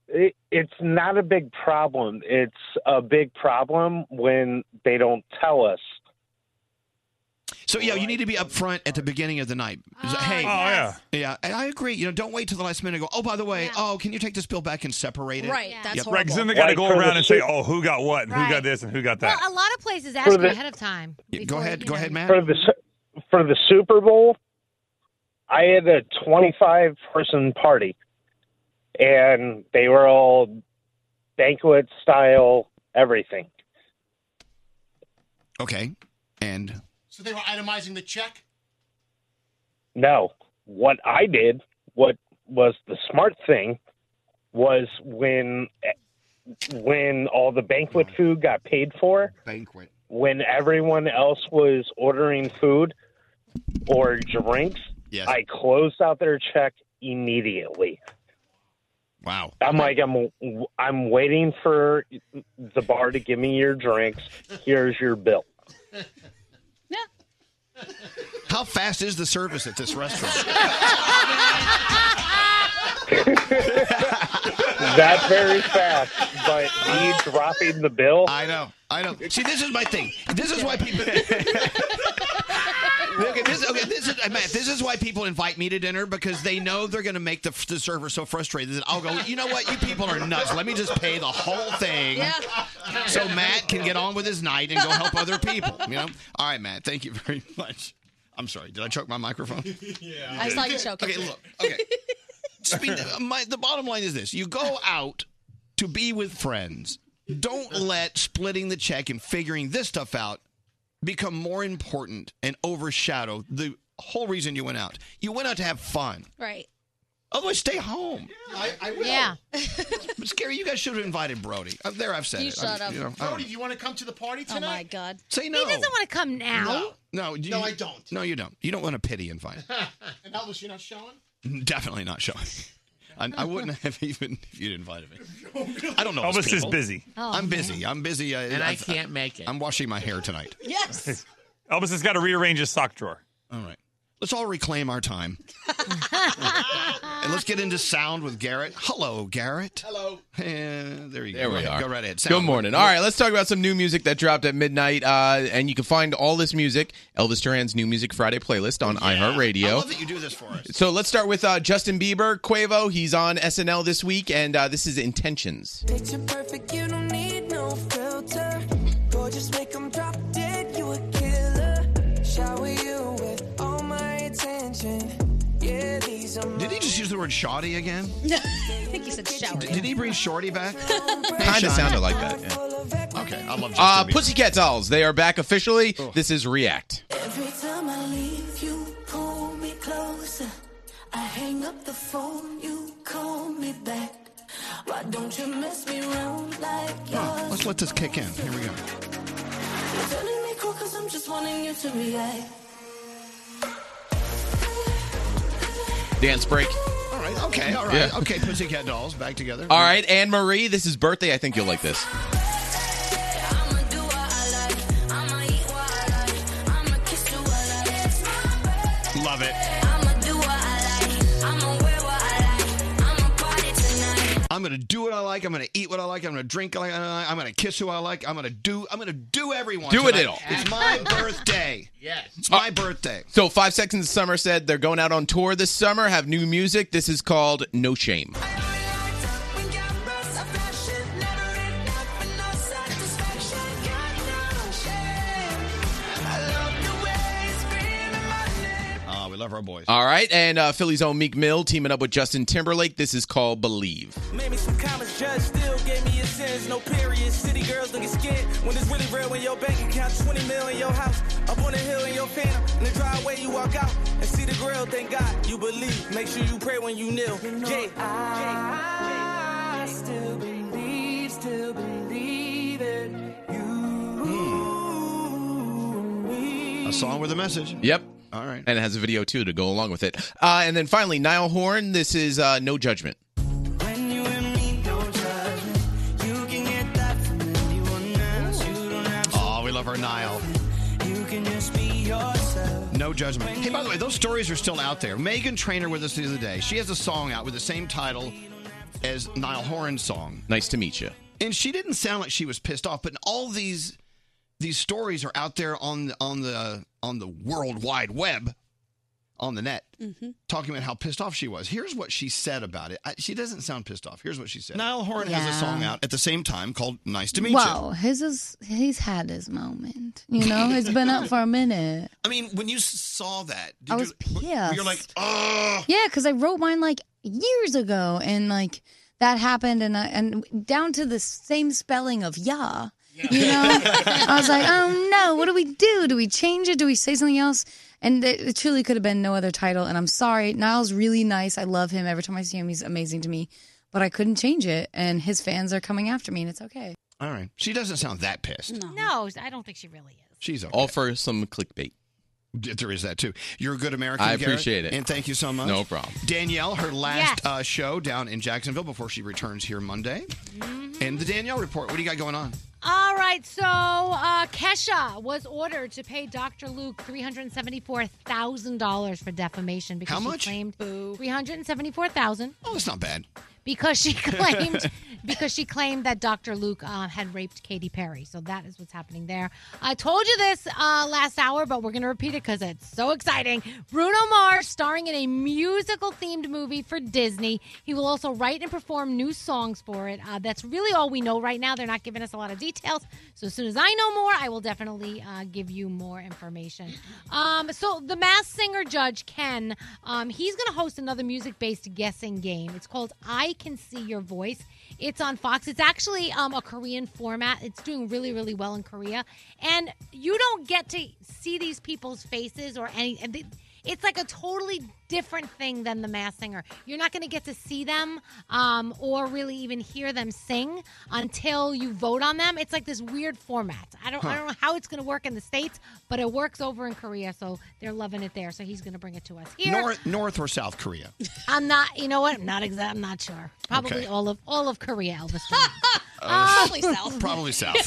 It, it's not a big problem. It's a big problem when they don't tell us. So yeah, you need to be upfront at the beginning of the night. Is that, hey, Oh, yes. yeah, yeah, and I agree. You know, don't wait till the last minute. and Go. Oh, by the way, oh, can you take this bill back and separate it? Right, Yeah. that's Right, because then they got to go around and say, soup. oh, who got what and Right. who got this and who got that. Well, a lot of places ask For you the- ahead of time. go ahead, go ahead, Matt. For the Su- for the Super Bowl, I had a 25 person party, and they were all banquet style everything. Okay, and So they were itemizing the check. No, what I did, what was the smart thing, was when when all the banquet food got paid for, banquet. when everyone else was ordering food or drinks, Yes. I closed out their check immediately. Wow. I'm like I'm I'm waiting for the bar to give me your drinks. Here's your bill. How fast is the service at this restaurant? That's very fast, but me dropping the bill. I know. I know. See, this is my thing. This is why people. okay, this, okay, this is Matt. This is why people invite me to dinner because they know they're going to make the, the server so frustrated that I'll go. You know what? You people are nuts. Let me just pay the whole thing. So Matt can get on with his night and go help other people. You know. All right, Matt. Thank you very much. I'm sorry. Did I choke my microphone? yeah. I saw you choking. Okay, look. Just be- my, the bottom line is this: you go out to be with friends. Don't let splitting the check and figuring this stuff out become more important and overshadow the whole reason you went out. You went out to have fun. Right. Otherwise, stay home. I, I will. Yeah. But Scary, you guys should have invited Brody. Uh, there, I've said You it. shut I'm- up. you know, I don't- Brody, do you want to come to the party Oh tonight? my god. Say no. to come No, no, you- No, I don't. No, you don't. You don't want a pity invite. and Elvis, you're not showing? Definitely not Sean. I, I wouldn't have even if you'd invited me. I don't know. Elvis those is people. busy. Oh, I'm busy. I'm busy. Uh, And I can't make it. I'm washing my hair tonight. Yes. Elvis has got to rearrange his sock drawer. All right. Let's all reclaim our time. and let's get into sound with Garrett. Hello, Garrett. Hello. there you There go. we Right, are. Go right ahead. Good morning. All right, let's talk about some new music that dropped at midnight. Uh, and you can find all this music, Elvis Duran's New Music Friday playlist on iHeartRadio. I love that you do this for us. So let's start with uh, Justin Bieber, Quavo. He's on SNL this week, and uh, this is Intentions. Picture perfect, you don't need no filter. Gorgeous, make 'em drop dead, you a killer. Shower you with all my attention. Yeah, these are my Did he just use the word shoddy again? I think you said shower. Did, did he bring shorty back? Kind of sounded like that. Yeah. Okay, I love Justin Uh, Bieber. Oh. Pussycat Dolls, they are back officially. This is React. Every time I leave, you pull me closer. I hang up the phone, you call me back. Why don't you mess me around like Oh, yours? let's let this kick in. Here we go. You're telling me cool cause I'm just wanting you to react. Dance break. All right, okay, all right. Yeah. Okay, Pussycat Dolls, back together. All right, Anne Marie, this is birthday. I think you'll like this. Love it. I'm gonna do what I like. I'm gonna eat what I like. I'm gonna drink like I like. I'm gonna kiss who I like. I'm gonna do. I'm gonna do everyone. Do it tonight. all. Uh, It's my birthday. yes. It's my birthday. So, Five Seconds of Summer said they're going out on tour this summer, have new music. This is called No Shame. Ah, we love our boys. All right, and uh, Philly's own Meek Mill teaming up with Justin Timberlake. This is called Believe. Made me some comments, judge still gave me a sentence, no period. City girls looking scared when it's really real. When your bank account 20 mil in your house, up on the hill in your phantom, in the driveway you walk out and see the grill. Thank God you believe. Make sure you pray when you kneel. Yeah. I still believe, still believe in Hmm. A song with a message. Yep. All right. And it has a video, too, to go along with it. Uh, and then finally, Niall Horn. This is uh, No Judgment. When you and me, no judgment. You can get that from anyone else. You don't have Oh, we love our Nile. you can just be yourself. No judgment. Hey, by the way, those stories are still out there. Megan Trainer with us the other day. She has a song out with the same title as Niall Horan's song. Nice to meet you. and she didn't sound like she was pissed off. But all these these stories are out there on the on the on the world wide web, on the net, talking about how pissed off she was. Here's what she said about it. I, she doesn't sound pissed off. Here's what she said. Niall Horan has Yeah. a song out at the same time called "Nice to Meet Wow, You." his is he's had his moment. You know, it's been up for a minute. I mean, when you s- saw that, did I you- was You're like, oh, Yeah, because I wrote mine like years ago, and like that happened, and I, and down to the same spelling of yeah. You know, I was like, oh no, what do we do? Do we change it? Do we say something else? And it, it truly could have been no other title. And I'm sorry, Niall's really nice. I love him. Every time I see him, he's amazing to me. But I couldn't change it, and his fans are coming after me, and it's okay. all right. She doesn't sound that pissed. No, I don't think she really is. She's okay. All for some clickbait. There is that too. You're a good American. I Garrett, appreciate it. and thank you so much. No problem. Danielle, her last uh, show down in Jacksonville before she returns here Monday. Mm-hmm. And the Danielle report. What do you got going on? All right, so uh, Kesha was ordered to pay Dr. Luke three hundred seventy-four thousand dollars for defamation because How she much? claimed three hundred seventy-four thousand. Oh, that's not bad. Because she claimed because she claimed that Dr. Luke uh, had raped Katy Perry. So that is what's happening there. I told you this uh, last hour, but we're going to repeat it because it's so exciting. Bruno Mars starring in a musical themed movie for Disney. He will also write and perform new songs for it. Uh, that's really all we know right now. They're not giving us a lot of details. So as soon as I know more, I will definitely uh, give you more information. Um, so the mass singer judge Ken, um, he's going to host another music-based guessing game. It's called I Can See Your Voice. It's on Fox. It's actually um, a Korean format. It's doing really, really well in Korea. And you don't get to see these people's faces or any. and they- It's like a totally different thing than the mass singer. You're not going to get to see them um, or really even hear them sing until you vote on them. It's like this weird format. I don't, I Huh. don't know how it's going to work in the states, but it works over in Korea, so they're loving it there. So he's going to bring it to us here. North, North or South Korea? I'm not. You know what? I'm not exact. I'm not sure. Probably Okay. all of all of Korea, Elvis. Uh, Probably south. Probably South.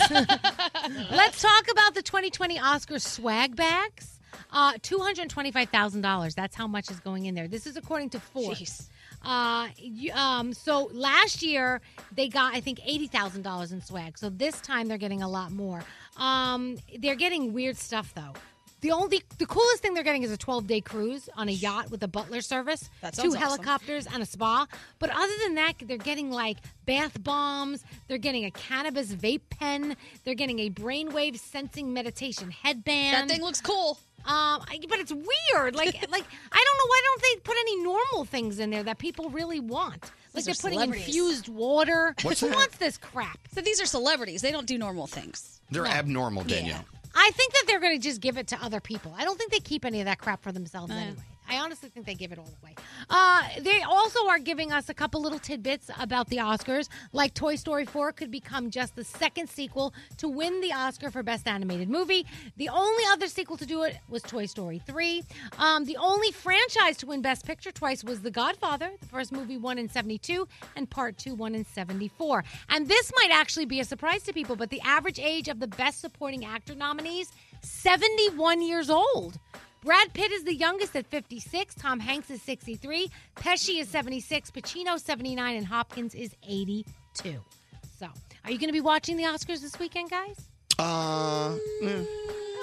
Let's talk about the 2020 Oscar swag bags. Uh, two hundred twenty-five thousand dollars. That's how much is going in there. This is according to Forbes. Uh, you- um, so last year they got I think eighty thousand dollars in swag. So this time they're getting a lot more. Um, they're getting weird stuff though. The only the coolest thing they're getting is a 12-day cruise on a yacht with a butler service, That two sounds awesome. helicopters and a spa. But other than that, they're getting like bath bombs, they're getting a cannabis vape pen, they're getting a brainwave sensing meditation headband. That thing looks cool. Um, I- but it's weird. Like, like I don't know why don't they put any normal things in there that people really want? Like These are they're putting celebrities. infused water. What's Who that? wants this crap? So these are celebrities. They don't do normal things. They're abnormal, Danielle. I think that they're going to just give it to other people. I don't think they keep any of that crap for themselves anyway. I honestly think they give it all away. Uh, they also are giving us a couple little tidbits about the Oscars, like Toy Story 4 could become just the second sequel to win the Oscar for Best Animated Movie. The only other sequel to do it was Toy Story 3. Um, the only franchise to win Best Picture twice was The Godfather. The first movie won in 72, and part two won in 74. And this might actually be a surprise to people, but the average age of the Best Supporting Actor nominees, 71 years old. Brad Pitt is the youngest at 56. Tom Hanks is 63. Pesci is 76. Pacino 79, and Hopkins is 82. So, are you going to be watching the Oscars this weekend, guys? Uh, yeah.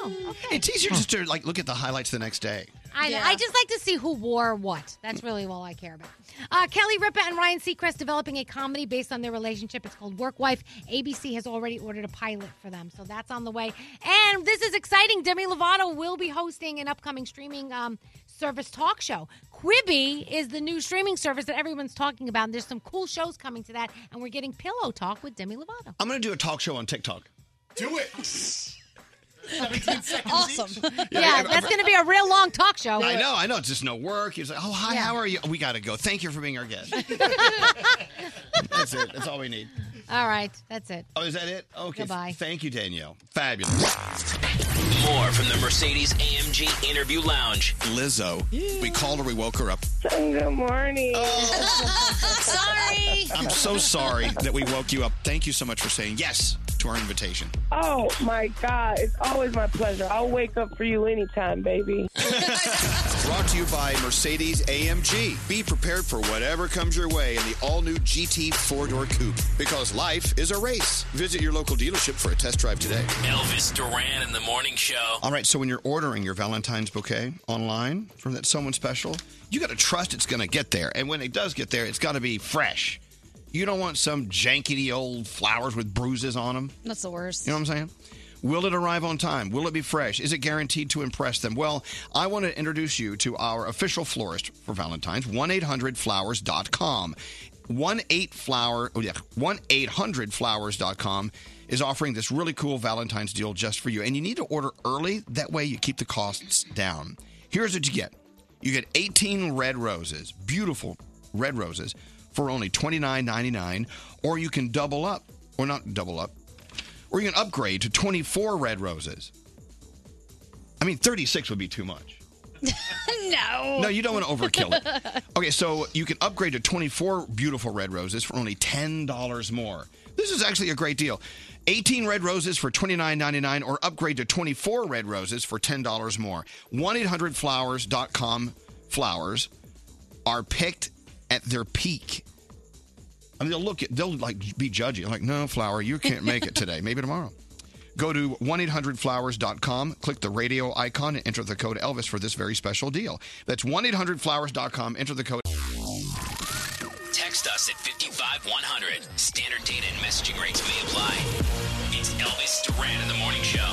Oh, okay. It's easier just to like look at the highlights the next day. I know. I just like to see who wore what. That's really all I care about. Uh, Kelly Ripa and Ryan Seacrest developing a comedy based on their relationship. It's called Work Wife. ABC has already ordered a pilot for them, so that's on the way. And this is exciting. Demi Lovato will be hosting an upcoming streaming um, service talk show. Quibi is the new streaming service that everyone's talking about, and there's some cool shows coming to that. And we're getting Pillow Talk with Demi Lovato. I'm gonna do a talk show on TikTok. Do it. Awesome. yeah, Yeah, that's going to be a real long talk show. I know, I know. It's just no work. He's like, oh hi, Oh, Yeah. how are you? We gotta go. Thank you for being our guest. That's it. That's all we need. All right, that's it. Oh, is that it? Okay. Goodbye. Thank you, Danielle. Fabulous. More from the Mercedes AMG Interview Lounge. Lizzo. We called her. We woke her up. Oh, Good morning. Sorry. I'm so sorry that we woke you up. Thank you so much for saying yes to our invitation. Oh my God, it's always my pleasure. I'll wake up for you anytime, baby. Brought to you by Mercedes AMG. Be prepared for whatever comes your way in the all new GT four door coupe because life is a race. Visit your local dealership for a test drive today. Elvis Duran in the morning show. All right, so when you're ordering your Valentine's bouquet online from that someone special, you got to trust it's going to get there. And when it does get there, it's got to be fresh. You don't want some jankety old flowers with bruises on them. That's the worst. You know what I'm saying? Will it arrive on time? Will it be fresh? Is it guaranteed to impress them? Well, I want to introduce you to our official florist for Valentine's, 1-800-Flowers.com. 1-8-Flower, oh yeah, 1-800-Flowers.com is offering this really cool Valentine's deal just for you. And you need to order early. That way you keep the costs down. Here's what you get. You get 18 red roses, beautiful red roses, for only $29.99. Or you can double up, or not double up, or you can upgrade to 24 red roses. I mean, 36 would be too much. no. No, you don't want to overkill it. Okay, so you can upgrade to 24 beautiful red roses for only $10 more. This is actually a great deal. 18 red roses for $29.99 or upgrade to 24 red roses for $10 more. 1-800-Flowers.com flowers are picked at their peak. I mean, they'll look at, they'll like be judgy. Like, no, flower, you can't make it today. Maybe tomorrow. Go to 1-800-Flowers.com, click the radio icon, and enter the code Elvis for this very special deal. That's 1-800-Flowers.com, enter the code. Text us at 55100. Standard data and messaging rates may apply. It's Elvis Duran in the morning show.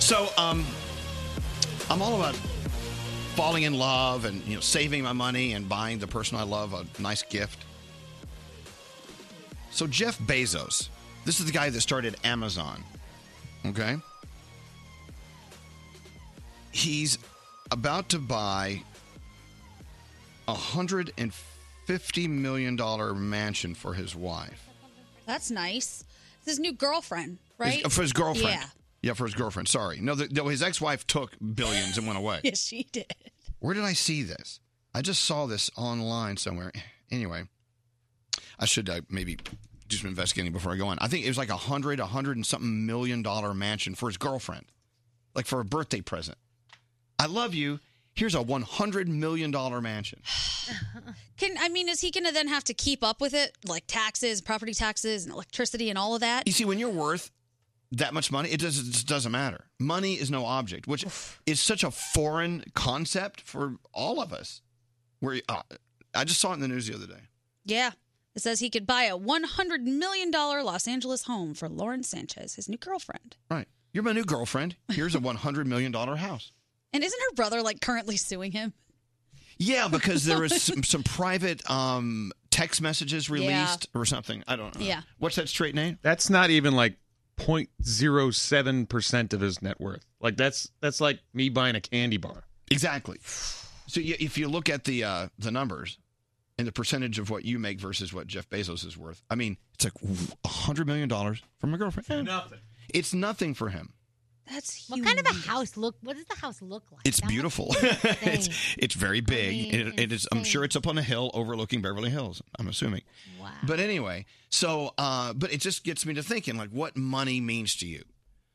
So, um, I'm all about falling in love and, you know, saving my money and buying the person I love a nice gift. So, Jeff Bezos, this is the guy that started Amazon, okay? He's about to buy a $150 million mansion for his wife. That's nice. It's his new girlfriend, right? His- uh, for his girlfriend. Yeah. Yeah, for his girlfriend. Sorry. No, the, no his ex wife took billions and went away. Yes, she did. Where did I see this? I just saw this online somewhere. Anyway, I should uh, maybe do some investigating before I go on. I think it was like a hundred, a hundred and something million dollar mansion for his girlfriend, like for a birthday present. I love you. Here's a one hundred million dollar mansion. Can I mean, is he going to then have to keep up with it, like taxes, property taxes, and electricity, and all of that? You see, when you're worth that much money, it doesn't it just doesn't matter. Money is no object, which is such a foreign concept for all of us. Where uh, I just saw it in the news the other day. Yeah. It says he could buy a $100 million Los Angeles home for Lauren Sanchez, his new girlfriend. Right. You're my new girlfriend. Here's a $100 million house. And isn't her brother like currently suing him? Yeah, because there was some, some private um, text messages released or something. I don't know. Yeah. What's that straight name? That's not even like 0.07% of his net worth. Like that's that's like me buying a candy bar. Exactly. So y- if you look at the uh, the numbers and the percentage of what you make versus what Jeff Bezos is worth, I mean, it's like $100 million from a girlfriend. Eh, Nothing. It's nothing for him. That's what kind of a house look? What does the house look like? It's beautiful. it's it's very big. mean, it, it is. I'm insane. sure it's up on a hill overlooking Beverly Hills. I'm assuming. Wow. But anyway, so uh, but it just gets me to thinking like what money means to you.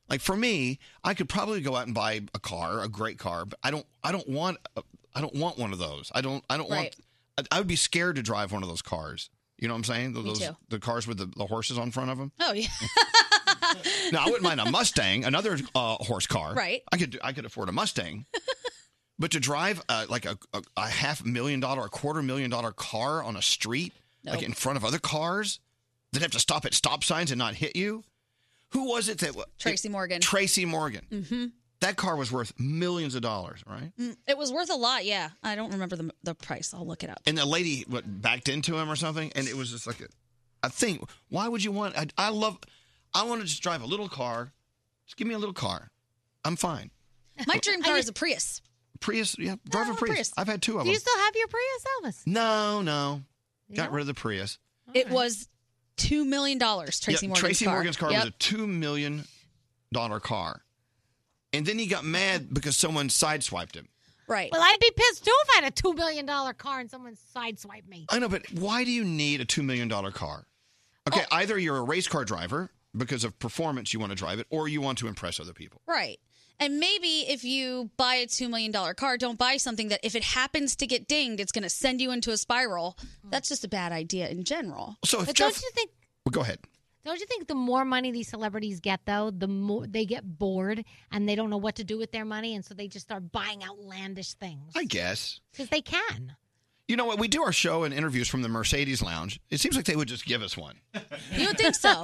Like for me, I could probably go out and buy a car, a great car, but I don't. I don't want. a- I don't want one of those. I don't. I don't Right. want. I, I would be scared to drive one of those cars. You know what I'm saying? Me Those too. the cars with the, the horses on front of them. Oh yeah. No, I wouldn't mind a Mustang, another uh, horse car. Right. I could I could afford a Mustang. but to drive uh, like a, a, a half million dollar, a quarter million dollar car on a street, like Nope. in front of other cars, that have to stop at stop signs and not hit you. Who was it that wa- Tracy Morgan. Tracy Morgan. hmm That car was worth millions of dollars, right? Mm, It was worth a lot. Yeah. I don't remember the the price. I'll look it up. And the lady what, backed into him or something, and it was just like a, a thing. Why would you want? I, I love. I want to just drive a little car. Just give me a little car. I'm fine. My dream car is a Prius. Prius, yeah, drive a Prius. I've had two of Do them. you still have your Prius, Elvis? no, no, got No? rid of the Prius. It was two million dollars. Tracy Yeah, Morgan's Tracy car. Morgan's car Yep. was a two million dollar car, and then he got mad because someone sideswiped him. Right. Well, I'd be pissed too if I had a two million dollar car and someone sideswiped me. I know, but why do you need a two million dollar car? Okay, Oh. either you're a race car driver because of performance you want to drive it, or you want to impress other people. Right. And maybe if you buy a $2 million car, don't buy something that if it happens to get dinged, it's going to send you into a spiral. That's just a bad idea in general. So But don't you think? Well, go ahead. Don't you think the more money these celebrities get, though, the more they get bored and they don't know what to do with their money, and so they just start buying outlandish things I guess. because they can. You know what? We do our show and interviews from the Mercedes Lounge. It seems like they would just give us one. You don't think so?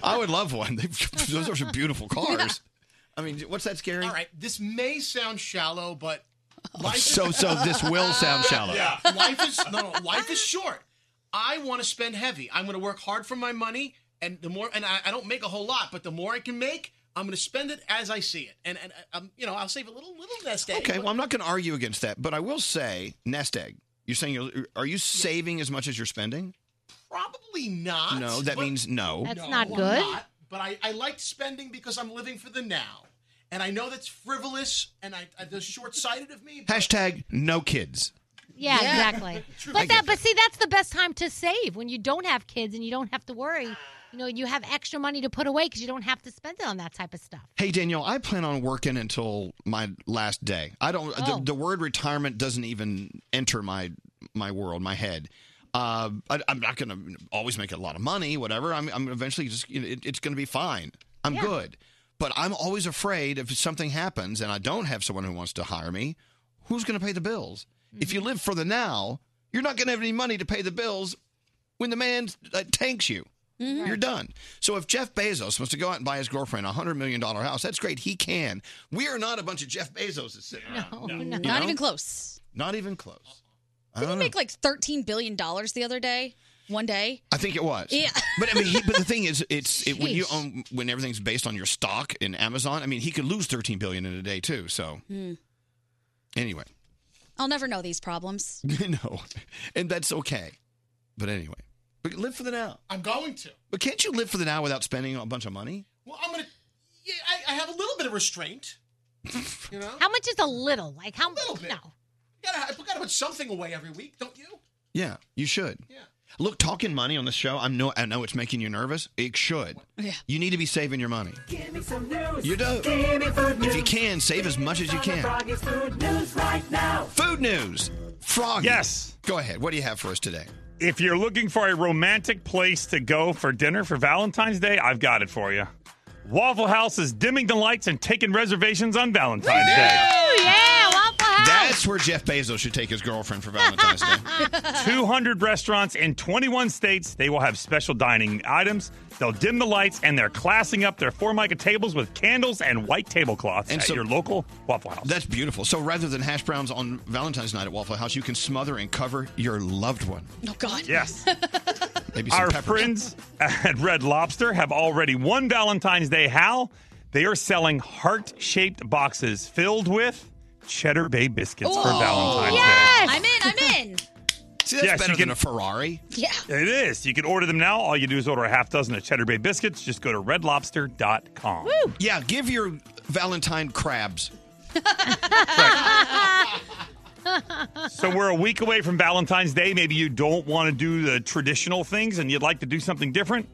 I would love one. They, those are some beautiful cars. I mean, what's that scary? Oh, All right, this may sound shallow, but life is- So, so this will sound shallow. Yeah. life is no, no, life is short. I want to spend heavy. I'm going to work hard for my money, and the more, and I, I don't make a whole lot, but the more I can make, I'm going to spend it as I see it, and and I- I'm, you know, I'll save a little little nest egg. Okay, well, I'm not going to argue against that, but I will say nest egg. You're saying you're, are you saving as much as you're spending? probably not. No, that but- means no. That's No, not I'm good. not, but I I like spending because I'm living for the now, and I know that's frivolous, and I, I that's short sighted of me. Hashtag no kids. Yeah, Yeah. exactly. True. I But get that, but see, that's the best time to save when you don't have kids and you don't have to worry. You know, you have extra money to put away because you don't have to spend it on that type of stuff. Hey, Danielle, I plan on working until my last day. I don't. Oh. The, the word retirement doesn't even enter my my world, my head. Uh, I, I'm not going to always make a lot of money, whatever. I'm, I'm eventually just. You know, it, it's going to be fine. I'm Yeah. good. But I'm always afraid if something happens and I don't have someone who wants to hire me, who's going to pay the bills? If you live for the now, you're not going to have any money to pay the bills when the man uh, tanks you. Mhm. You're done. So if Jeff Bezos wants to go out and buy his girlfriend a hundred million dollar house, that's great. He can. We are not a bunch of Jeff Bezos that's sitting around. No, You Not know? even close. Not even close. I Did he don't make know. like $13 billion the other day? One day? I think it was. Yeah. But I mean, he, but the thing is, it's it, when you Jeez. own when everything's based on your stock in Amazon. I mean, he could lose thirteen billion in a day too. So Hmm. anyway, I'll never know these problems. no, and that's okay. But anyway, but live for the now. I'm going to. But can't you live for the now without spending a bunch of money? Well, I'm gonna. Yeah, I, I have a little bit of restraint. You know, How much is a little? Like how little bit. No. You gotta, we gotta put something away every week, don't you? Yeah, you should. Yeah. Look, talking money on the show, I know I know it's making you nervous. It should. Yeah. You need to be saving your money. Give me some news. You do. Give me food If you news. can, save as much as you can. Froggy's food news right now. Food news. Frog. Yes. Go ahead. What do you have for us today? If you're looking for a romantic place to go for dinner for Valentine's Day, I've got it for you. Waffle House is dimming the lights and taking reservations on Valentine's Day. Oh yeah, Waffle House. That That's where Jeff Bezos should take his girlfriend for Valentine's Day. Oh, 200 restaurants in 21 states. They will have special dining items. They'll dim the lights, and they're classing up their Formica tables with candles and white tablecloths And at so- your local Waffle House. That's beautiful. So rather than hash browns on Valentine's night at Waffle House, you can smother and cover your loved one. Oh, God. Yes. Maybe some Our peppers. friends at Red Lobster have already won Valentine's Day. How? They are selling heart shaped boxes filled with Cheddar Bay biscuits for Valentine's Day. I'm in. I'm in. See, that's better than a Ferrari. Yeah. It is. You can order them now. All you do is order a half dozen of Cheddar Bay biscuits. Just go to redlobster.com. Woo. Yeah, give your Valentine crabs. So we're a week away from Valentine's Day. Maybe you don't want to do the traditional things and you'd like to do something different.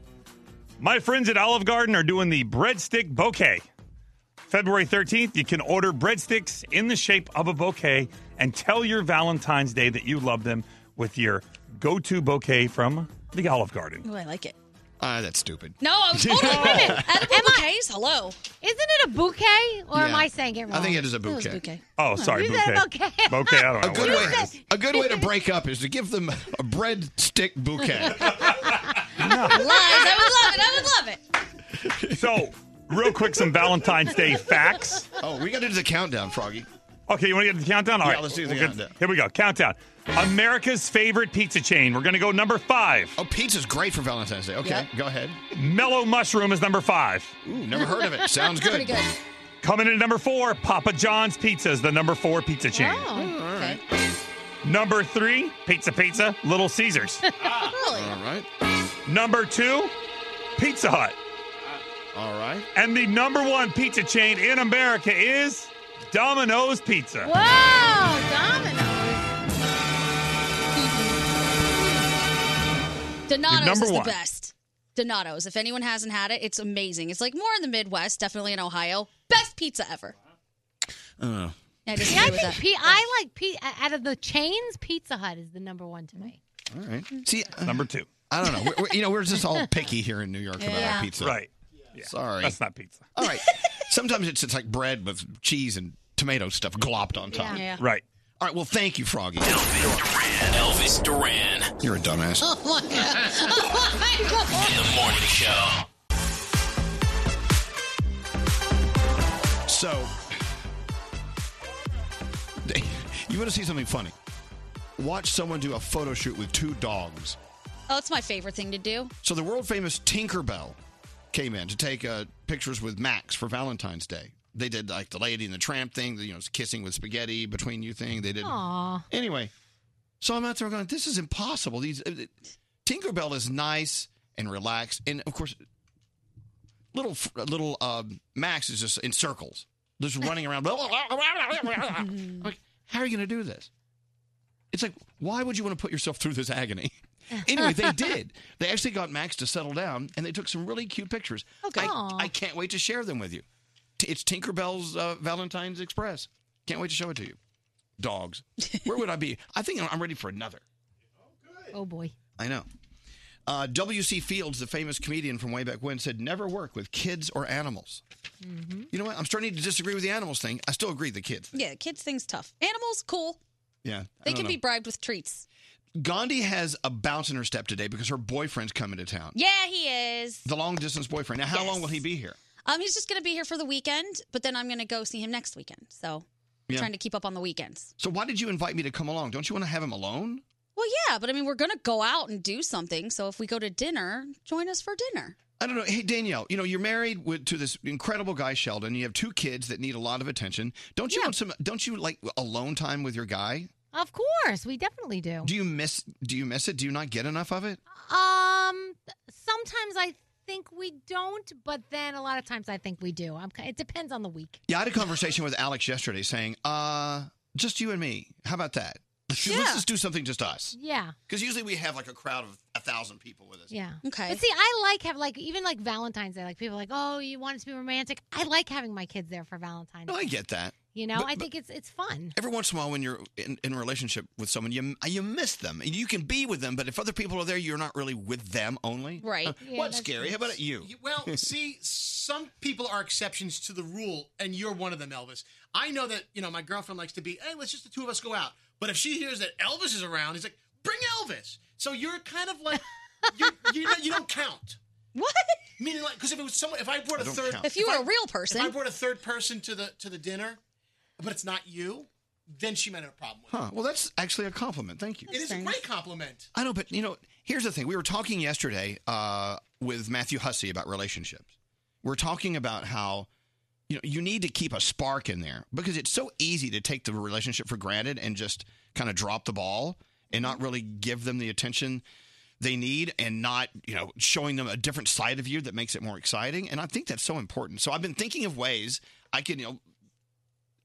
My friends at Olive Garden are doing the breadstick bouquet. February 13th, you can order breadsticks in the shape of a bouquet and tell your Valentine's Day that you love them with your go-to bouquet from the Olive Garden. Oh, I like it. Ah, that's stupid. No, I was totally with it. Edible bouquets, hello. Isn't it a bouquet, or am Yeah. I saying it wrong? I think it is a bouquet. Oh, sorry, You said bouquet. bouquet. Bouquet, I don't know A what good it way, a good way to break up is to give them a bread stick bouquet. Lies. I would love it. I would love it. So, real quick, some Valentine's Day facts. Oh, we got to do the countdown, Froggy. Okay, you want to get to the countdown? All Yeah, right, let's do the we'll get- countdown. here we go. Countdown. America's favorite pizza chain. We're going to go number five. Oh, pizza's great for Valentine's Day. Okay, go ahead. Mellow Mushroom is number five. Ooh, never heard of it. Sounds good. Pretty good. Coming in at number four, Papa John's Pizza is the number four pizza chain. Oh, okay. Number three, Pizza Pizza, Little Caesars. Really? All right. Number two, Pizza Hut. Uh, All right. And the number one pizza chain in America is Domino's Pizza. Whoa, Your Donato's number is one. the best. Donato's. If anyone hasn't had it, it's amazing. It's like more in the Midwest, definitely in Ohio. Best pizza ever. Oh. Yeah, See, I disagree I with think that. P- I like P- out of the chains, Pizza Hut is the number one to me. All right. See, number two. I don't know. We're- we're- you know, we're just all picky here in New York about Yeah. our pizza. Right. Sorry. That's not pizza. All right. Sometimes it's, it's like bread with cheese and tomato stuff glopped on top. Yeah. Yeah. Right. All right. Well, thank you, Froggy. Elvis Duran. You're a dumbass. Oh my god. The morning show. So, you want to see something funny? Watch someone do a photo shoot with two dogs. Oh, it's my favorite thing to do. So the world famous Tinkerbell came in to take uh, pictures with Max for Valentine's Day. They did like the Lady and the Tramp thing, the, you know, kissing with spaghetti between you thing. They did. Aw. Anyway, so I'm out there going, this is impossible. These uh, uh, Tinkerbell is nice and relaxed, and of course, little f- little um Max is just in circles, just running around. I'm like, how are you going to do this? It's like, why would you want to put yourself through this agony? Anyway, they did. They actually got Max to settle down, and they took some really cute pictures. Oh, Okay. I, I can't wait to share them with you. T- It's Tinkerbell's uh, Valentine's Express. Can't wait to show it to you. Dogs. Where would I be? I think I'm- I'm ready for another. Oh boy. I know. Uh, W.C. Fields, the famous comedian from way back when, said, never work with kids or animals. Mm-hmm. You know what? I'm starting to disagree with the animals thing. I still agree with the kids. Yeah, kids things tough. Animals, cool. Yeah. I They don't can know. be bribed with treats. Gandhi has a bounce in her step today because her boyfriend's coming to town. Yeah, he is. The long distance boyfriend. Now, how long will he be here? Um, he's just gonna be here for the weekend, but then I'm gonna go see him next weekend. So Yeah. trying to keep up on the weekends. So, why did you invite me to come along? Don't you want to have him alone? Well, yeah, but I mean, we're gonna go out and do something. So if we go to dinner, join us for dinner. I don't know. Hey, Danielle, you know, you're married with, to this incredible guy, Sheldon. You have two kids that need a lot of attention. Don't you want some, don't you like alone time with your guy? Of course, we definitely do. Do you miss, do you miss it? Do you not get enough of it? Um, sometimes I think we don't, but then a lot of times I think we do. I'm, ki- it depends on the week. Yeah, I had a conversation with Alex yesterday saying, uh, just you and me. How about that? Let's, let's just do something just us. Yeah. Because usually we have like a crowd of a thousand people with us. Yeah. Okay. But see, I like have like even like Valentine's Day. Like people are like, oh, you want it to be romantic. I like having my kids there for Valentine's. No, I get that. You know, But- I but- think it's it's fun. Every once in a while, when you're in, in a relationship with someone, you you miss them. You can be with them, but if other people are there, you're not really with them only. Uh, What's scary? How about you? Well, see, some people are exceptions to the rule, and you're one of them, Elvis. I know that, you know, my girlfriend likes to be, hey, let's just the two of us go out. But if she hears that Elvis is around, he's like, bring Elvis. So you're kind of like, you're, you know, you don't count. What? Meaning, like, because if it was someone, if I brought I a don't third, count. If you were I- a real person. if I brought a third person to the to the dinner, but it's not you, then she might have a problem with Huh. Well, that's actually a compliment. Thank you. it. It is a great compliment. I know, but you know, here's the thing. We were talking yesterday uh, with Matthew Hussey about relationships. We're talking about how you know you need to keep a spark in there because it's so easy to take the relationship for granted and just kind of drop the ball and not really give them the attention they need and not you know showing them a different side of you that makes it more exciting. And I think that's so important. So I've been thinking of ways I can you know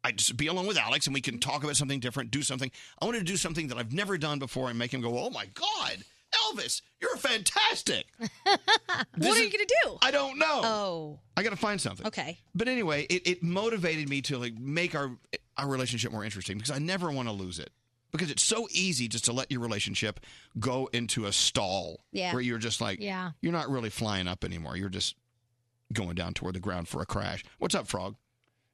I just be alone with Alex and we can talk about something different, do something. I want to do something that I've never done before and make him go, oh my God, Elvis, you're fantastic. what are you going to do? I don't know. Oh. I got to find something. Okay. But anyway, it, it motivated me to like make our our relationship more interesting because I never want to lose it. Because it's so easy just to let your relationship go into a stall Yeah. where you're just like, Yeah. you're not really flying up anymore. You're just going down toward the ground for a crash. What's up, Frog?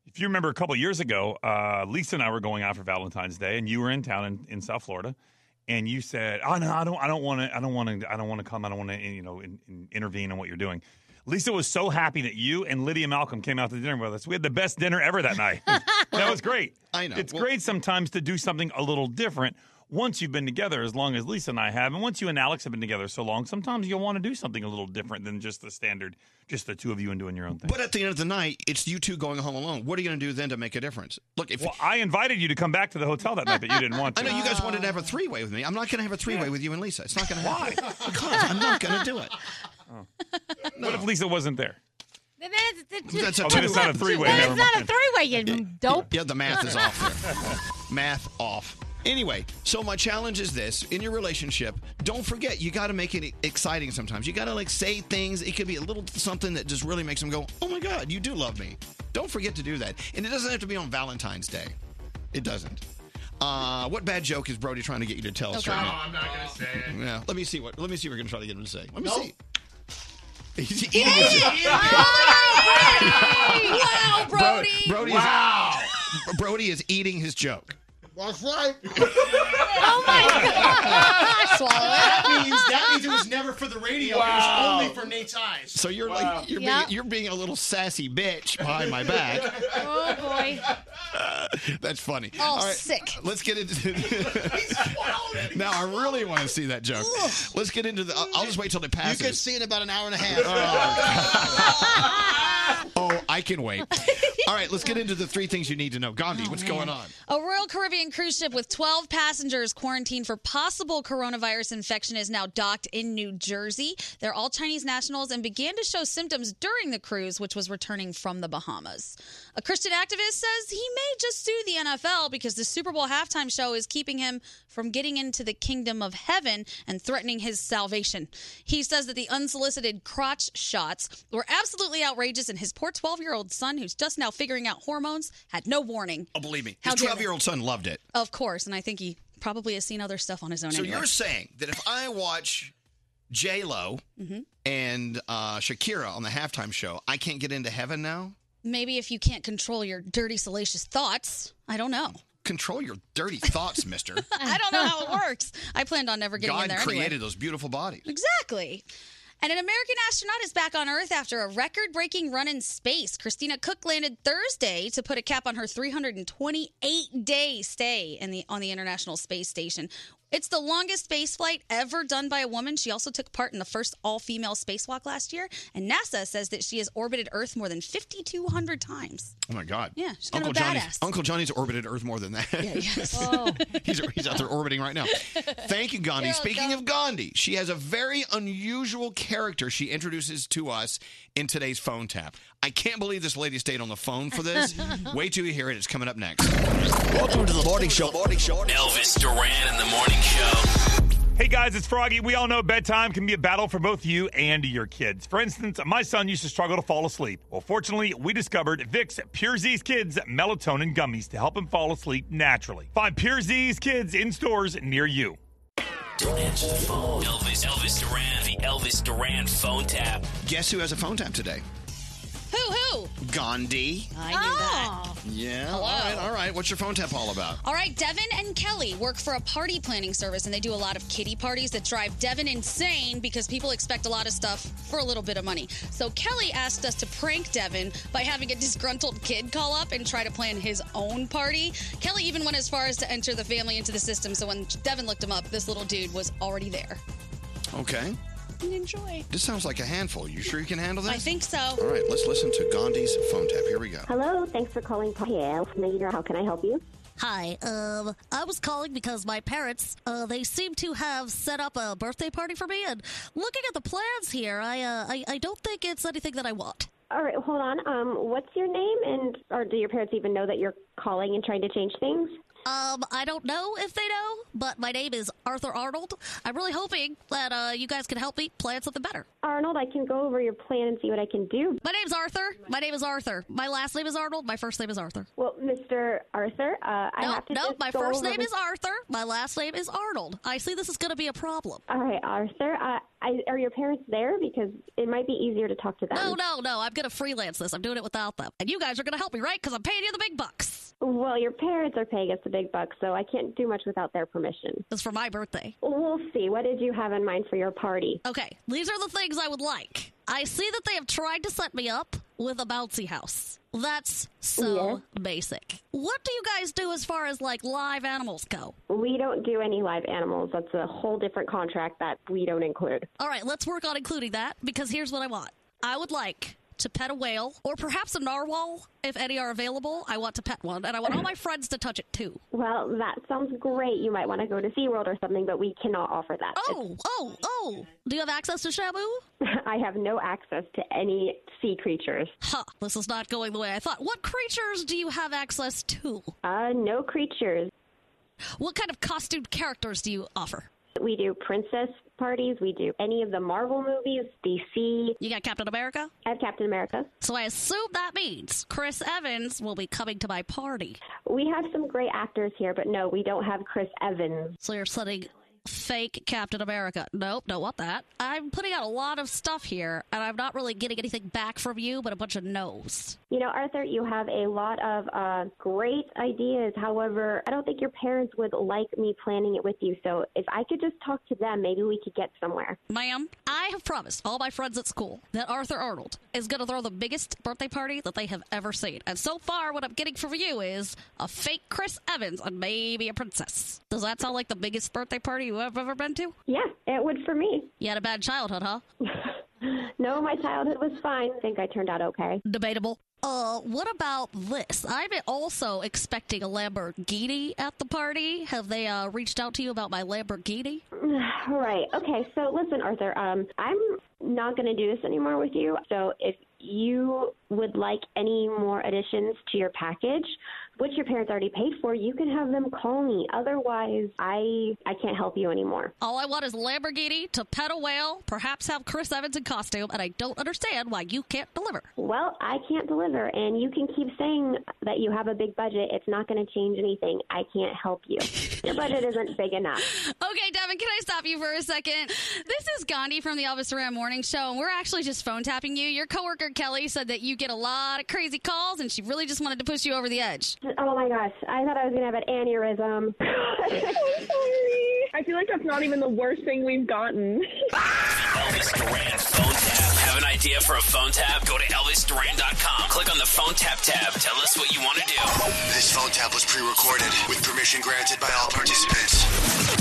If you remember a couple years ago, uh, Lisa and I were going out for Valentine's Day, and you were in town in, in South Florida, and you said, "Oh no, I don't, I don't want to, I don't want to, I don't want to come, I don't want to, you know, in, in, intervene in what you're doing." Lisa was so happy that you and Lydia Malcolm came out to dinner with us. We had the best dinner ever that night. that was great. I know. It's Well- great sometimes to do something a little different. Once you've been together as long as Lisa and I have, and once you and Alex have been together so long, sometimes you'll want to do something a little different than just the standard, just the two of you and doing your own thing. But at the end of the night, it's you two going home alone. What are you going to do then to make a difference? Look, if well, I invited you to come back to the hotel that night, but you didn't want to. I know you guys wanted to have a three way with me. I'm not going to have a three way with you and Lisa. It's not going to happen. Because I'm not going to do it. Oh. What if Lisa wasn't there? Then it's, it's, That's a Oh, then it's not a three-way, Then never it's not a mind. three-way. You dope. Oh, Yeah, the math is off. there. math off. Anyway, so my challenge is this: in your relationship, don't forget you got to make it exciting. Sometimes you got to like say things. It could be a little something that just really makes them go, "Oh my God, you do love me." Don't forget to do that, and it doesn't have to be on Valentine's Day. It doesn't. Uh, what bad joke is Brody trying to get you to tell us right now? I'm not going to say it. Yeah. Let me see what. Let me see. What we're gonna try to get him to say. Let me see. He's He eating ate his- it! Oh, Brody! Wow, Brody! Brody Wow. Is, Brody is eating his joke. That's right. oh my God. Swallow it. That means that means it was never for the radio. Wow. It was only for Nate's eyes. So you're Wow. like you're Yeah. being, you're being a little sassy bitch behind my back. Uh, Oh boy. That's funny. Oh, All sick. Let's get into. now I really want to see that joke. Let's get into the. I'll, I'll just wait till it passes. You could see in about an hour and a half. oh, I can wait. All right, let's get into the three things you need to know. Gandhi, what's going on? A Royal Caribbean cruise ship with 12 passengers quarantined for possible coronavirus infection is now docked in New Jersey. They're all Chinese nationals and began to show symptoms during the cruise, which was returning from the Bahamas. A Christian activist says he may just sue the NFL because the Super Bowl halftime show is keeping him from getting into the kingdom of heaven and threatening his salvation. He says that the unsolicited crotch shots were absolutely outrageous, and his poor 12 year old son, who's just now figuring out hormones, had no warning. Oh, believe me, How his dare they? 12 year old son loved it. Of course, and I think he probably has seen other stuff on his own. So anyway. you're saying that if I watch J Lo Mhm. and uh, Shakira on the halftime show, I can't get into heaven now? maybe if you can't control your dirty, salacious thoughts, I don't know. Control your dirty thoughts, Mister. I don't know how it works. I planned on never getting in God there created anyway. those beautiful bodies. Exactly. And an American astronaut is back on Earth after a record breaking run in space. Christina Cook landed Thursday to put a cap on her 328 day stay in the, on the International Space Station. It's the longest space flight ever done by a woman. She also took part in the first all female spacewalk last year. And NASA says that she has orbited Earth more than 5,200 times. Oh my God! Yeah, she's kind of a Johnny's, badass. Uncle Johnny's orbited Earth more than that. he's, he's out there orbiting right now. Thank you, Gandhi. You're Speaking of Gandhi, she has a very unusual character she introduces to us in today's phone tap. I can't believe this lady stayed on the phone for this. Wait till you hear it. It's coming up next. Welcome to the morning show. Morning show. Elvis Duran in the morning show. Hey guys, it's Froggy. We all know bedtime can be a battle for both you and your kids. For instance, my son used to struggle to fall asleep. Well, fortunately, we discovered Vicks Pure Z's Kids melatonin gummies to help him fall asleep naturally. Find Pure Z's Kids in stores near you. Don't answer the phone. Elvis, Elvis Duran, the Elvis Duran phone tap. Guess who has a phone tap today? Who, who? Gandhi. I Oh. knew that. Yeah. Hello. All right. All right. What's your phone tap all about? All right, Devin and Kelly work for a party planning service, and they do a lot of kitty parties that drive Devin insane because people expect a lot of stuff for a little bit of money. So Kelly asked us to prank Devin by having a disgruntled kid call up and try to plan his own party. Kelly even went as far as to enter the family into the system, so when Devin looked him up, this little dude was already there. Okay. And enjoy. This sounds like a handful. You sure you can handle this? I think so. All right. Let's listen to Gandhi's phone tap. Here we go. Hello, thanks for calling Party Nader. How can I help you? Hi, um, I was calling because my parents, uh, they seem to have set up a birthday party for me, and looking at the plans here, I, uh, I, I don't think it's anything that I want. All right, hold on. Um, what's your name, and or do your parents even know that you're calling and trying to change things? Um, I don't know if they know, but my name is Arthur Arnold. I'm really hoping that, uh, you guys can help me plan something better. Arnold, I can go over your plan and see what I can do. My name's Arthur. My name is Arthur. My last name is Arnold. My first name is Arthur. Well, Mr. Arthur, uh, I No, have to no, just my go first over name with- is Arthur. My last name is Arnold. I see this is going to be a problem. All right, Arthur. Uh, I, are your parents there? Because it might be easier to talk to them. No, no, no. I'm going to freelance this. I'm doing it without them. And you guys are going to help me, right? Because I'm paying you the big bucks. Well, your parents are paying us the big bucks, so I can't do much without their permission. It's for my birthday. We'll see. What did you have in mind for your party? Okay, these are the things I would like. I see that they have tried to set me up with a bouncy house. That's so basic. What do you guys do as far as like live animals go? We don't do any live animals. That's a whole different contract that we don't include. All right, let's work on including that because here's what I want. I would like to pet a whale or perhaps a narwhal if any are available. I want to pet one and I want all my friends to touch it too. Well, that sounds great. You might want to go to SeaWorld or something, but we cannot offer that. Oh, oh, oh. Do you have access to Shamu? I have no access to any sea creatures. Huh, this is not going the way I thought. What creatures do you have access to? Uh, no creatures. What kind of costumed characters do you offer? We do princess parties. We do any of the Marvel movies, DC. You got Captain America? I have Captain America. So I assume that means Chris Evans will be coming to my party. We have some great actors here, but no, we don't have Chris Evans. So you're setting fake Captain America. Nope, don't want that. I'm putting out a lot of stuff here, and I'm not really getting anything back from you but a bunch of no's. You know, Arthur, you have a lot of uh, great ideas. However, I don't think your parents would like me planning it with you. So if I could just talk to them, maybe we could get somewhere. Ma'am, I have promised all my friends at school that Arthur Arnold is going to throw the biggest birthday party that they have ever seen. And so far, what I'm getting from you is a fake Chris Evans and maybe a princess. Does that sound like the biggest birthday party you have ever been to? Yeah, it would for me. You had a bad childhood, huh? No, my childhood was fine. I think I turned out okay. Debatable. Uh, what about this? I'm also expecting a Lamborghini at the party. Have they uh, reached out to you about my Lamborghini? Right. Okay. So listen, Arthur. Um, I'm not going to do this anymore with you. So if you would like any more additions to your package, which your parents already paid for, you can have them call me. Otherwise, I I can't help you anymore. All I want is a Lamborghini to pet a whale, perhaps have Chris Evans in costume, and I don't understand why you can't deliver. Well, I can't deliver, and you can keep saying that you have a big budget. It's not going to change anything. I can't help you. Your budget isn't big enough. Okay, Devin, can I stop you for a second? This is Gandhi from the Elvis Duran Morning Show, and we're actually just phone tapping you. Your coworker Kelly said that you get a lot of crazy calls, and she really just wanted to push you over the edge. Oh my gosh! I thought I was going to have an aneurysm. I feel like that's not even the worst thing we've gotten. Elvis Duran phone tap. Have an idea for a phone tap? Go to ElvisDuran.com. Click on the phone tap tab. Tell us what you want to do. This phone tap was pre-recorded with permission granted by all participants.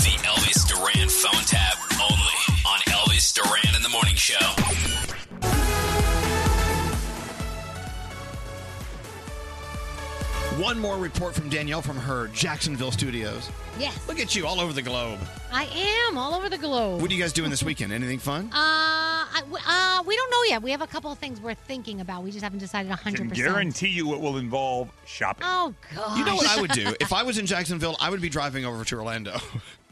The Elvis Duran phone tap only on Elvis Duran in the Morning Show. One more report from Danielle from her Jacksonville studios. Yes. Look at you, all over the globe. I am all over the globe. What are you guys doing this weekend? Anything fun? Uh, I, w- uh, we don't know yet. We have a couple of things we're thinking about. We just haven't decided Can 100%. guarantee you it will involve shopping. Oh, God. You know what I would do? If I was in Jacksonville, I would be driving over to Orlando.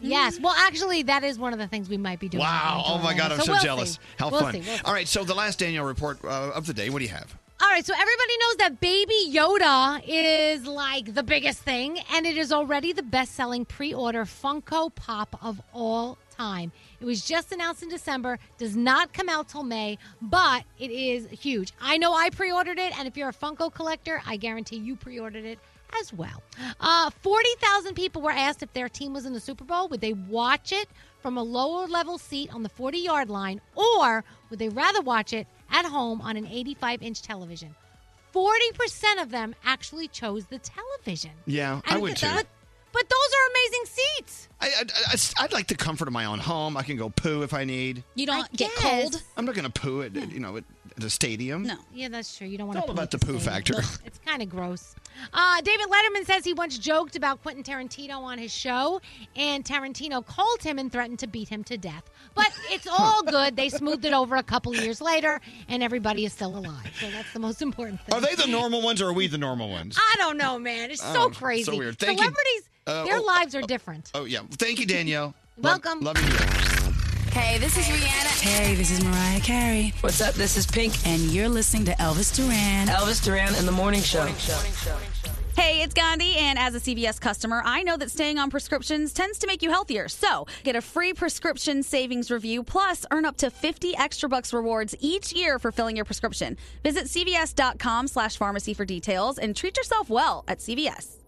Yes. Well, actually, that is one of the things we might be doing. Wow. Oh We're going to my God, I'm Orlando. so we'll jealous. see. How We'll fun. see. We'll see. All right, so the last Danielle report uh, of the day, what do you have? All right, so everybody knows that Baby Yoda is like the biggest thing, and it is already the best selling pre order Funko Pop of all time. It was just announced in December, does not come out till May, but it is huge. I know I pre ordered it, and if you're a Funko collector, I guarantee you pre ordered it as well. Uh, 40,000 people were asked if their team was in the Super Bowl. Would they watch it from a lower level seat on the 40 yard line, or would they rather watch it at home on an 85 inch television? 40% of them actually chose the television. Yeah, I would too. But, but those are amazing seats. I, I, I, would like the comfort of my own home. I can go poo if I need. You don't get cold. I'm not going to poo at, you know, at the stadium. No. Yeah, that's true. You don't It's want all to. about the poo factor. It's kind of gross. Uh, David Letterman says he once joked about Quentin Tarantino on his show, and Tarantino called him and threatened to beat him to death. But it's all good. They smoothed it over a couple years later, and everybody is still alive. So that's the most important thing. Are they the normal ones or are we the normal ones? I don't know, man. It's so Oh, so crazy. weird. Thank you. Celebrities, Uh, their oh, lives are different. Oh, yeah. Thank you, Danielle. Um, Welcome. Love, love you. Hey, this is Rihanna. Hey, this is Mariah Carey. What's up? This is Pink, and you're listening to Elvis Duran. Elvis Duran in the morning show. Hey, it's Gandhi, and as a CVS customer, I know that staying on prescriptions tends to make you healthier. So, get a free prescription savings review, plus earn up to 50 extra bucks rewards each year for filling your prescription. Visit cvs.com slash pharmacy for details and treat yourself well at CVS.